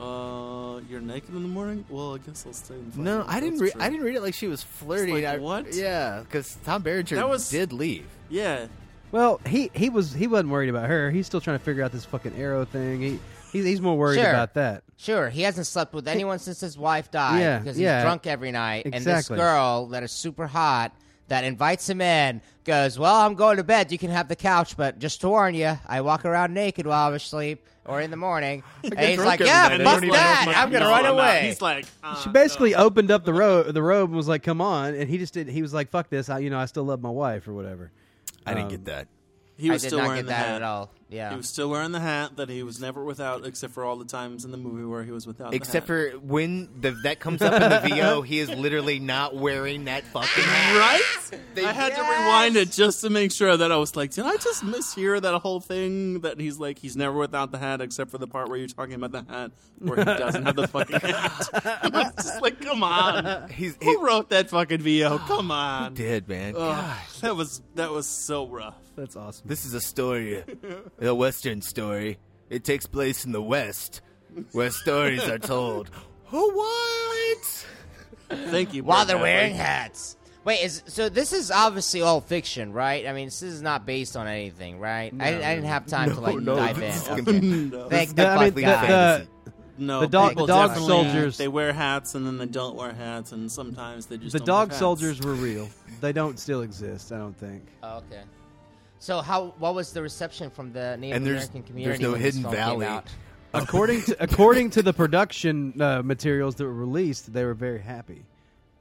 Speaker 11: uh, you're naked in the morning. Well, I guess I'll stay. And fuck
Speaker 9: No,
Speaker 11: you.
Speaker 9: I didn't.
Speaker 11: That's
Speaker 9: Re-
Speaker 11: true.
Speaker 9: I didn't read it like she was flirting.
Speaker 11: like,
Speaker 9: I-
Speaker 11: what?
Speaker 9: Yeah, because Tom Berenger
Speaker 11: That was-
Speaker 9: did leave.
Speaker 11: Yeah,
Speaker 1: Well, he he was he wasn't worried about her. He's still trying to figure out this fucking arrow thing. He he's, he's more worried
Speaker 10: Sure.
Speaker 1: about that.
Speaker 10: Sure, he hasn't slept with anyone since his wife died
Speaker 1: Yeah,
Speaker 10: because
Speaker 1: yeah.
Speaker 10: he's drunk every night. And this
Speaker 1: Exactly.
Speaker 10: girl that is super hot that invites him in goes, "Well, I'm going to bed. You can have the couch, but just to warn you, I walk around naked while I'm asleep or in the morning." and he's
Speaker 11: drunk
Speaker 10: like,
Speaker 11: every
Speaker 10: "Yeah, fuck
Speaker 11: night. And everybody's
Speaker 10: that.
Speaker 11: like,
Speaker 10: I'm gonna
Speaker 11: "No,
Speaker 10: run
Speaker 11: I'm not."
Speaker 10: away."
Speaker 11: He's like, uh,
Speaker 1: She basically opened up the robe the robe and was like, "Come on!" And he just did. He was like, "Fuck this! I you know I still love my wife or whatever."
Speaker 9: I didn't
Speaker 1: Um,
Speaker 9: get that.
Speaker 11: he
Speaker 10: I
Speaker 11: was
Speaker 10: did
Speaker 11: still
Speaker 10: not
Speaker 11: wearing
Speaker 10: get
Speaker 11: the
Speaker 10: that
Speaker 11: hat
Speaker 10: at all. Yeah.
Speaker 11: He was still wearing the hat that he was never without, except for all the times in the movie where he was without. the
Speaker 9: Except
Speaker 11: hat.
Speaker 9: for when the, that comes up in the VO, he is literally not wearing that fucking hat.
Speaker 11: Right? I had to rewind it just to make sure that I was like, did I just mishear that whole thing that he's like, he's never without the hat except for the part where you're talking about the hat where he doesn't have the fucking hat. I was just like, come on.
Speaker 9: He's-
Speaker 11: Who wrote that fucking VO? Come on.
Speaker 9: Did man?
Speaker 11: Ugh, that was that was so rough.
Speaker 1: That's awesome.
Speaker 9: This is a story, a Western story. It takes place in the West, where stories are told. Who what?
Speaker 11: Thank you.
Speaker 10: while
Speaker 11: Brett
Speaker 10: they're
Speaker 11: Hadley.
Speaker 10: wearing hats. Wait, is so this is obviously all fiction, right? I mean, this is not based on anything, right? I, didn't- I didn't have time to like dive in.
Speaker 9: this is
Speaker 10: Okay.
Speaker 9: complete-
Speaker 11: No.
Speaker 10: Thank
Speaker 1: The-
Speaker 10: the
Speaker 1: I mean,
Speaker 10: fuck
Speaker 1: the-
Speaker 10: God.
Speaker 11: uh,
Speaker 1: the-
Speaker 11: No,
Speaker 1: The dog-
Speaker 11: people
Speaker 1: the dog
Speaker 11: definitely-
Speaker 1: soldiers-
Speaker 11: They wear hats and then they don't wear hats, and sometimes they just
Speaker 1: the
Speaker 11: don't wear
Speaker 1: dog
Speaker 11: hats.
Speaker 1: soldiers were real. They don't still exist, I don't think.
Speaker 10: Oh, okay. So how what was the reception from the Native
Speaker 9: And there's-
Speaker 10: American
Speaker 9: there's
Speaker 10: community?
Speaker 9: no
Speaker 10: when this
Speaker 9: hidden
Speaker 10: film came
Speaker 9: valley.
Speaker 10: out?
Speaker 1: According to according to the production uh, materials that were released, they were very happy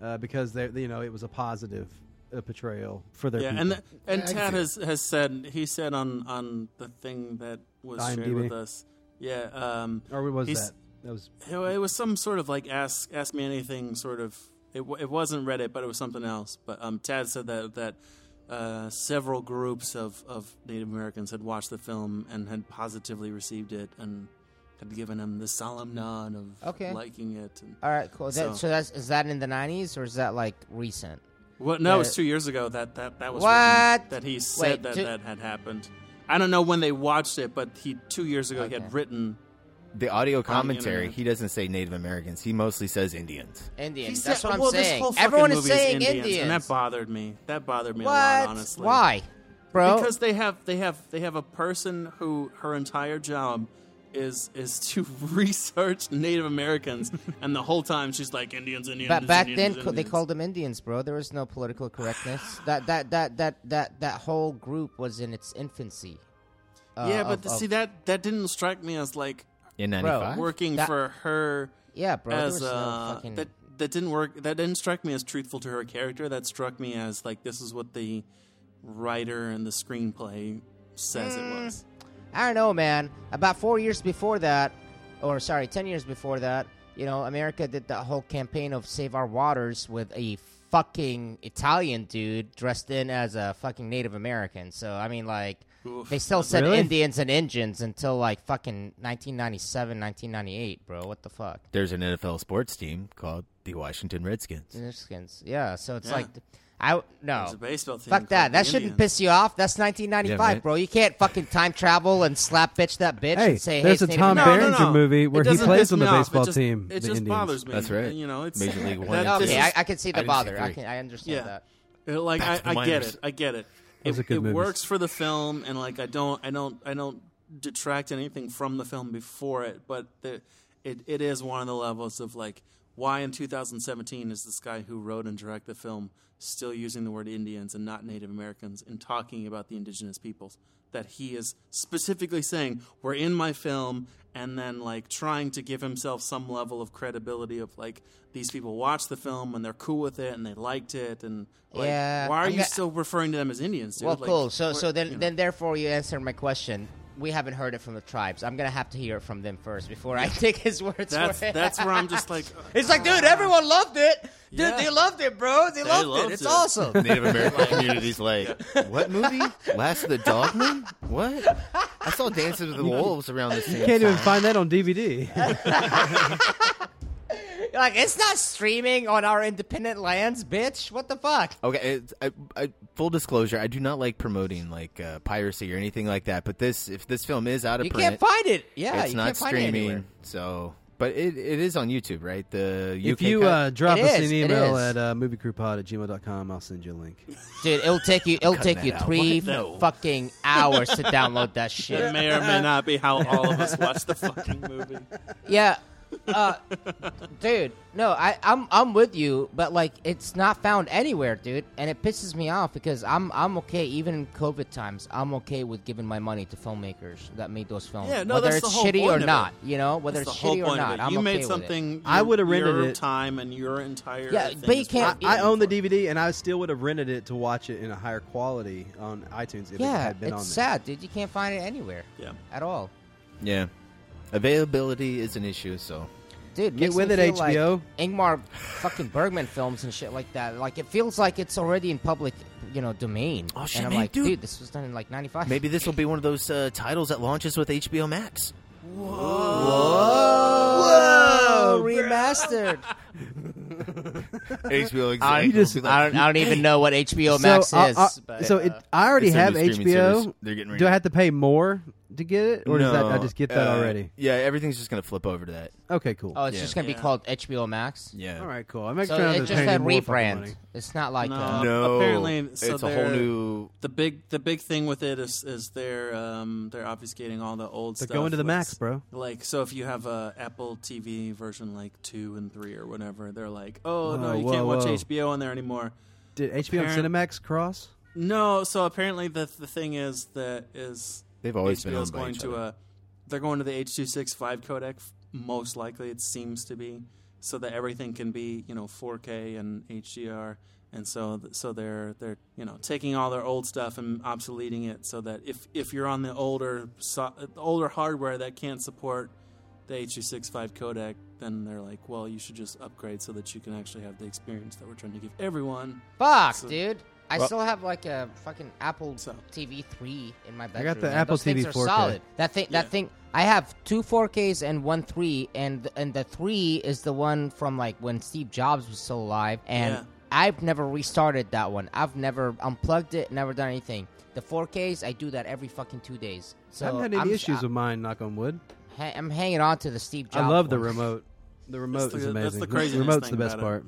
Speaker 1: uh, because they you know it was a positive uh, portrayal for their
Speaker 11: yeah,
Speaker 1: people.
Speaker 11: and the, and
Speaker 9: Yeah, I can
Speaker 11: Tad
Speaker 9: see
Speaker 11: has, has said he said on on the thing that was shared
Speaker 1: IMDb.
Speaker 11: with us. Yeah, um,
Speaker 1: or what was
Speaker 11: he's-
Speaker 1: that? That was
Speaker 11: It, it was some sort of like ask ask me anything sort of. It, wa- it wasn't Reddit, but it was something else. But um, Tad said that that uh, several groups of, of Native Americans had watched the film and had positively received it and had given him the solemn nod of
Speaker 10: Okay.
Speaker 11: liking it. And,
Speaker 10: All right, cool. That, so,
Speaker 11: So-
Speaker 10: that's is that in the nineties or is that like recent?
Speaker 11: well, no, it was
Speaker 10: Uh,
Speaker 11: two years ago that that, that was
Speaker 10: What?
Speaker 11: written, that he said
Speaker 10: Wait,
Speaker 11: that
Speaker 10: two-
Speaker 11: that had happened. I don't know when they watched it, but he two years ago he had written
Speaker 9: The audio
Speaker 11: the
Speaker 9: commentary,
Speaker 11: internet.
Speaker 9: he doesn't say Native Americans. He mostly says Indians.
Speaker 10: Indians.
Speaker 11: He
Speaker 10: That's
Speaker 11: said-
Speaker 10: what I'm
Speaker 11: well, This
Speaker 10: saying.
Speaker 11: whole fucking
Speaker 10: Everyone is
Speaker 11: movie is
Speaker 10: saying
Speaker 11: Indians,
Speaker 10: Indians.
Speaker 11: and that bothered me. That bothered me a
Speaker 10: What?
Speaker 11: lot, honestly.
Speaker 10: Why? Bro?
Speaker 11: Because they have they have they have a person who her entire job is is to research Native Americans, and the whole time she's like Indians, Indians.
Speaker 10: But back then,
Speaker 11: Indians,
Speaker 10: co- they
Speaker 11: Indians."
Speaker 10: called them Indians, bro. There was no political correctness. that that that that that that whole group was in its infancy. uh,
Speaker 11: yeah, but
Speaker 10: of-
Speaker 11: the-
Speaker 10: of-
Speaker 11: see that that didn't strike me as like
Speaker 9: In
Speaker 10: Bro, 95?
Speaker 11: working
Speaker 10: that-
Speaker 11: for her.
Speaker 10: Yeah, bro, there was
Speaker 11: As,
Speaker 10: no
Speaker 11: uh,
Speaker 10: fucking-
Speaker 11: that that didn't work. That didn't strike me as truthful to her character. That struck me as like this is what the writer and the screenplay says it was.
Speaker 10: I don't know, man. About four years before that, or sorry, ten years before that, you know, America did that whole campaign of save our waters with a fucking Italian dude dressed in as a fucking Native American. So I mean, like, they still said
Speaker 9: Really?
Speaker 10: Indians and Indians until like fucking 1997, 1998, bro. What the fuck?
Speaker 9: There's an NFL sports team called the Washington
Speaker 10: Mm.
Speaker 9: Redskins.
Speaker 10: Redskins. Yeah, so it's
Speaker 11: Yeah.
Speaker 10: like I no.
Speaker 11: There's a baseball team
Speaker 10: Fuck that.
Speaker 11: called
Speaker 10: That
Speaker 11: the
Speaker 10: shouldn't
Speaker 11: Indians.
Speaker 10: piss you off. That's 1995,
Speaker 1: Yeah, right.
Speaker 10: bro. You can't fucking time travel and slap bitch that bitch
Speaker 1: Hey,
Speaker 10: and say, "Hey,
Speaker 1: there's
Speaker 10: it's
Speaker 1: a
Speaker 10: Native
Speaker 1: Tom
Speaker 10: American."
Speaker 1: Barringer movie where
Speaker 11: it
Speaker 1: he
Speaker 11: doesn't
Speaker 1: plays
Speaker 11: piss
Speaker 1: on the
Speaker 11: me off. It
Speaker 1: baseball
Speaker 11: just-
Speaker 1: team.
Speaker 11: It
Speaker 1: the
Speaker 11: just
Speaker 1: Indians.
Speaker 11: bothers me.
Speaker 9: That's right.
Speaker 11: You know, it's
Speaker 9: Major League One
Speaker 11: that-
Speaker 9: and two.
Speaker 11: this
Speaker 9: Okay,
Speaker 11: is-
Speaker 10: I- I can see the I didn't see bother. I three. can- I understand
Speaker 11: Yeah.
Speaker 10: that.
Speaker 11: It- like
Speaker 10: Back
Speaker 11: I,
Speaker 10: to the
Speaker 11: I get
Speaker 10: minors.
Speaker 11: it. I get it.
Speaker 1: Those
Speaker 11: It,
Speaker 1: are good
Speaker 11: it
Speaker 1: movies.
Speaker 11: works for the film, and like I don't, I don't, I don't detract anything from the film before it. But the, it it is one of the levels of like why in 2017 is this guy who wrote and directed the film still using the word Indians and not Native Americans and talking about the indigenous peoples that he is specifically saying were in my film and then like trying to give himself some level of credibility of like these people watched the film and they're cool with it and they liked it and like,
Speaker 10: Yeah,
Speaker 11: why are
Speaker 10: I'm
Speaker 11: you
Speaker 10: gonna-
Speaker 11: still referring to them as Indians? Dude?
Speaker 10: Well,
Speaker 11: Like,
Speaker 10: cool. So, so
Speaker 11: what-
Speaker 10: then,
Speaker 11: you know.
Speaker 10: then therefore, you answered my question. We haven't heard it from the tribes. I'm gonna have to hear it from them first before I take his words.
Speaker 11: that's
Speaker 10: for it.
Speaker 11: that's where I'm just like uh,
Speaker 10: it's like, dude, everyone loved it. Dude,
Speaker 11: Yeah.
Speaker 10: they loved it, bro. They,
Speaker 11: They
Speaker 10: loved,
Speaker 11: loved
Speaker 10: it. It's
Speaker 11: it.
Speaker 10: awesome.
Speaker 9: Native American communities like what movie? Last of the Dogmen? What? I saw Dances with the Wolves around the same
Speaker 1: You can't even
Speaker 9: time.
Speaker 1: find that on DVD.
Speaker 10: like, it's not streaming on our independent lands, bitch. What the fuck?
Speaker 9: Okay, it's, I, I, full disclosure, I do not like promoting like uh, piracy or anything like that. But this, if this film is out of
Speaker 10: You can't
Speaker 9: print,
Speaker 10: find it. Yeah,
Speaker 9: it's
Speaker 10: you
Speaker 9: not
Speaker 10: can't find it
Speaker 9: streaming.
Speaker 10: anywhere.
Speaker 9: so, but it, it is on YouTube, right? The UK
Speaker 1: if you
Speaker 9: cut?
Speaker 1: uh, drop
Speaker 10: It
Speaker 1: us
Speaker 10: is,
Speaker 1: an
Speaker 10: it
Speaker 1: email
Speaker 10: is.
Speaker 1: at uh, moviecrewpod at gmail.com, I'll send you a link.
Speaker 10: Dude, it'll take you. It'll
Speaker 1: Cutting
Speaker 10: take you
Speaker 1: that out.
Speaker 10: three
Speaker 1: What? No.
Speaker 10: fucking hours to download that shit.
Speaker 11: That may or may not be how all of us watch the fucking movie.
Speaker 10: Yeah. Uh, dude, no, I, I'm I'm with you, but like it's not found anywhere, dude, and it pisses me off because I'm I'm okay even in COVID times. I'm okay with giving my money to filmmakers that made those films,
Speaker 11: Yeah, no,
Speaker 10: whether
Speaker 11: that's
Speaker 10: it's
Speaker 11: the whole
Speaker 10: shitty
Speaker 11: point
Speaker 10: or
Speaker 11: of it.
Speaker 10: not. You know, whether
Speaker 11: That's
Speaker 10: it's
Speaker 11: the whole
Speaker 10: shitty or
Speaker 11: point of
Speaker 10: not,
Speaker 11: it.
Speaker 10: I'm
Speaker 11: you
Speaker 10: okay
Speaker 11: made
Speaker 10: with
Speaker 11: something.
Speaker 10: it.
Speaker 11: Your,
Speaker 1: I would've rented
Speaker 11: your
Speaker 1: it.
Speaker 11: time and your entire.
Speaker 10: Yeah,
Speaker 11: thing
Speaker 10: but you
Speaker 11: is
Speaker 10: can't-
Speaker 11: worth
Speaker 1: I, I
Speaker 11: it.
Speaker 1: own the DVD, and I still would have rented it to watch it in a higher quality on iTunes if it
Speaker 10: Yeah,
Speaker 1: had been on
Speaker 10: it's
Speaker 1: there.
Speaker 10: sad, dude. You can't find it anywhere.
Speaker 11: Yeah,
Speaker 10: at all,
Speaker 9: yeah, availability is an issue. So,
Speaker 10: dude.
Speaker 1: Get
Speaker 10: makes
Speaker 1: with
Speaker 10: me
Speaker 1: it,
Speaker 10: feel like
Speaker 1: HBO.
Speaker 10: Ingmar fucking Bergman films and shit like that. Like it feels like it's already in public, you know, domain.
Speaker 9: Oh, shit,
Speaker 10: and I'm
Speaker 9: maybe,
Speaker 10: like,
Speaker 9: dude.
Speaker 10: dude, this was done in like '95.
Speaker 9: maybe this will be one of those uh, titles that launches with HBO Max. Oh,
Speaker 10: Whoa! Oh, Remastered.
Speaker 9: HBO.
Speaker 10: I just, I don't, I don't even know what HBO Max
Speaker 1: I-
Speaker 10: is.
Speaker 1: I,
Speaker 10: but,
Speaker 1: so
Speaker 10: uh,
Speaker 1: it, I already
Speaker 9: It's their
Speaker 1: have
Speaker 9: new streaming
Speaker 1: HBO.
Speaker 9: service. They're getting
Speaker 1: Do I
Speaker 9: ready.
Speaker 1: have to pay more to get it, or does that I
Speaker 9: No,
Speaker 1: just get that
Speaker 9: uh,
Speaker 1: already?
Speaker 9: Yeah, everything's just gonna flip over to that.
Speaker 1: Okay, cool.
Speaker 10: oh, it's
Speaker 9: Yeah.
Speaker 10: just gonna
Speaker 9: Yeah.
Speaker 10: be called HBO Max.
Speaker 9: Yeah.
Speaker 1: All right, cool. I'm extra.
Speaker 10: So
Speaker 1: on
Speaker 10: it's
Speaker 1: this
Speaker 10: just
Speaker 1: paying
Speaker 10: a
Speaker 1: more fucking money.
Speaker 10: rebrand. It's not like uh,
Speaker 9: No,
Speaker 11: apparently so
Speaker 9: it's a whole
Speaker 11: they're-
Speaker 9: new-
Speaker 11: The big the big thing with it is is they're um they're obfuscating all the old
Speaker 1: They're
Speaker 11: stuff.
Speaker 1: going to the
Speaker 11: with-
Speaker 1: Max, bro.
Speaker 11: Like so, if you have a Apple TV version like two and three or whatever, they're like, oh
Speaker 1: Whoa,
Speaker 11: no, you
Speaker 1: whoa,
Speaker 11: can't watch
Speaker 1: whoa.
Speaker 11: HBO on there anymore.
Speaker 1: Did HBO
Speaker 11: Apparent-
Speaker 1: and Cinemax cross?
Speaker 11: No, so apparently the the thing is that is
Speaker 9: They've always
Speaker 11: HBO
Speaker 9: been
Speaker 11: is
Speaker 9: owned by
Speaker 11: going
Speaker 9: each
Speaker 11: to a they're going to the H two six five codec. Most likely, it seems to be so that everything can be you know four K and HDR, and so th- so they're they're you know taking all their old stuff and obsoleting it so that if if you're on the older so, uh, older hardware that can't support the H two six five codec, then they're like, well, you should just upgrade so that you can actually have the experience that we're trying to give everyone.
Speaker 10: fuck,
Speaker 11: So-
Speaker 10: dude. I
Speaker 11: Well-
Speaker 10: still have like a fucking Apple TV three in my bedroom.
Speaker 1: got the
Speaker 10: man.
Speaker 1: Apple
Speaker 10: Those things
Speaker 1: TV
Speaker 10: are
Speaker 1: 4K.
Speaker 10: solid. That thing, that thing. I have two 4Ks and one three, and and the three is the one from like when Steve Jobs was still alive, and
Speaker 11: Yeah.
Speaker 10: I've never restarted that one. I've never unplugged it. Never done anything. The 4Ks, I do that every fucking two days. So
Speaker 1: I haven't had any
Speaker 10: I'm,
Speaker 1: issues with mine. Knock on wood.
Speaker 10: ha- I'm hanging on to the Steve Jobs.
Speaker 1: I love the
Speaker 10: one.
Speaker 1: remote. The remote
Speaker 10: the-
Speaker 1: is
Speaker 10: that's
Speaker 1: amazing.
Speaker 10: the craziest
Speaker 1: remote's
Speaker 10: thing
Speaker 1: the best
Speaker 10: about it.
Speaker 1: part.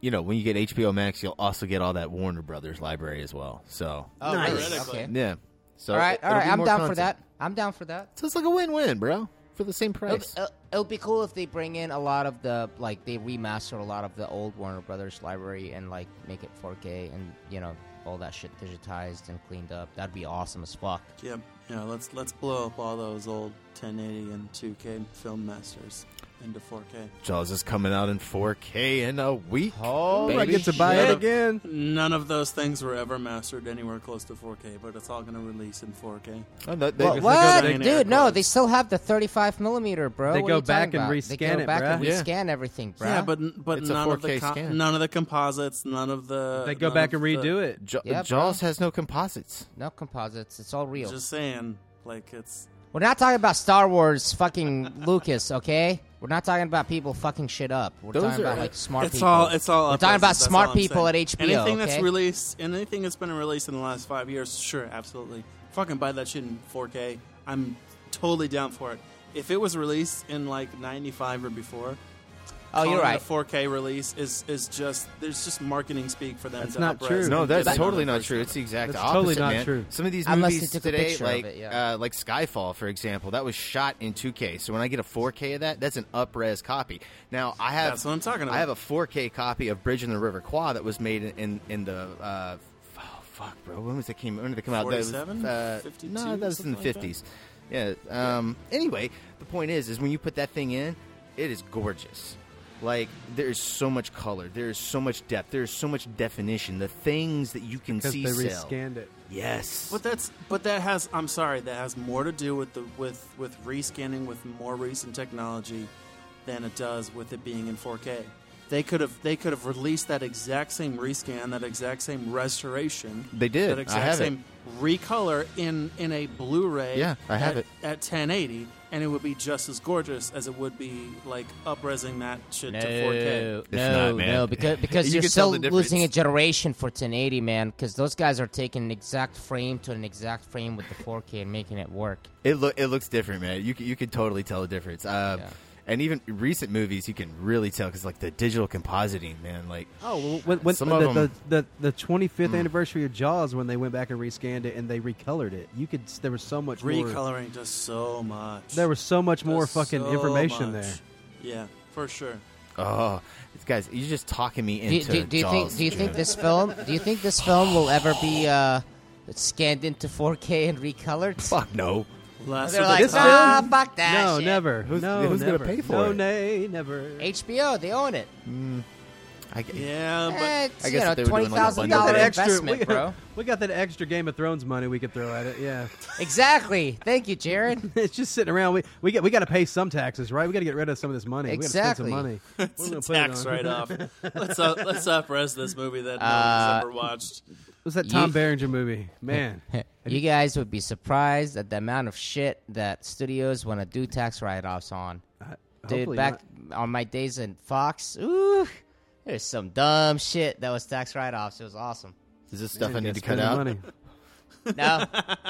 Speaker 9: You know, when you get HBO Max, you'll also get all that Warner Brothers library as well. So
Speaker 10: Oh, Nice. really? Okay.
Speaker 9: Yeah. So
Speaker 10: all right,
Speaker 9: it-
Speaker 10: all
Speaker 9: it'll
Speaker 10: right.
Speaker 9: be
Speaker 10: I'm
Speaker 9: more
Speaker 10: down for
Speaker 9: content.
Speaker 10: that. I'm down for that. uh,
Speaker 9: So it's like a win-win, bro, for the same price.
Speaker 10: It'll, it'll- it'll be cool if they bring in a lot of the like they remaster a lot of the old Warner Brothers library and like make it 4K and you know all that shit digitized and cleaned up. That'd be awesome as fuck.
Speaker 11: Yep. Yeah, let's let's blow up all those old 1080 and 2K film masters into 4K.
Speaker 9: Jaws is coming out in 4K in a week.
Speaker 10: Oh,
Speaker 1: I get to buy it again.
Speaker 11: None of those things were ever mastered anywhere close to 4K, but it's all going to release in 4K.
Speaker 9: Oh, that-
Speaker 10: What? what? Dude, no, they still have the 35 millimeter, bro.
Speaker 11: They
Speaker 10: What are
Speaker 11: go
Speaker 10: you talking
Speaker 11: back and
Speaker 10: about?
Speaker 11: rescan
Speaker 10: They
Speaker 11: it,
Speaker 10: go back and
Speaker 11: bruh. Yeah.
Speaker 10: rescan everything, bro.
Speaker 11: Yeah, but but none of the co- none of the composites, none of the
Speaker 1: They go
Speaker 11: none
Speaker 1: back
Speaker 11: of
Speaker 1: and redo
Speaker 11: the-
Speaker 1: it.
Speaker 9: Ja- Jaws has no composites.
Speaker 10: No composites. It's all real.
Speaker 11: Just saying, like it's
Speaker 10: We're not talking about Star Wars fucking Lucas, okay? We're not talking about people fucking shit up. We're
Speaker 11: Those
Speaker 10: talking about
Speaker 11: are-
Speaker 10: like smart
Speaker 11: it's
Speaker 10: people.
Speaker 11: all it's all.
Speaker 10: We're
Speaker 11: up
Speaker 10: talking about
Speaker 11: places, that's
Speaker 10: smart
Speaker 11: all I'm
Speaker 10: people
Speaker 11: saying.
Speaker 10: at HBO.
Speaker 11: Anything
Speaker 10: okay?
Speaker 11: that's released, anything that's been released in the last five years, sure, absolutely, fucking buy that shit in 4K. I'm totally down for it. If it was released in like '95 or before.
Speaker 10: Oh, you're
Speaker 11: calling it
Speaker 10: right.
Speaker 11: A 4K release is is just there's just marketing speak for them. to upres it
Speaker 9: No,
Speaker 11: to
Speaker 9: that's
Speaker 11: that
Speaker 9: totally
Speaker 11: level.
Speaker 9: not true. It's the exact
Speaker 1: That's
Speaker 9: opposite.
Speaker 1: totally not
Speaker 9: man.
Speaker 1: true.
Speaker 9: Some of these
Speaker 10: Unless
Speaker 9: movies
Speaker 10: they took a
Speaker 9: today,
Speaker 10: picture of
Speaker 9: like
Speaker 10: it, yeah.
Speaker 9: uh, like Skyfall, for example, that was shot in 2K. So when I get a 4K of that, that's an up-res copy. Now I have
Speaker 11: That's what I'm talking about.
Speaker 9: I have a 4K copy of Bridge in the River Qua that was made in in, in the. Uh, f- oh, fuck, bro. When was it came? When did it come out? That was,
Speaker 11: 47?
Speaker 9: uh,
Speaker 11: 52?
Speaker 9: No, that was in the
Speaker 11: Something like that?
Speaker 9: 50s. Yeah. Um, anyway, the point is, is when you put that thing in, it is gorgeous. Like there is so much color, there is so much depth, there is so much definition. The things that you can
Speaker 1: Because
Speaker 9: see
Speaker 1: they
Speaker 9: sell.
Speaker 1: rescanned it.
Speaker 9: Yes.
Speaker 11: But that's but that has I'm sorry that has more to do with the with with rescanning with more recent technology than it does with it being in 4K. They could have they could have released that exact same rescan, that exact same restoration.
Speaker 9: They did.
Speaker 11: That
Speaker 9: I
Speaker 11: exact
Speaker 9: have it.
Speaker 11: same recolor in in a Blu-ray.
Speaker 9: Yeah, I have it.
Speaker 11: at, at 1080, and it would be just as gorgeous as it would be like upresing that shit
Speaker 10: No,
Speaker 11: to 4K.
Speaker 10: no, no, because because
Speaker 11: You
Speaker 10: you are
Speaker 11: can tell
Speaker 10: still
Speaker 11: the difference.
Speaker 10: losing a generation for 1080, man. Because those guys are taking an exact frame to an exact frame with the 4K and making it work.
Speaker 9: It look it looks different, man. You c- you could totally tell the difference. Uh, And even recent movies, you can really tell because like the digital compositing, man. Like
Speaker 1: Oh, well, when, when
Speaker 9: Some
Speaker 1: the,
Speaker 9: of Hmm. 'em-
Speaker 1: the, the the 25th anniversary of Jaws when they went back and rescanned it and they recolored it. You could there was so much more.
Speaker 11: Recoloring does so much.
Speaker 1: There was so much more
Speaker 11: Does
Speaker 1: fucking
Speaker 11: so
Speaker 1: information
Speaker 11: much.
Speaker 1: there.
Speaker 11: Yeah, for sure.
Speaker 9: oh, guys, you're just talking me
Speaker 10: Do you,
Speaker 9: into
Speaker 10: do, do you think
Speaker 9: Jaws,
Speaker 10: do you think
Speaker 9: dude.
Speaker 10: this film do you think this film will ever be uh, scanned into 4K and recolored? Fuck
Speaker 9: no.
Speaker 10: They're like, ah, fuck that.
Speaker 1: No,
Speaker 10: shit."
Speaker 1: never. no,
Speaker 9: who's gonna
Speaker 1: never.
Speaker 9: pay for
Speaker 1: no,
Speaker 9: it?
Speaker 1: nay, never.
Speaker 10: HBO, they own it.
Speaker 9: I, g-
Speaker 11: Yeah,
Speaker 10: but- Eh, it's,
Speaker 9: I
Speaker 10: you
Speaker 9: guess
Speaker 10: know,
Speaker 9: if they were doing like a
Speaker 10: $20,000
Speaker 9: bundle-
Speaker 10: That
Speaker 1: Extra-
Speaker 10: investment,
Speaker 1: we got,
Speaker 10: bro.
Speaker 1: We got that extra Game of Thrones money we could throw at it. Yeah,
Speaker 10: exactly. Thank you, Jared.
Speaker 1: it's just sitting around. We we get we got to pay some taxes, right? We got to get rid of some of this money. We
Speaker 10: Exactly.
Speaker 1: got to spend some money.
Speaker 11: It's
Speaker 1: We're gonna
Speaker 11: a
Speaker 1: put it
Speaker 11: tax
Speaker 1: on.
Speaker 11: write off. let's up, let's upres this movie that no
Speaker 10: Uh,
Speaker 11: one's ever watched.
Speaker 1: was that Tom
Speaker 10: You-
Speaker 1: Berenger movie? Man,
Speaker 10: you guys would be surprised at the amount of shit that studios want to do tax write-offs on. Dude,
Speaker 1: hopefully
Speaker 10: back on my days in Fox, ooh, there's some dumb shit that was tax write-offs. It was awesome.
Speaker 9: Is this stuff
Speaker 1: Man,
Speaker 9: I need
Speaker 1: gotta
Speaker 9: to cut
Speaker 1: spend the
Speaker 9: out?
Speaker 1: money.
Speaker 10: No,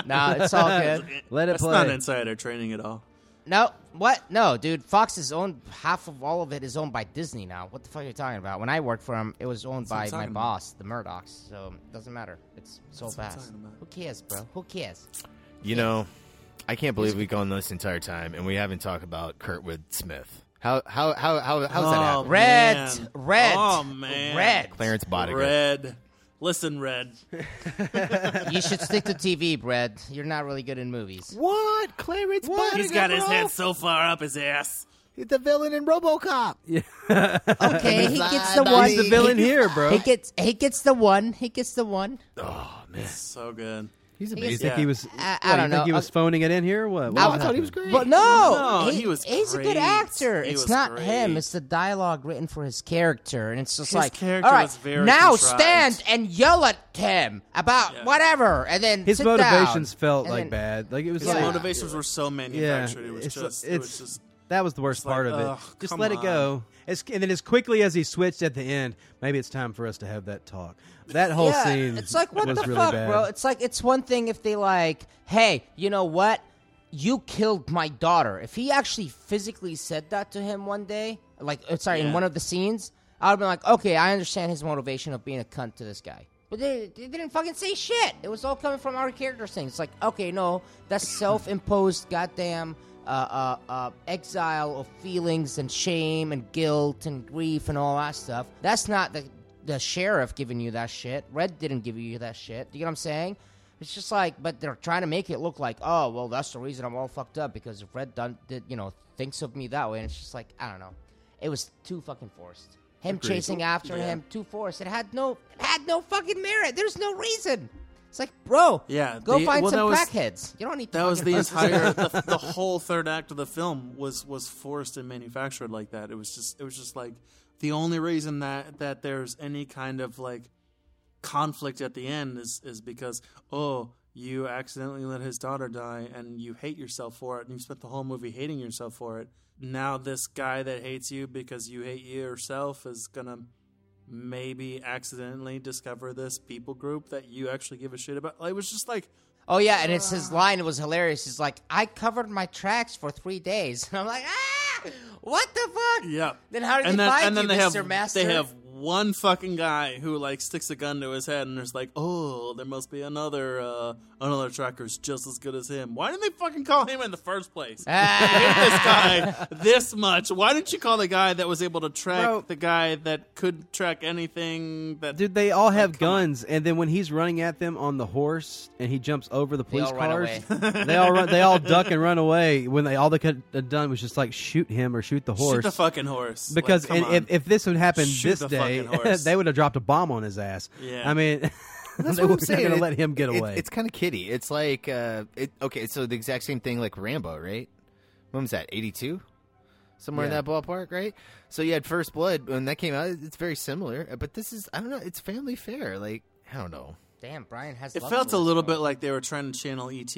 Speaker 10: no, it's all good.
Speaker 1: Let it
Speaker 11: That's
Speaker 1: play.
Speaker 11: not insider training at all.
Speaker 10: No, what? No, dude. Fox is owned. Half of all of it is owned by Disney now. What the fuck are you talking about? When I worked for him, it was owned
Speaker 11: That's what I'm
Speaker 10: by my
Speaker 11: talking about.
Speaker 10: boss, the Murdochs. So it doesn't matter. It's so
Speaker 11: That's what I'm
Speaker 10: fast.
Speaker 11: talking about.
Speaker 10: Who cares, bro? Who cares?
Speaker 9: You know, I can't believe we've gone this entire time and we haven't talked about Kurtwood Smith. How how how how how's
Speaker 11: Oh,
Speaker 9: that happen?
Speaker 10: Red,
Speaker 11: man.
Speaker 10: red,
Speaker 11: Oh man,
Speaker 10: red.
Speaker 9: Clarence Bodiger.
Speaker 11: Red. Listen, Red.
Speaker 10: you should stick to TV, Brad. You're not really good in movies.
Speaker 9: What? Clarence Bodiger.
Speaker 11: He's got his
Speaker 9: bro?
Speaker 11: head so far up his ass.
Speaker 9: He's the villain in RoboCop.
Speaker 10: Okay, he
Speaker 9: Bye,
Speaker 10: gets the
Speaker 9: buddy.
Speaker 10: one.
Speaker 9: He's the villain
Speaker 10: he-
Speaker 1: here, bro.
Speaker 10: He gets he gets the one. He gets the one.
Speaker 11: Oh, So good.
Speaker 9: He's
Speaker 1: Do you think he was?
Speaker 10: I- I
Speaker 1: what,
Speaker 10: don't
Speaker 1: you
Speaker 10: know.
Speaker 1: Think he was
Speaker 10: Okay.
Speaker 1: phoning it in here? What? what
Speaker 10: I-
Speaker 1: was
Speaker 10: I thought he was
Speaker 1: happening?
Speaker 10: But no,
Speaker 11: No,
Speaker 10: he,
Speaker 11: he was
Speaker 10: He's a
Speaker 11: great.
Speaker 10: good actor.
Speaker 11: He
Speaker 10: it's
Speaker 11: was
Speaker 10: not him.
Speaker 11: great.
Speaker 10: It's the dialogue written for his character, and it's just
Speaker 11: His
Speaker 10: like,
Speaker 11: character
Speaker 10: all right,
Speaker 11: was very
Speaker 10: now
Speaker 11: contrived.
Speaker 10: stand and yell at him about whatever, and then
Speaker 1: His
Speaker 10: sit
Speaker 1: motivations
Speaker 10: down.
Speaker 1: felt
Speaker 10: And
Speaker 1: like
Speaker 10: then-
Speaker 1: bad. Like it was
Speaker 11: His
Speaker 1: like
Speaker 11: motivations were so manufactured. it was
Speaker 1: it's-
Speaker 11: just. it
Speaker 1: it's-
Speaker 11: was just.
Speaker 1: That was the worst part
Speaker 11: like,
Speaker 1: of it.
Speaker 11: ugh,
Speaker 1: just
Speaker 11: come
Speaker 1: let it go. As, and then as quickly as he switched at the end, maybe it's time for us to have that talk. That whole
Speaker 10: yeah,
Speaker 1: scene
Speaker 10: It's like what
Speaker 1: was
Speaker 10: the
Speaker 1: really
Speaker 10: fuck,
Speaker 1: bad.
Speaker 10: bro. It's like it's one thing if they like, hey, you know what? You killed my daughter. If he actually physically said that to him one day, like uh, sorry, in
Speaker 17: Yeah.
Speaker 10: one of the scenes, I'd have been like, okay, I understand his motivation of being a cunt to this guy. But they, they didn't fucking say shit. It was all coming from our character thing. It's like, okay, no, that's self-imposed, goddamn uh, uh, uh, exile of feelings and shame and guilt and grief and all that stuff. That's not the the sheriff giving you that shit. Red didn't give you that shit. You get what I'm saying? It's just like, but they're trying to make it look like, oh, well, that's the reason I'm all fucked up because if Red done did, you know, thinks of me that way, and it's just like, I don't know. It was too fucking forced. Him
Speaker 17: Agreed.
Speaker 10: chasing after
Speaker 17: Yeah.
Speaker 10: him, too forced. It had no, it had no fucking merit. There's no reason. It's like, bro,
Speaker 11: Yeah,
Speaker 10: go
Speaker 11: the-
Speaker 10: find
Speaker 11: well, that
Speaker 10: some
Speaker 11: was-
Speaker 10: crackheads. You don't need.
Speaker 11: That was the
Speaker 10: fucking-
Speaker 11: entire, the, the whole third act of the film was was forced and manufactured like that. It was just, it was just like the only reason that that there's any kind of like conflict at the end is is because oh you accidentally let his daughter die and you hate yourself for it and you spent the whole movie hating yourself for it. Now this guy that hates you because you hate yourself is gonna maybe accidentally discover this people group that you actually give a shit about. Like, It was just like.
Speaker 10: Oh yeah, and it's his line. It was hilarious. He's like, "I covered my tracks for three days," and I'm like, "Ah, what the fuck?"
Speaker 11: Yeah.
Speaker 10: Then how did
Speaker 11: and
Speaker 10: they
Speaker 11: then,
Speaker 10: find
Speaker 11: and then
Speaker 10: you,
Speaker 11: they
Speaker 10: Mr.
Speaker 11: have,
Speaker 10: Master?
Speaker 11: They have one fucking guy who like sticks a gun to his head and there's like, oh, there must be another uh, another tracker who's just as good as him. Why didn't they fucking call him in the first place?
Speaker 10: Ah.
Speaker 11: You hate this guy this much. Why didn't you call the guy that was able to track
Speaker 1: Bro.
Speaker 11: the guy that could track anything that
Speaker 1: Dude, they all have guns, and then when he's running at them on the horse, and he jumps over the police
Speaker 11: all run
Speaker 1: cars,
Speaker 11: away.
Speaker 1: they all run, they all duck and run away. When they all they could have done was just like shoot him or shoot the horse,
Speaker 11: Shoot the fucking horse. Like,
Speaker 1: Because
Speaker 11: come
Speaker 1: and if,
Speaker 11: on.
Speaker 1: if this would happen
Speaker 11: Shoot
Speaker 1: this
Speaker 11: the
Speaker 1: day,
Speaker 11: fucking horse.
Speaker 1: they would have dropped a bomb on his ass.
Speaker 9: Yeah.
Speaker 1: I mean,
Speaker 9: That's
Speaker 1: they
Speaker 9: what
Speaker 1: were
Speaker 9: I'm
Speaker 1: not
Speaker 9: saying.
Speaker 1: going
Speaker 9: It-
Speaker 1: to let him get
Speaker 9: it-
Speaker 1: away.
Speaker 9: it's kind of kitty. It's like uh, it. Okay, so the exact same thing like Rambo, right? When was that? Eighty two, somewhere
Speaker 18: Yeah.
Speaker 9: in that ballpark, right? So you had First Blood when that came out. It's very similar, uh, but this is I don't know. It's family fair. Like I don't know.
Speaker 10: Damn, Brian has.
Speaker 11: It
Speaker 10: love
Speaker 11: felt a
Speaker 10: moves,
Speaker 11: little
Speaker 10: bro.
Speaker 11: bit like they were trying to channel ET.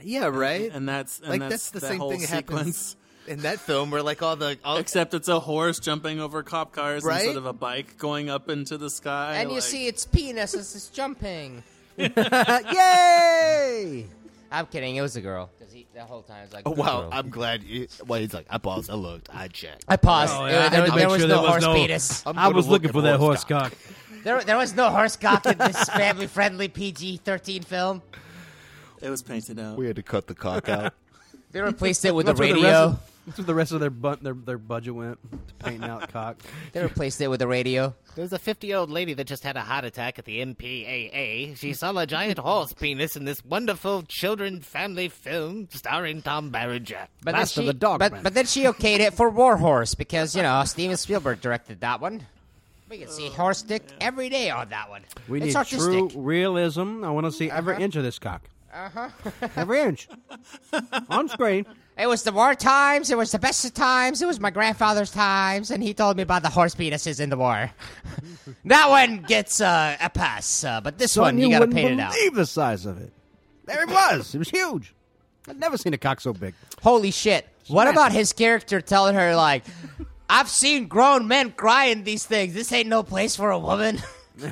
Speaker 9: Yeah,
Speaker 11: And-
Speaker 9: right.
Speaker 11: And, that's and
Speaker 9: like
Speaker 11: that's,
Speaker 9: the
Speaker 11: that
Speaker 9: same
Speaker 11: whole
Speaker 9: thing that
Speaker 11: sequence.
Speaker 9: happens in that film where like all the all,
Speaker 11: Except it's a horse jumping over cop cars
Speaker 9: Right?
Speaker 11: instead of a bike going up into the sky.
Speaker 10: And you
Speaker 11: like-
Speaker 10: see its penis as it's jumping. Yay! I'm kidding. It was a girl. 'Cause he, that whole time, it's like,
Speaker 9: Oh,
Speaker 10: "Good
Speaker 9: wow,
Speaker 10: girl."
Speaker 9: I'm glad. You, well, he's like, I paused, I looked, I checked.
Speaker 10: I paused.
Speaker 9: Oh,
Speaker 10: Uh,
Speaker 9: yeah, I
Speaker 10: there,
Speaker 9: had to
Speaker 10: there
Speaker 9: make
Speaker 10: was
Speaker 9: sure
Speaker 10: no
Speaker 9: there was
Speaker 10: horse
Speaker 9: no-
Speaker 10: penis.
Speaker 9: I'm
Speaker 1: I
Speaker 9: gonna
Speaker 1: was
Speaker 9: look
Speaker 1: looking
Speaker 9: at
Speaker 1: for that
Speaker 9: horse
Speaker 1: horse cock.
Speaker 10: There, there was no horse cock in this family-friendly PG-13 film.
Speaker 11: It was painted out.
Speaker 9: We had to cut the cock out.
Speaker 10: They replaced it with a
Speaker 1: That's where the
Speaker 10: radio.
Speaker 1: rest of- that's where the rest of their bu- their their budget went to painting out cock.
Speaker 10: They replaced it with a radio.
Speaker 9: There's a 50 year old lady that just had a heart attack at the MPAA. She saw a giant horse penis in this wonderful children family film starring Tom Barringer.
Speaker 10: But then she, but, but then she okayed it for War Horse because you know Steven Spielberg directed that one. We can
Speaker 9: Oh,
Speaker 10: see horse dick every day on that one.
Speaker 1: We
Speaker 10: it's
Speaker 1: need
Speaker 10: artistic.
Speaker 1: true realism. I want to see every inch of this cock,
Speaker 10: Uh
Speaker 1: Uh-huh.
Speaker 10: huh.
Speaker 1: every inch on screen.
Speaker 10: It was the war times. It was the best of times. It was my grandfather's times, and he told me about the horse penises in the war. that one gets uh, a pass, uh, but this
Speaker 1: Son,
Speaker 10: one you,
Speaker 1: you
Speaker 10: gotta
Speaker 1: wouldn't
Speaker 10: paint it out.
Speaker 1: believe the size of it. There it was. It was huge. I'd never seen a cock so big.
Speaker 10: Holy shit! What
Speaker 1: Smash
Speaker 10: about
Speaker 1: it.
Speaker 10: his character telling her like, "I've seen grown men crying these things. This ain't no place for a woman."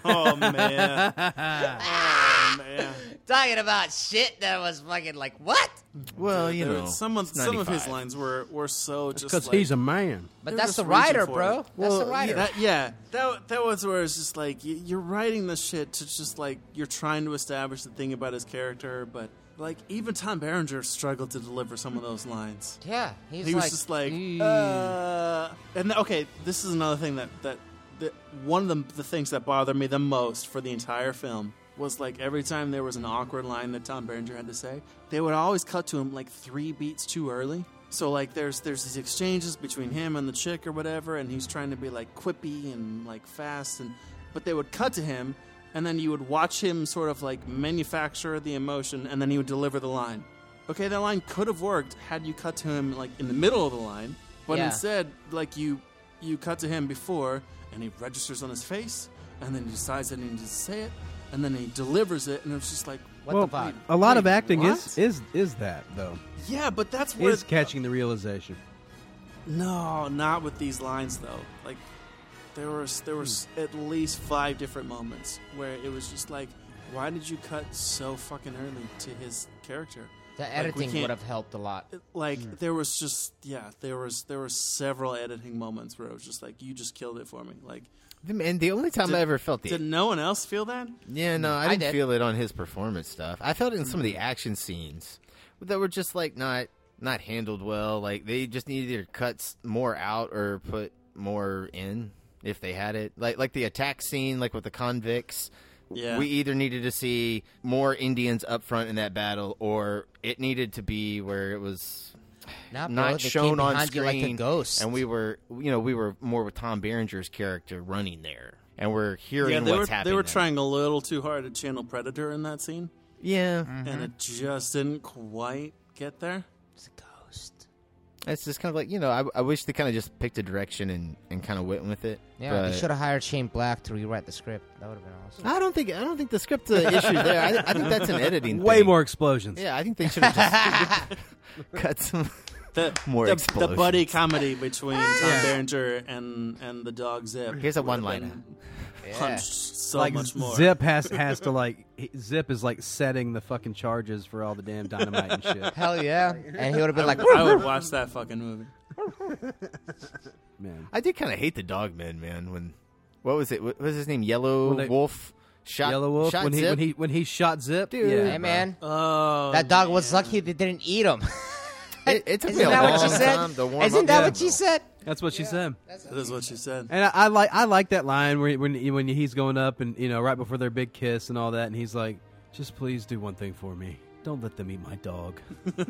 Speaker 11: Oh man. oh man.
Speaker 10: Talking about shit that was fucking like what?
Speaker 9: Well, you
Speaker 11: There-
Speaker 9: know,
Speaker 11: some of
Speaker 9: it's
Speaker 11: some of his
Speaker 9: 95.
Speaker 11: lines were were so just
Speaker 1: Because
Speaker 11: like-
Speaker 1: he's a man.
Speaker 10: But
Speaker 11: They're
Speaker 10: that's
Speaker 11: just
Speaker 10: the
Speaker 11: reaching
Speaker 10: writer,
Speaker 11: for
Speaker 10: bro.
Speaker 11: it.
Speaker 10: That's the writer.
Speaker 11: That, yeah, that that was where it's just like y- you're writing this shit to just like you're trying to establish the thing about his character, but like even Tom Berenger struggled to deliver some of those lines.
Speaker 10: Yeah, he's
Speaker 11: he was
Speaker 10: like,
Speaker 11: just like,
Speaker 10: "Mm."
Speaker 11: uh, and th- okay, this is another thing that that, that one of the, the things that bothered me the most for the entire film was like every time there was an awkward line that Tom Berenger had to say, they would always cut to him like three beats too early. So like there's there's these exchanges between him and the chick or whatever, and he's trying to be like quippy and like fast, and but they would cut to him, and then you would watch him sort of like manufacture the emotion, and then he would deliver the line. Okay, that line could have worked had you cut to him like in the middle of the line, but
Speaker 18: Yeah.
Speaker 11: instead, like you you cut to him before, and he registers on his face, and then he decides that he needs to say it, and then he delivers it, and it's just like what
Speaker 1: well,
Speaker 11: the fuck?
Speaker 1: a lot of
Speaker 11: Wait,
Speaker 1: acting
Speaker 11: what?
Speaker 1: is is is that though.
Speaker 11: Yeah, but that's what
Speaker 1: Is catching the realization.
Speaker 11: No, not with these lines though. Like there was there was
Speaker 1: Hmm.
Speaker 11: at least five different moments where it was just like, why did you cut so fucking early to his character?
Speaker 10: The
Speaker 11: Like, we
Speaker 10: editing
Speaker 11: can't-
Speaker 10: would have helped a lot.
Speaker 11: Like
Speaker 1: Hmm.
Speaker 11: there was just yeah, there was there were several editing moments where it was just like you just killed it for me. Like
Speaker 9: And the only time
Speaker 11: Did-
Speaker 9: I ever felt the
Speaker 11: did no one else feel that?
Speaker 9: Yeah, no, I
Speaker 11: Mm, I
Speaker 9: didn't
Speaker 11: did. Mm.
Speaker 9: feel it on his performance stuff. I felt it in some of the action scenes that were just like not not handled well. Like they just needed either cuts more out or put more in if they had it. Like like the attack scene, like with the convicts.
Speaker 11: Yeah.
Speaker 9: We either needed to see more Indians up front in that battle, or it needed to be where it was
Speaker 10: Nah,
Speaker 9: not,
Speaker 10: bro, they came
Speaker 9: shown on
Speaker 10: behind you
Speaker 9: screen.
Speaker 10: like a ghost.
Speaker 9: And we were, you know, we were more with Tom Berenger's character running there, and we're hearing
Speaker 11: yeah, they
Speaker 9: what's
Speaker 11: were
Speaker 9: happening.
Speaker 11: they were
Speaker 9: there.
Speaker 11: trying a little too hard to channel Predator in that scene.
Speaker 9: Yeah.
Speaker 11: and it just didn't quite get there.
Speaker 9: It's just kind of like you know, I, I wish they kind of just picked a direction and, and kind of went with it.
Speaker 10: Yeah,
Speaker 9: but
Speaker 10: they should have hired Shane Black to rewrite the script. That would have been awesome.
Speaker 9: I don't think I don't think the script uh, issue there. I, I think that's an editing.
Speaker 1: Way
Speaker 9: thing.
Speaker 1: more explosions.
Speaker 9: Yeah, I think they should have just cut some
Speaker 11: The,
Speaker 9: more
Speaker 11: the, the
Speaker 9: explosions.
Speaker 11: buddy comedy between Tom Berenger and and the dog Zip.
Speaker 9: Here's a
Speaker 11: would have
Speaker 9: one-liner.
Speaker 11: been
Speaker 9: Yeah.
Speaker 11: Punched so
Speaker 1: like
Speaker 11: much more.
Speaker 1: Zip has has to like he- Zip is like setting the fucking charges for all the damn dynamite and shit.
Speaker 10: Hell yeah. And he would have been
Speaker 11: I
Speaker 10: like,
Speaker 11: would- I would watch that fucking movie.
Speaker 1: Man,
Speaker 9: I did kind of hate the dogman, man. When what was it? What was his name? Yellow
Speaker 1: When they-
Speaker 9: Wolf. Shot,
Speaker 1: Yellow Wolf
Speaker 9: shot
Speaker 1: when he
Speaker 9: Zip?
Speaker 1: when he when he shot Zip,
Speaker 9: Dude.
Speaker 1: Yeah,
Speaker 9: Hey,
Speaker 1: bro.
Speaker 10: man.
Speaker 11: Oh,
Speaker 10: that dog was lucky they didn't eat him.
Speaker 9: it, it took
Speaker 10: Isn't
Speaker 9: me a
Speaker 10: that
Speaker 9: long
Speaker 10: what she
Speaker 9: time
Speaker 10: said?
Speaker 9: to warm
Speaker 10: Isn't
Speaker 9: up.
Speaker 10: that
Speaker 9: Yeah.
Speaker 10: what she said?
Speaker 1: That's what she said.
Speaker 11: That is what she said.
Speaker 1: And I, I like I like that line where when when he's going up and you know right before their big kiss and all that, and he's like, "Just please do one thing for me. Don't let them eat my dog." so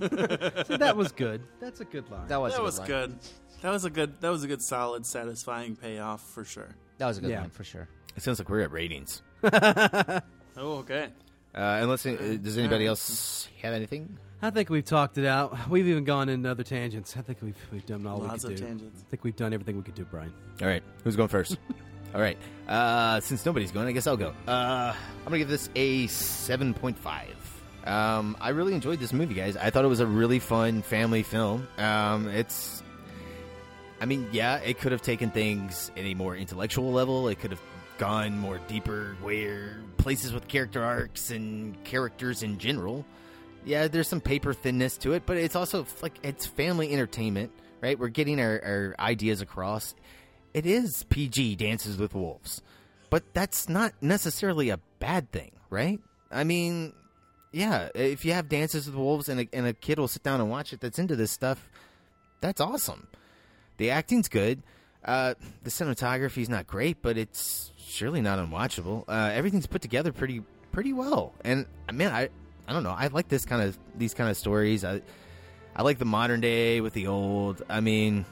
Speaker 1: that was good. That's a good line.
Speaker 10: That was a
Speaker 11: that
Speaker 10: good
Speaker 11: was
Speaker 10: line.
Speaker 11: good. That was a good. That was a good, solid, satisfying payoff for sure.
Speaker 10: That was a good
Speaker 9: Yeah.
Speaker 10: one for sure.
Speaker 9: It sounds like we're at ratings.
Speaker 11: Oh, okay.
Speaker 9: Uh, unless uh, does anybody else have anything?
Speaker 1: I think we've talked it out. We've even gone into other tangents. I think we've we've done all
Speaker 11: Lots
Speaker 1: we
Speaker 11: of
Speaker 1: could do.
Speaker 11: tangents.
Speaker 1: I think we've done everything we could do, Brian.
Speaker 9: All right, who's going first? All right, uh, since nobody's going, I guess I'll go. Uh, I'm gonna give this a 7.5. Um, I really enjoyed this movie, guys. I thought it was a really fun family film. Um, it's, I mean, yeah, it could have taken things at a more intellectual level. It could have gone more deeper, where places with character arcs and characters in general. yeah, there's some paper thinness to it, but it's also like it's family entertainment, right? We're getting our, our ideas across. It is PG Dances with Wolves, but that's not necessarily a bad thing, right? I mean, yeah, if you have Dances with Wolves and a, and a kid will sit down and watch it that's into this stuff, that's awesome. The acting's good. Uh, the cinematography's not great, but it's surely not unwatchable. Uh, everything's put together pretty pretty well, and uh, man, I I don't know. I like this kind of these kind of stories. I I like the modern day with the old. I mean,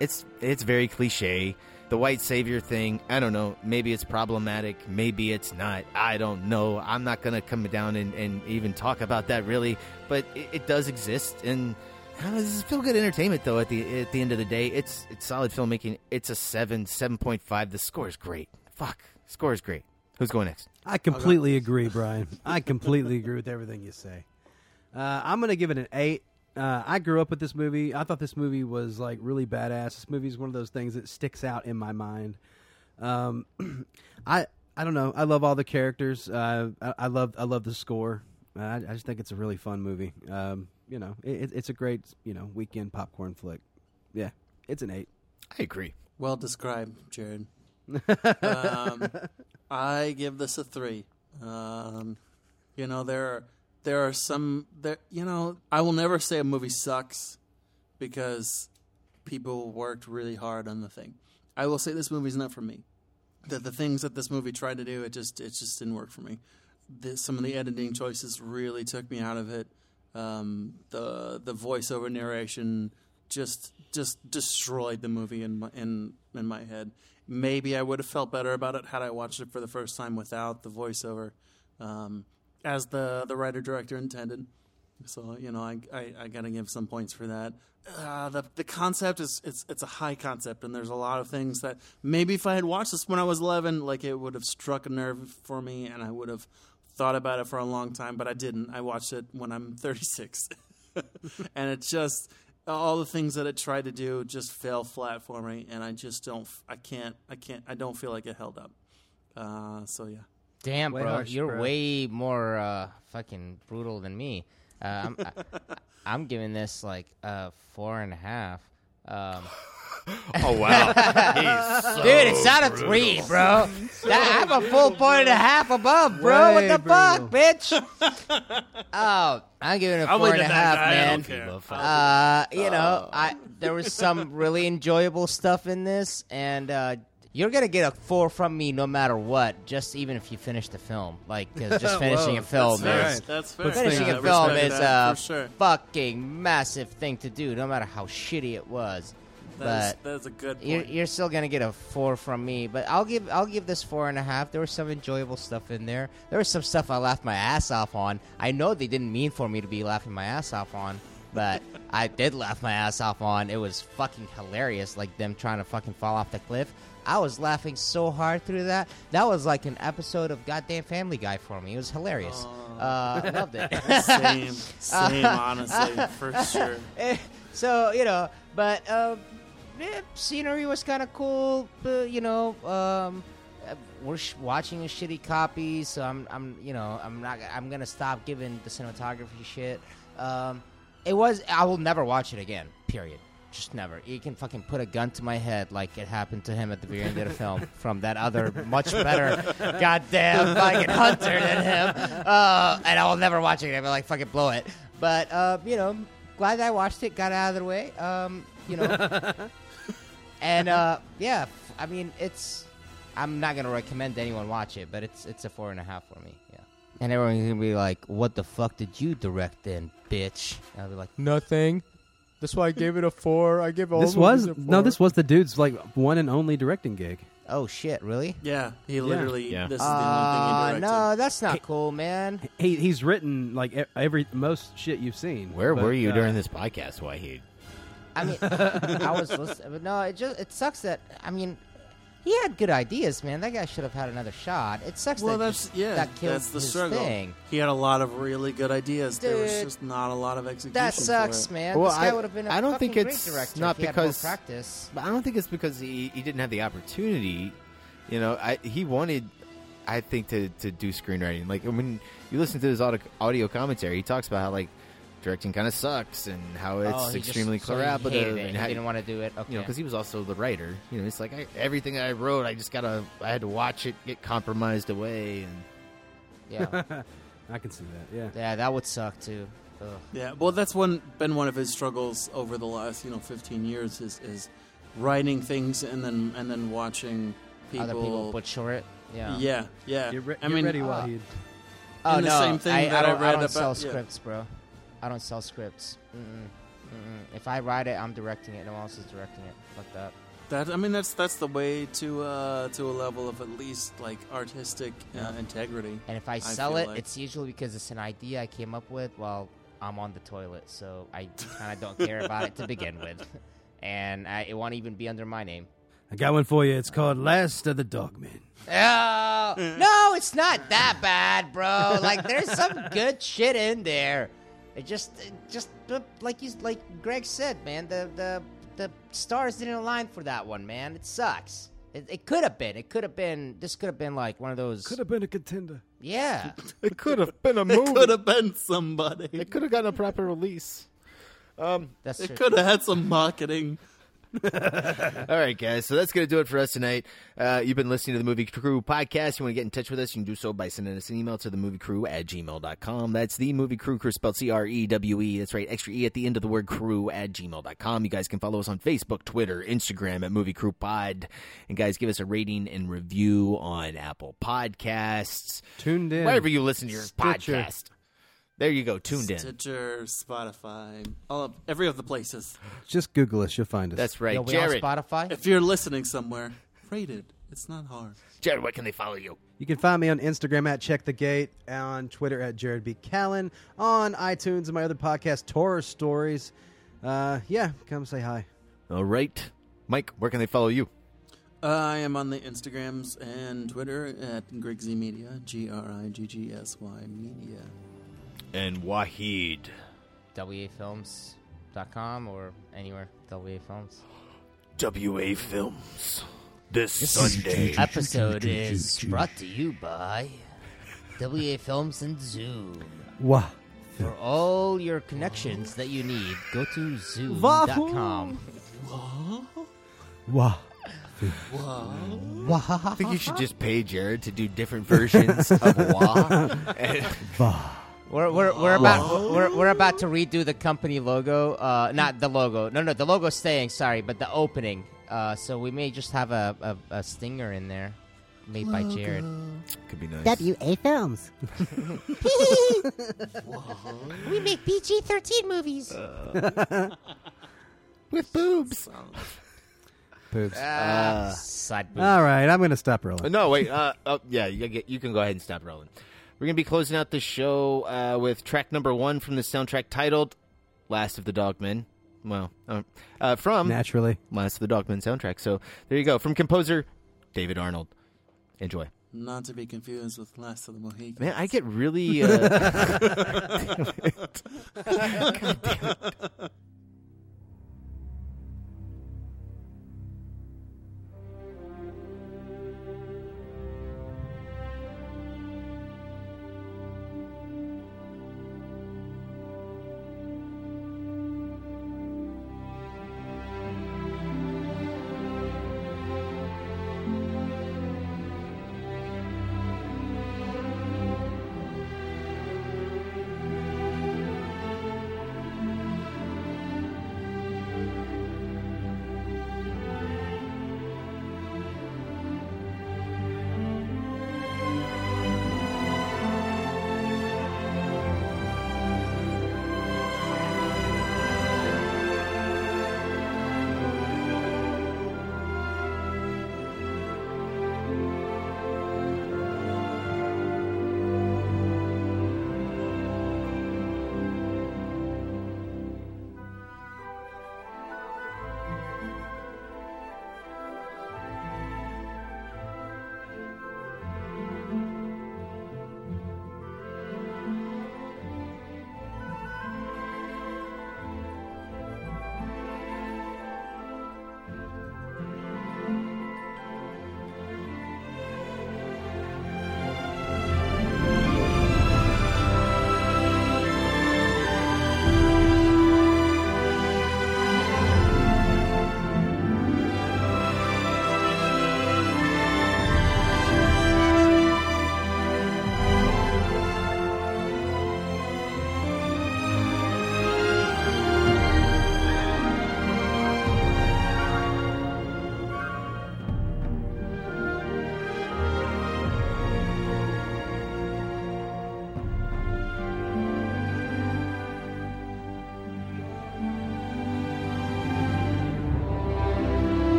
Speaker 9: it's it's very cliche. The white savior thing. I don't know. Maybe it's problematic. Maybe it's not. I don't know. I'm not gonna come down and, and even talk about that really. But it, it does exist, and I don't know, this is feel good entertainment though. At the at the end of the day, it's it's solid filmmaking. It's a seven seven point five. The score is great. Fuck, score is great. Who's going next?
Speaker 1: I completely agree, Brian. I completely agree with everything you say. Uh, I'm going to give it an eight. Uh, I grew up with this movie. I thought this movie was like really badass. This movie is one of those things that sticks out in my mind. Um, I I don't know. I love all the characters. Uh, I, I love I love the score. Uh, I, I just think it's a really fun movie. Um, you know, it, it's a great you know weekend popcorn flick. Yeah, it's an eight.
Speaker 9: I agree.
Speaker 11: Well described, Jared. um, I give this a three. Um, you know there are there are some there. You know I will never say a movie sucks because people worked really hard on the thing. I will say this movie's not for me. The the things that this movie tried to do, it just it just didn't work for me. The, some of the editing choices really took me out of it. Um, the the voiceover narration just just destroyed the movie in my, in in my head. Maybe I would have felt better about it had I watched it for the first time without the voiceover, um, as the the writer director intended. So you know, I, I, I gotta give some points for that. Uh, the the concept is it's it's a high concept, and there's a lot of things that maybe if I had watched this when I was 11, like it would have struck a nerve for me, and I would have thought about it for a long time. But I didn't. I watched it when I'm 36, and it just all the things that it tried to do just fell flat for me, and I just don't. I can't. I can't. I don't feel like it held up. Uh, so yeah.
Speaker 10: Damn,
Speaker 11: Way
Speaker 10: bro,
Speaker 11: harsh,
Speaker 10: you're
Speaker 11: bro.
Speaker 10: way more uh, fucking brutal than me. Uh, I'm, I, I'm giving this like uh, four and a half. Um,
Speaker 17: Oh, wow. He's so
Speaker 10: dude, it's not a
Speaker 17: brutal.
Speaker 10: three, bro.
Speaker 17: So
Speaker 10: That, I'm a full point and a half above, bro.
Speaker 17: Way
Speaker 10: what the fuck, bitch? oh, I'm giving it a
Speaker 17: I'm
Speaker 10: four
Speaker 17: with
Speaker 10: and a
Speaker 17: that
Speaker 10: half,
Speaker 17: guy. I
Speaker 10: man.
Speaker 17: don't care.
Speaker 10: Uh, you
Speaker 11: Oh.
Speaker 10: know, I there was some really enjoyable stuff in this, and uh, you're gonna get a four from me no matter what. Just even if you finish the film, like 'cause just finishing
Speaker 11: Whoa,
Speaker 10: a film
Speaker 11: that's
Speaker 10: is
Speaker 11: fair. That's fair.
Speaker 10: finishing
Speaker 11: Yeah,
Speaker 10: a film
Speaker 11: respect
Speaker 10: is
Speaker 11: that,
Speaker 10: a
Speaker 11: for sure.
Speaker 10: fucking massive thing to do, no matter how shitty it was.
Speaker 11: That is-
Speaker 10: but
Speaker 11: that is a good
Speaker 10: You're,
Speaker 11: point.
Speaker 10: you're still gonna get a four from me, but I'll give I'll give this four and a half. There was some enjoyable stuff in there. There was some stuff I laughed my ass off on. I know they didn't mean for me to be laughing my ass off on, but I did laugh my ass off on. It was fucking hilarious, like them trying to fucking fall off the cliff. I was laughing so hard through that. That was like an episode of Goddamn Family Guy for me. It was hilarious. Uh, I loved it.
Speaker 11: Same, same, honestly, for sure.
Speaker 10: Eh, so you know, but um, eh, scenery was kind of cool. But, you know, um, eh, we're sh- watching a shitty copy, so I'm, I'm, you know, I'm not, I'm gonna stop giving the cinematography shit. Um, it was, I will never watch it again. Period. Just never. You can fucking put a gun to my head like it happened to him at the very end of the film from that other much better goddamn fucking hunter than him. Uh, and I will never watch it again. But like fucking blow it. But uh, you know, glad I watched it. Got it out of the way. Um, you know, and uh, yeah, f- I mean, it's. I'm not gonna recommend anyone watch it, but it's it's a four and a half for me. Yeah. And everyone's gonna be like, "What the fuck did you direct then, bitch?" And I'll be like, "Nothing." That's why I gave it a four. I give all
Speaker 1: This was no, this was the dude's like one and only directing gig.
Speaker 10: Oh shit! Really? Uh,
Speaker 11: Yeah, he literally.
Speaker 1: Yeah.
Speaker 11: This is the only thing he directed.
Speaker 10: no, that's not cool, man.
Speaker 1: He he's written like e- every most shit you've seen.
Speaker 9: Where
Speaker 1: but,
Speaker 9: were you
Speaker 1: uh,
Speaker 9: during this podcast, Wahid?
Speaker 10: I mean, I was listening, but no, it just it sucks that I mean, he had good ideas, man. That guy should have had another shot. It sucks
Speaker 11: Well,
Speaker 10: that
Speaker 11: that's
Speaker 10: he-
Speaker 11: yeah.
Speaker 10: that killed
Speaker 11: that's the
Speaker 10: his
Speaker 11: struggle.
Speaker 10: thing.
Speaker 11: He had a lot of really good ideas. there was
Speaker 10: Dude,
Speaker 11: just not a lot of execution.
Speaker 10: That
Speaker 11: for
Speaker 10: sucks,
Speaker 11: it.
Speaker 10: man. this guy would have been. I
Speaker 9: I don't think it's
Speaker 10: great director if
Speaker 9: not
Speaker 10: he had more
Speaker 9: because
Speaker 10: practice.
Speaker 9: But I don't think it's because he, he didn't have the opportunity. You know, I, he wanted, I think, to, to do screenwriting. Like when you listen to his audio, audio commentary, he talks about how like directing kind of sucks and how it's
Speaker 10: Oh, he just-
Speaker 9: extremely
Speaker 10: so he
Speaker 9: collaborative.
Speaker 10: hated it.
Speaker 9: and
Speaker 10: He
Speaker 9: how-
Speaker 10: didn't wanna do it.
Speaker 9: You
Speaker 10: Okay.
Speaker 9: know, because he was also the writer. You know, it's like I, everything I wrote, I just gotta, I had to watch it get compromised away, and
Speaker 10: Yeah.
Speaker 1: I can see that. Yeah.
Speaker 10: Yeah, that would suck too. Ugh.
Speaker 11: Yeah, well, that's one been one of his struggles over the last you know 15 years is is writing things and then and then watching people.
Speaker 10: Other people butcher it. Yeah.
Speaker 11: yeah, yeah.
Speaker 1: Get re-
Speaker 11: I
Speaker 1: get
Speaker 11: mean, uh,
Speaker 1: ready, Wahid.
Speaker 10: Oh
Speaker 11: and
Speaker 10: no!
Speaker 11: the same thing
Speaker 10: I,
Speaker 11: that
Speaker 10: I
Speaker 11: I
Speaker 10: don't,
Speaker 11: read
Speaker 10: don't sell
Speaker 11: about- yeah.
Speaker 10: scripts, bro. I don't sell scripts. Mm-mm. Mm-mm. If I write it, I'm directing it. No one else is directing it. Fuck that.
Speaker 11: That I mean, that's that's the way to uh, to a level of at least like artistic uh, integrity.
Speaker 10: And if I sell
Speaker 11: feel
Speaker 10: it,
Speaker 11: like.
Speaker 10: it's usually because it's an idea I came up with while I'm on the toilet, so I kind of don't care about it to begin with, and I, it won't even be under my name.
Speaker 1: I got one for you. It's called Last of the Dogmen.
Speaker 10: Oh, no, it's not that bad, bro. Like there's some good shit in there. It just, it just like you, like Greg said, man. The the the stars didn't align for that one, man. It sucks. It, it could have been. It could have been. This could have been like one of those.
Speaker 1: Could have been a contender.
Speaker 10: Yeah.
Speaker 9: It could have been a
Speaker 11: it could have been somebody.
Speaker 9: It could have gotten a proper release. Um,
Speaker 10: That's
Speaker 11: it could have had some marketing.
Speaker 9: All right, guys. So that's going to do it for us tonight. Uh, you've been listening to the Movie Crew podcast. You want to get in touch with us? You can do so by sending us an email to the movie crew at gmail.com. That's the movie crew, crew spelled C R E W E. That's right. Extra E at the end of the word crew at gmail.com. You guys can follow us on Facebook, Twitter, Instagram at Movie Crew Pod. And guys, give us a rating and review on Apple Podcasts.
Speaker 1: Tuned in.
Speaker 9: Wherever you listen to your
Speaker 1: Stitcher.
Speaker 9: podcast. There you go. Tuned in.
Speaker 11: Stitcher, Spotify, all of, every of the places.
Speaker 1: Just Google us. You'll find us.
Speaker 9: That's right.
Speaker 11: Yo,
Speaker 1: we on
Speaker 9: Jared.
Speaker 10: Spotify?
Speaker 11: If you're listening somewhere, rate it. It's not hard.
Speaker 9: Jared, where can they follow you?
Speaker 1: You can find me on Instagram at Check the Gate, on Twitter at Jared B. Callen, on iTunes and my other podcast, Torah Stories. Uh, yeah, come say hi.
Speaker 9: All right. Mike, where can they follow you?
Speaker 11: Uh, I am on the Instagrams and Twitter at Greg Z Media, G R I G G S Y Media.
Speaker 9: And Wahid.
Speaker 10: WA Films. com or anywhere. WA Films.
Speaker 17: WA Films. This Sunday.
Speaker 10: episode is brought to you by WA Films and Zoom.
Speaker 1: Wow.
Speaker 10: For all your connections that you need, go to zoom.com.
Speaker 1: Wow.
Speaker 10: Wah.
Speaker 9: I think you should just pay Jared to do different versions of Wah. And-
Speaker 10: We're, we're, we're about we're, we're about to redo the company logo. Uh, not the logo. No, no, the logo's staying. Sorry, but the opening. Uh, so we may just have a, a, a stinger in there, made by Jared.
Speaker 9: Could be nice.
Speaker 18: WA Films. we make PG 13 movies.
Speaker 9: With boobs.
Speaker 1: Boobs.
Speaker 9: Ah,
Speaker 10: side
Speaker 9: boob.
Speaker 1: Uh, All right, I'm going to stop rolling.
Speaker 9: No, wait. Uh, oh, yeah, you, get, you can go ahead and stop rolling. We're going to be closing out the show uh, with track number one from the soundtrack titled Last of the Dogmen. Well, uh, uh, from
Speaker 1: Naturally.
Speaker 9: Last of the Dogmen soundtrack. So there you go. From composer David Arnold. Enjoy.
Speaker 11: Not to be confused with Last of the Mohicans.
Speaker 9: Man, I get really. Uh... Damn it. God damn it.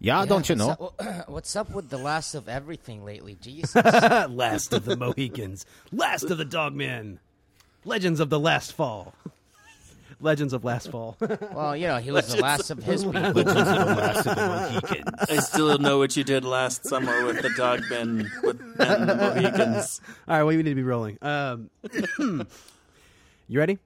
Speaker 9: Yeah, Ah, don't you know?
Speaker 10: what's up- what's up with the last of everything lately? Jesus.
Speaker 1: last of the Mohicans. Last of the Dogmen. Legends of the Last Fall. Legends of Last Fall.
Speaker 10: Well, you know, he was the last of his people.
Speaker 11: I still don't know what you did last summer with the dog men with and the Mohicans.
Speaker 1: All right, well, we need to be rolling. Um, you ready?